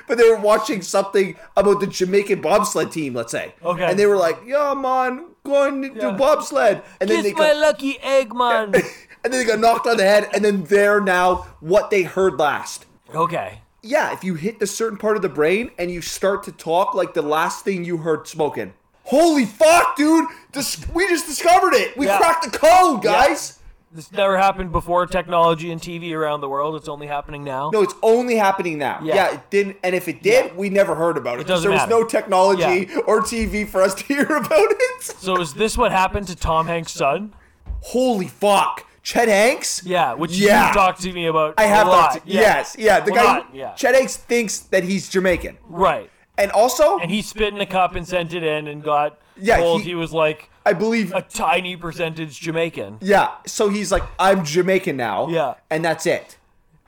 Speaker 5: but they were watching something about the Jamaican bobsled team, let's say.
Speaker 6: Okay.
Speaker 5: And they were like, "Yeah, man, going to
Speaker 6: Yeah.
Speaker 5: do bobsled." And then they
Speaker 6: Kiss my
Speaker 5: got,
Speaker 6: lucky
Speaker 5: (laughs)
Speaker 6: egg,
Speaker 5: and
Speaker 6: man.
Speaker 5: then they got knocked on the head, and then they're now what they heard last.
Speaker 6: okay.
Speaker 5: Yeah, if you hit the certain part of the brain and you start to talk like the last thing you heard smoking. Holy fuck, dude! Dis- we just discovered it. We
Speaker 6: Yeah.
Speaker 5: cracked the code, guys.
Speaker 6: This never happened before technology and TV around the world. It's only happening now.
Speaker 5: No, it's only happening now. Yeah.
Speaker 6: Yeah.
Speaker 5: it didn't. And if it did, we never heard about it.
Speaker 6: doesn't
Speaker 5: there was
Speaker 6: matter.
Speaker 5: no technology or TV for us to (laughs) hear about it.
Speaker 6: So is this what happened to Tom Hanks' son?
Speaker 5: Holy fuck, Chet Hanks.
Speaker 6: Yeah, which
Speaker 5: Yeah.
Speaker 6: you talked to me about.
Speaker 5: I have
Speaker 6: a lot.
Speaker 5: talked. Yes, yeah. The
Speaker 6: Well,
Speaker 5: guy,
Speaker 6: not- yeah.
Speaker 5: Chet Hanks thinks that he's Jamaican,
Speaker 6: Right.
Speaker 5: and also
Speaker 6: And he spit in a cup and sent it in and got
Speaker 5: Yeah,
Speaker 6: told
Speaker 5: he-
Speaker 6: he, was like
Speaker 5: I believe.
Speaker 6: a tiny percentage Jamaican.
Speaker 5: Yeah, so he's like, I'm Jamaican now.
Speaker 6: Yeah.
Speaker 5: and that's it.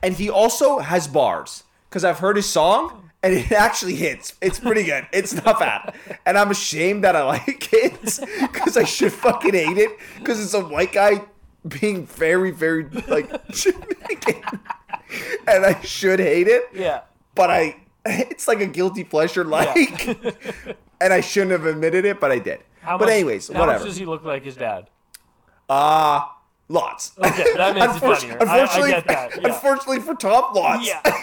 Speaker 5: And he also has bars because I've heard his song. And it actually hits. It's pretty
Speaker 6: (laughs)
Speaker 5: good. It's not bad. And I'm ashamed that I like it (laughs) because I should fucking hate it because it's a white guy being very, very
Speaker 6: (laughs)
Speaker 5: like Jamaican. And I should hate it.
Speaker 6: Yeah.
Speaker 5: But I, it's like a guilty pleasure,
Speaker 6: (laughs)
Speaker 5: like. And I shouldn't have admitted it, but I did.
Speaker 6: How
Speaker 5: but
Speaker 6: much-
Speaker 5: anyways,
Speaker 6: how
Speaker 5: whatever.
Speaker 6: Much does he look like his dad?
Speaker 5: Lots.
Speaker 6: Okay, that makes it
Speaker 5: Unfortu-
Speaker 6: funnier. I- I
Speaker 5: Unfortunately,
Speaker 6: get
Speaker 5: (laughs)
Speaker 6: that, yeah.
Speaker 5: unfortunately for Tom, lots.
Speaker 6: Yeah.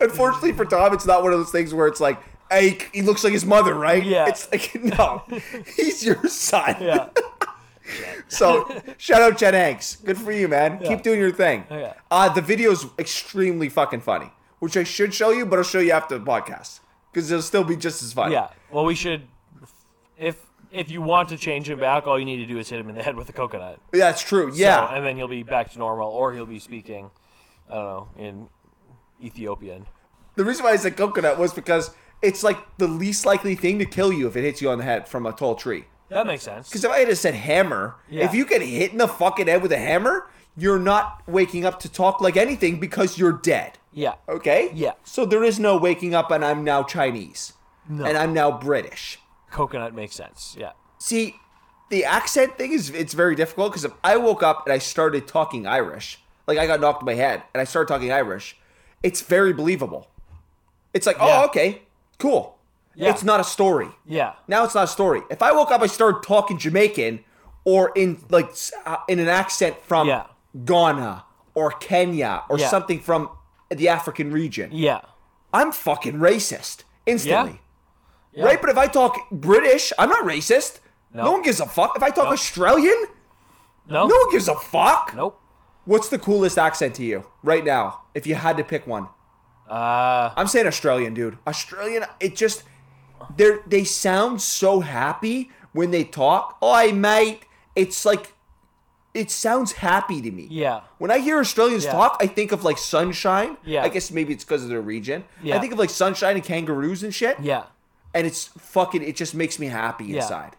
Speaker 5: Unfortunately for Tom, it's not one of those things where it's like, hey, he looks like his mother, right?
Speaker 6: Yeah.
Speaker 5: It's like, (laughs)
Speaker 6: (laughs)
Speaker 5: no, he's your son.
Speaker 6: Yeah.
Speaker 5: So shout out Jen Hanks. Good for you, man. Keep doing your thing.
Speaker 6: Okay.
Speaker 5: Uh, the video's extremely fucking funny, which I should show you, but I'll show you after the podcast because it'll still be just as funny.
Speaker 6: Yeah. Well, we should. If if you want to change him back, all you need to do is hit him in the head with a coconut.
Speaker 5: That's true. Yeah.
Speaker 6: So- uh, and then he'll be back to normal, or he'll be speaking, I don't know, in Ethiopian.
Speaker 5: The reason why I said coconut was because it's like the least likely thing to kill you if it hits you on the head from a tall tree.
Speaker 6: That makes sense.
Speaker 5: Because if I had just said hammer,
Speaker 6: Yeah.
Speaker 5: if you get hit in the fucking head with a hammer, you're not waking up to talk like anything because you're dead.
Speaker 6: Yeah.
Speaker 5: Okay?
Speaker 6: Yeah.
Speaker 5: So there is no waking up and I'm now Chinese. And I'm now British.
Speaker 6: Coconut makes sense. Yeah.
Speaker 5: See, the accent thing is it's very difficult because if I woke up and I started talking Irish, like I got knocked in my head and I started talking Irish, it's very believable. It's like,
Speaker 6: Yeah.
Speaker 5: oh, okay, cool.
Speaker 6: Yeah.
Speaker 5: It's not a story.
Speaker 6: Yeah.
Speaker 5: Now it's not a story. If I woke up, I started talking Jamaican or in like s- uh, in an accent from
Speaker 6: Yeah.
Speaker 5: Ghana or Kenya or
Speaker 6: Yeah.
Speaker 5: something from the African region.
Speaker 6: Yeah.
Speaker 5: I'm fucking racist instantly.
Speaker 6: Yeah.
Speaker 5: Right? But if I talk British, I'm not racist. No, one gives a fuck. If I talk Australian,
Speaker 6: No.
Speaker 5: no one gives a fuck.
Speaker 6: Nope.
Speaker 5: What's the coolest accent to you right now if you had to pick one?
Speaker 6: Uh.
Speaker 5: I'm saying Australian, dude. Australian, it just they they sound so happy when they talk. Oi, mate. It's like it sounds happy to me.
Speaker 6: Yeah.
Speaker 5: When I hear Australians
Speaker 6: Yeah.
Speaker 5: talk, I think of like sunshine.
Speaker 6: Yeah.
Speaker 5: I guess maybe it's because of their region. I
Speaker 6: Yeah.
Speaker 5: think of like sunshine and kangaroos and shit.
Speaker 6: Yeah.
Speaker 5: And it's fucking it just makes me happy inside.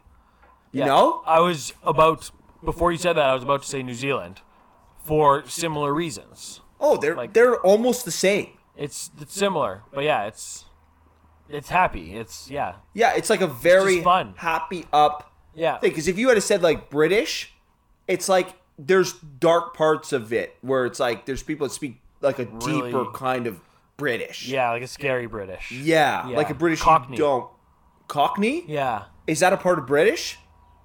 Speaker 5: You
Speaker 6: Yeah.
Speaker 5: know?
Speaker 6: I was about before you said that. I was about to say New Zealand, for similar reasons.
Speaker 5: Oh, they're
Speaker 6: Like-
Speaker 5: they're almost the same.
Speaker 6: It's it's similar, but yeah, it's it's happy. It's yeah.
Speaker 5: Yeah, it's like a very
Speaker 6: fun.
Speaker 5: happy up
Speaker 6: Yeah.
Speaker 5: thing. Because if you had said like British, it's like there's dark parts of it where it's like there's people that speak like a
Speaker 6: Really-
Speaker 5: deeper kind of British.
Speaker 6: Yeah, like a scary British.
Speaker 5: Yeah,
Speaker 6: Yeah.
Speaker 5: like a British
Speaker 6: Cockney.
Speaker 5: you don't. Cockney?
Speaker 6: Yeah.
Speaker 5: Is that a part of British?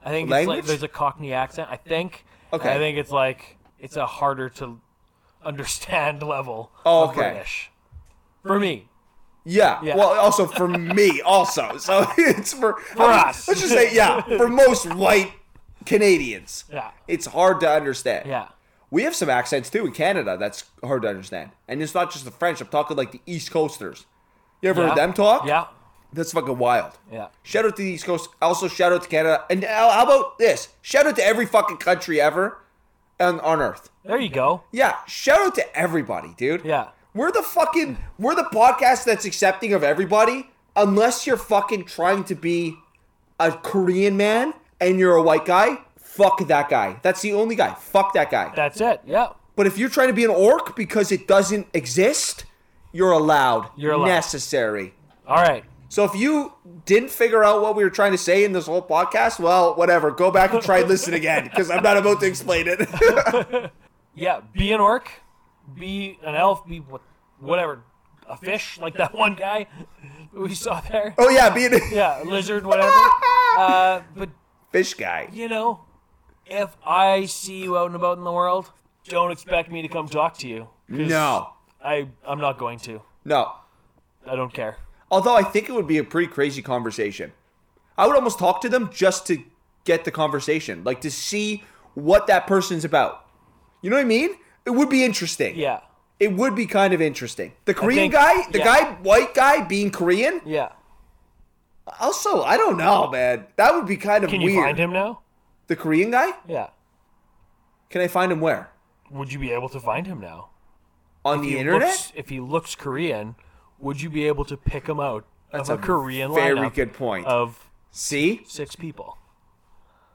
Speaker 6: I think
Speaker 5: Language?
Speaker 6: it's like there's a Cockney accent. I think.
Speaker 5: Okay.
Speaker 6: I think it's like it's a harder to understand level.
Speaker 5: Oh,
Speaker 6: of
Speaker 5: okay.
Speaker 6: British. For me,
Speaker 5: Yeah.
Speaker 6: Yeah.
Speaker 5: Well, also for me, also. So (laughs) it's for for
Speaker 6: us.
Speaker 5: Let's just say, yeah, for most white Canadians,
Speaker 6: Yeah.
Speaker 5: it's hard to understand.
Speaker 6: yeah.
Speaker 5: We have some accents too in Canada that's hard to understand, and it's not just the French. I'm talking like the East Coasters. You ever
Speaker 6: yeah.
Speaker 5: heard them talk?
Speaker 6: Yeah.
Speaker 5: That's fucking wild.
Speaker 6: Yeah.
Speaker 5: Shout out to the East Coast. Also, shout out to Canada. And uh, how how about this? Shout out to every fucking country ever on, on Earth.
Speaker 6: There you go.
Speaker 5: Yeah. Shout out to everybody, dude.
Speaker 6: Yeah.
Speaker 5: We're the fucking we're the podcast that's accepting of everybody, unless you're fucking trying to be a Korean man and you're a white guy. Fuck that guy. That's the only guy. Fuck that guy.
Speaker 6: That's it. Yeah.
Speaker 5: But if you're trying to be an orc because it doesn't exist, you're allowed.
Speaker 6: You're allowed.
Speaker 5: necessary.
Speaker 6: All right.
Speaker 5: So if you didn't figure out what we were trying to say in this whole podcast, well, whatever. Go back and try and listen again because I'm not about to explain it. (laughs)
Speaker 6: Yeah. Be an orc. Be an elf. Be what, whatever. A fish, like that one guy we saw there.
Speaker 5: oh yeah, being (laughs) a
Speaker 6: Yeah, lizard, whatever. Uh, but
Speaker 5: fish guy.
Speaker 6: you know, if I see you out and about in the world, don't expect me to come talk to you.
Speaker 5: No,
Speaker 6: I I'm not going to.
Speaker 5: no.
Speaker 6: I don't care.
Speaker 5: Although I think it would be a pretty crazy conversation. I would almost talk to them just to get the conversation, like to see what that person's about. You know what I mean? It would be interesting.
Speaker 6: Yeah.
Speaker 5: It would be kind of interesting. The Korean
Speaker 6: think-
Speaker 5: guy, the
Speaker 6: yeah.
Speaker 5: guy, white guy being Korean.
Speaker 6: Yeah.
Speaker 5: Also, I don't know, man. That would be kind of
Speaker 6: Can
Speaker 5: weird.
Speaker 6: you find him now?
Speaker 5: The Korean guy?
Speaker 6: Yeah.
Speaker 5: Can I find him where?
Speaker 6: Would you be able to find him now?
Speaker 5: On
Speaker 6: If
Speaker 5: the
Speaker 6: he
Speaker 5: internet?
Speaker 6: looks- if he looks Korean, would you be able to pick him out
Speaker 5: That's
Speaker 6: of a,
Speaker 5: a
Speaker 6: Korean
Speaker 5: very
Speaker 6: lineup
Speaker 5: good point.
Speaker 6: of
Speaker 5: See?
Speaker 6: six people?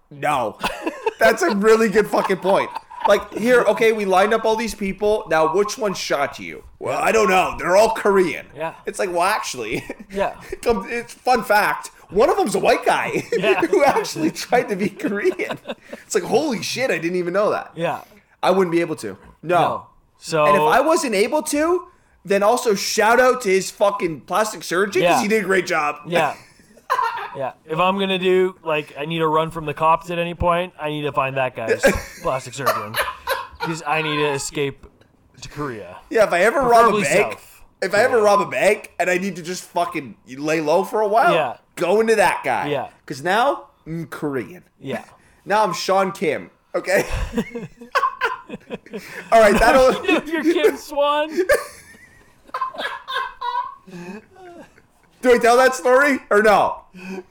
Speaker 5: No. (laughs) That's a really good fucking point. Like, here, okay, we lined up all these people. Now, which one shot you? Well, I don't know. They're all Korean.
Speaker 6: Yeah.
Speaker 5: It's like, well, actually, (laughs)
Speaker 6: Yeah.
Speaker 5: come- it's fun fact. One of them's a white guy (laughs)
Speaker 6: Yeah.
Speaker 5: who actually tried to be Korean. It's like, holy shit, I didn't even know that.
Speaker 6: Yeah.
Speaker 5: I wouldn't be able to. no.
Speaker 6: Oh. So
Speaker 5: And if I wasn't able to, then also shout out to his fucking plastic surgeon because
Speaker 6: Yeah.
Speaker 5: he did a great job.
Speaker 6: Yeah. Yeah. If I'm gonna do like I need to run from the cops at any point, I need to find that guy's
Speaker 5: (laughs)
Speaker 6: plastic surgeon. Because I need to escape to Korea.
Speaker 5: Yeah, if I ever rob a
Speaker 6: Preferably
Speaker 5: bank,
Speaker 6: south.
Speaker 5: if I ever rob a bank and I need to just fucking lay low for a while,
Speaker 6: Yeah.
Speaker 5: go into that guy.
Speaker 6: Yeah.
Speaker 5: Because now I'm Korean.
Speaker 6: Yeah.
Speaker 5: Now I'm Sean Kim.
Speaker 6: (laughs)
Speaker 5: Okay. (laughs) All right, that'll.
Speaker 6: You're Kim Swan?
Speaker 5: Do I tell that story or no?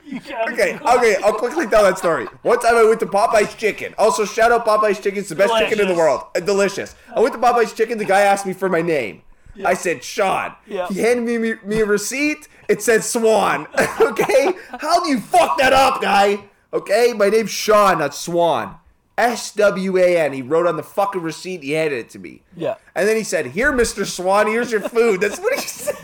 Speaker 6: You
Speaker 5: (laughs)
Speaker 6: can't
Speaker 5: Okay, okay, I'll quickly tell that story. One time I went to Popeye's Chicken. Also, shout out Popeye's Chicken. It's the best chicken in the
Speaker 6: Delicious.
Speaker 5: world. Uh, Delicious. I went to Popeye's Chicken. The guy asked me for my name. I said Sean.
Speaker 6: Yeah.
Speaker 5: He handed me, me me a receipt. It said Swan. (laughs) okay, how do you fuck that up, guy? Okay, my name's Sean, not Swan. S W A N. He wrote on the fucking receipt. He handed it to me.
Speaker 6: Yeah.
Speaker 5: And then he said, "Here, Mister Swan. Here's your food." That's what he (laughs) said.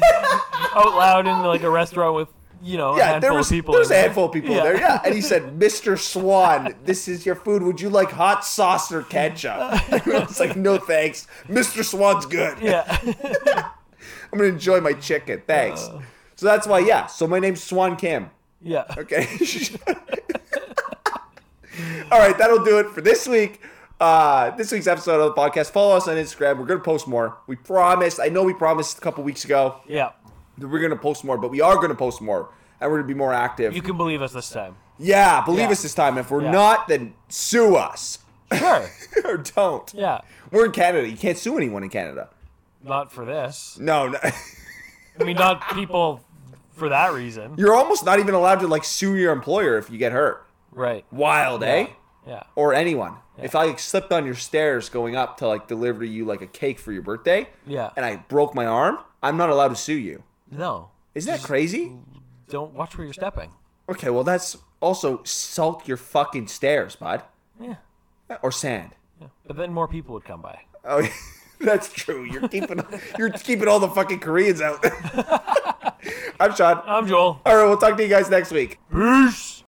Speaker 6: Out loud in like a restaurant with you know, a
Speaker 5: Yeah,
Speaker 6: handful
Speaker 5: there was
Speaker 6: of people.
Speaker 5: there's
Speaker 6: in
Speaker 5: a handful of people
Speaker 6: Yeah.
Speaker 5: there. Yeah, and he said, "Mr. Swan, this is your food. Would you like hot sauce or ketchup?" (laughs) it's like, "No, thanks. Mr. Swan's good.
Speaker 6: Yeah. (laughs)
Speaker 5: I'm gonna enjoy my chicken. Thanks."
Speaker 6: Uh.
Speaker 5: so that's why, yeah. So my name's Swan Kim.
Speaker 6: Yeah.
Speaker 5: Okay. (laughs) All right, that'll do it for this week. Uh, this week's episode of the podcast. Follow us on Instagram. We're gonna post more. We promised. I know we promised a couple weeks ago
Speaker 6: Yeah.
Speaker 5: that we're gonna post more, but we are gonna post more, and we're gonna be more active.
Speaker 6: You can believe us this time.
Speaker 5: Yeah, believe
Speaker 6: Yeah.
Speaker 5: us this time. If we're
Speaker 6: Yeah.
Speaker 5: not, then sue us (laughs)
Speaker 6: Sure.
Speaker 5: or don't.
Speaker 6: Yeah.
Speaker 5: We're in Canada. You can't sue anyone in Canada.
Speaker 6: Not for this.
Speaker 5: No, (laughs) no.
Speaker 6: I mean not people for that reason.
Speaker 5: you're almost not even allowed to like sue your employer if you get hurt.
Speaker 6: Right.
Speaker 5: Wild, eh?
Speaker 6: Yeah.
Speaker 5: Or anyone. If I like, slipped on your stairs going up to like deliver you like a cake for your birthday,
Speaker 6: Yeah.
Speaker 5: and I broke my arm, I'm not allowed to sue you.
Speaker 6: No.
Speaker 5: Isn't that crazy?
Speaker 6: Don't watch where you're stepping.
Speaker 5: Okay, well that's also salt your fucking stairs, bud,
Speaker 6: Yeah.
Speaker 5: or sand.
Speaker 6: But then more people would come by.
Speaker 5: Oh, (laughs) that's true. You're keeping you're keeping all the fucking Koreans out. (laughs) I'm Sean.
Speaker 6: I'm Joel. Uh,
Speaker 5: All right, we'll talk to you guys next week.
Speaker 6: Peace.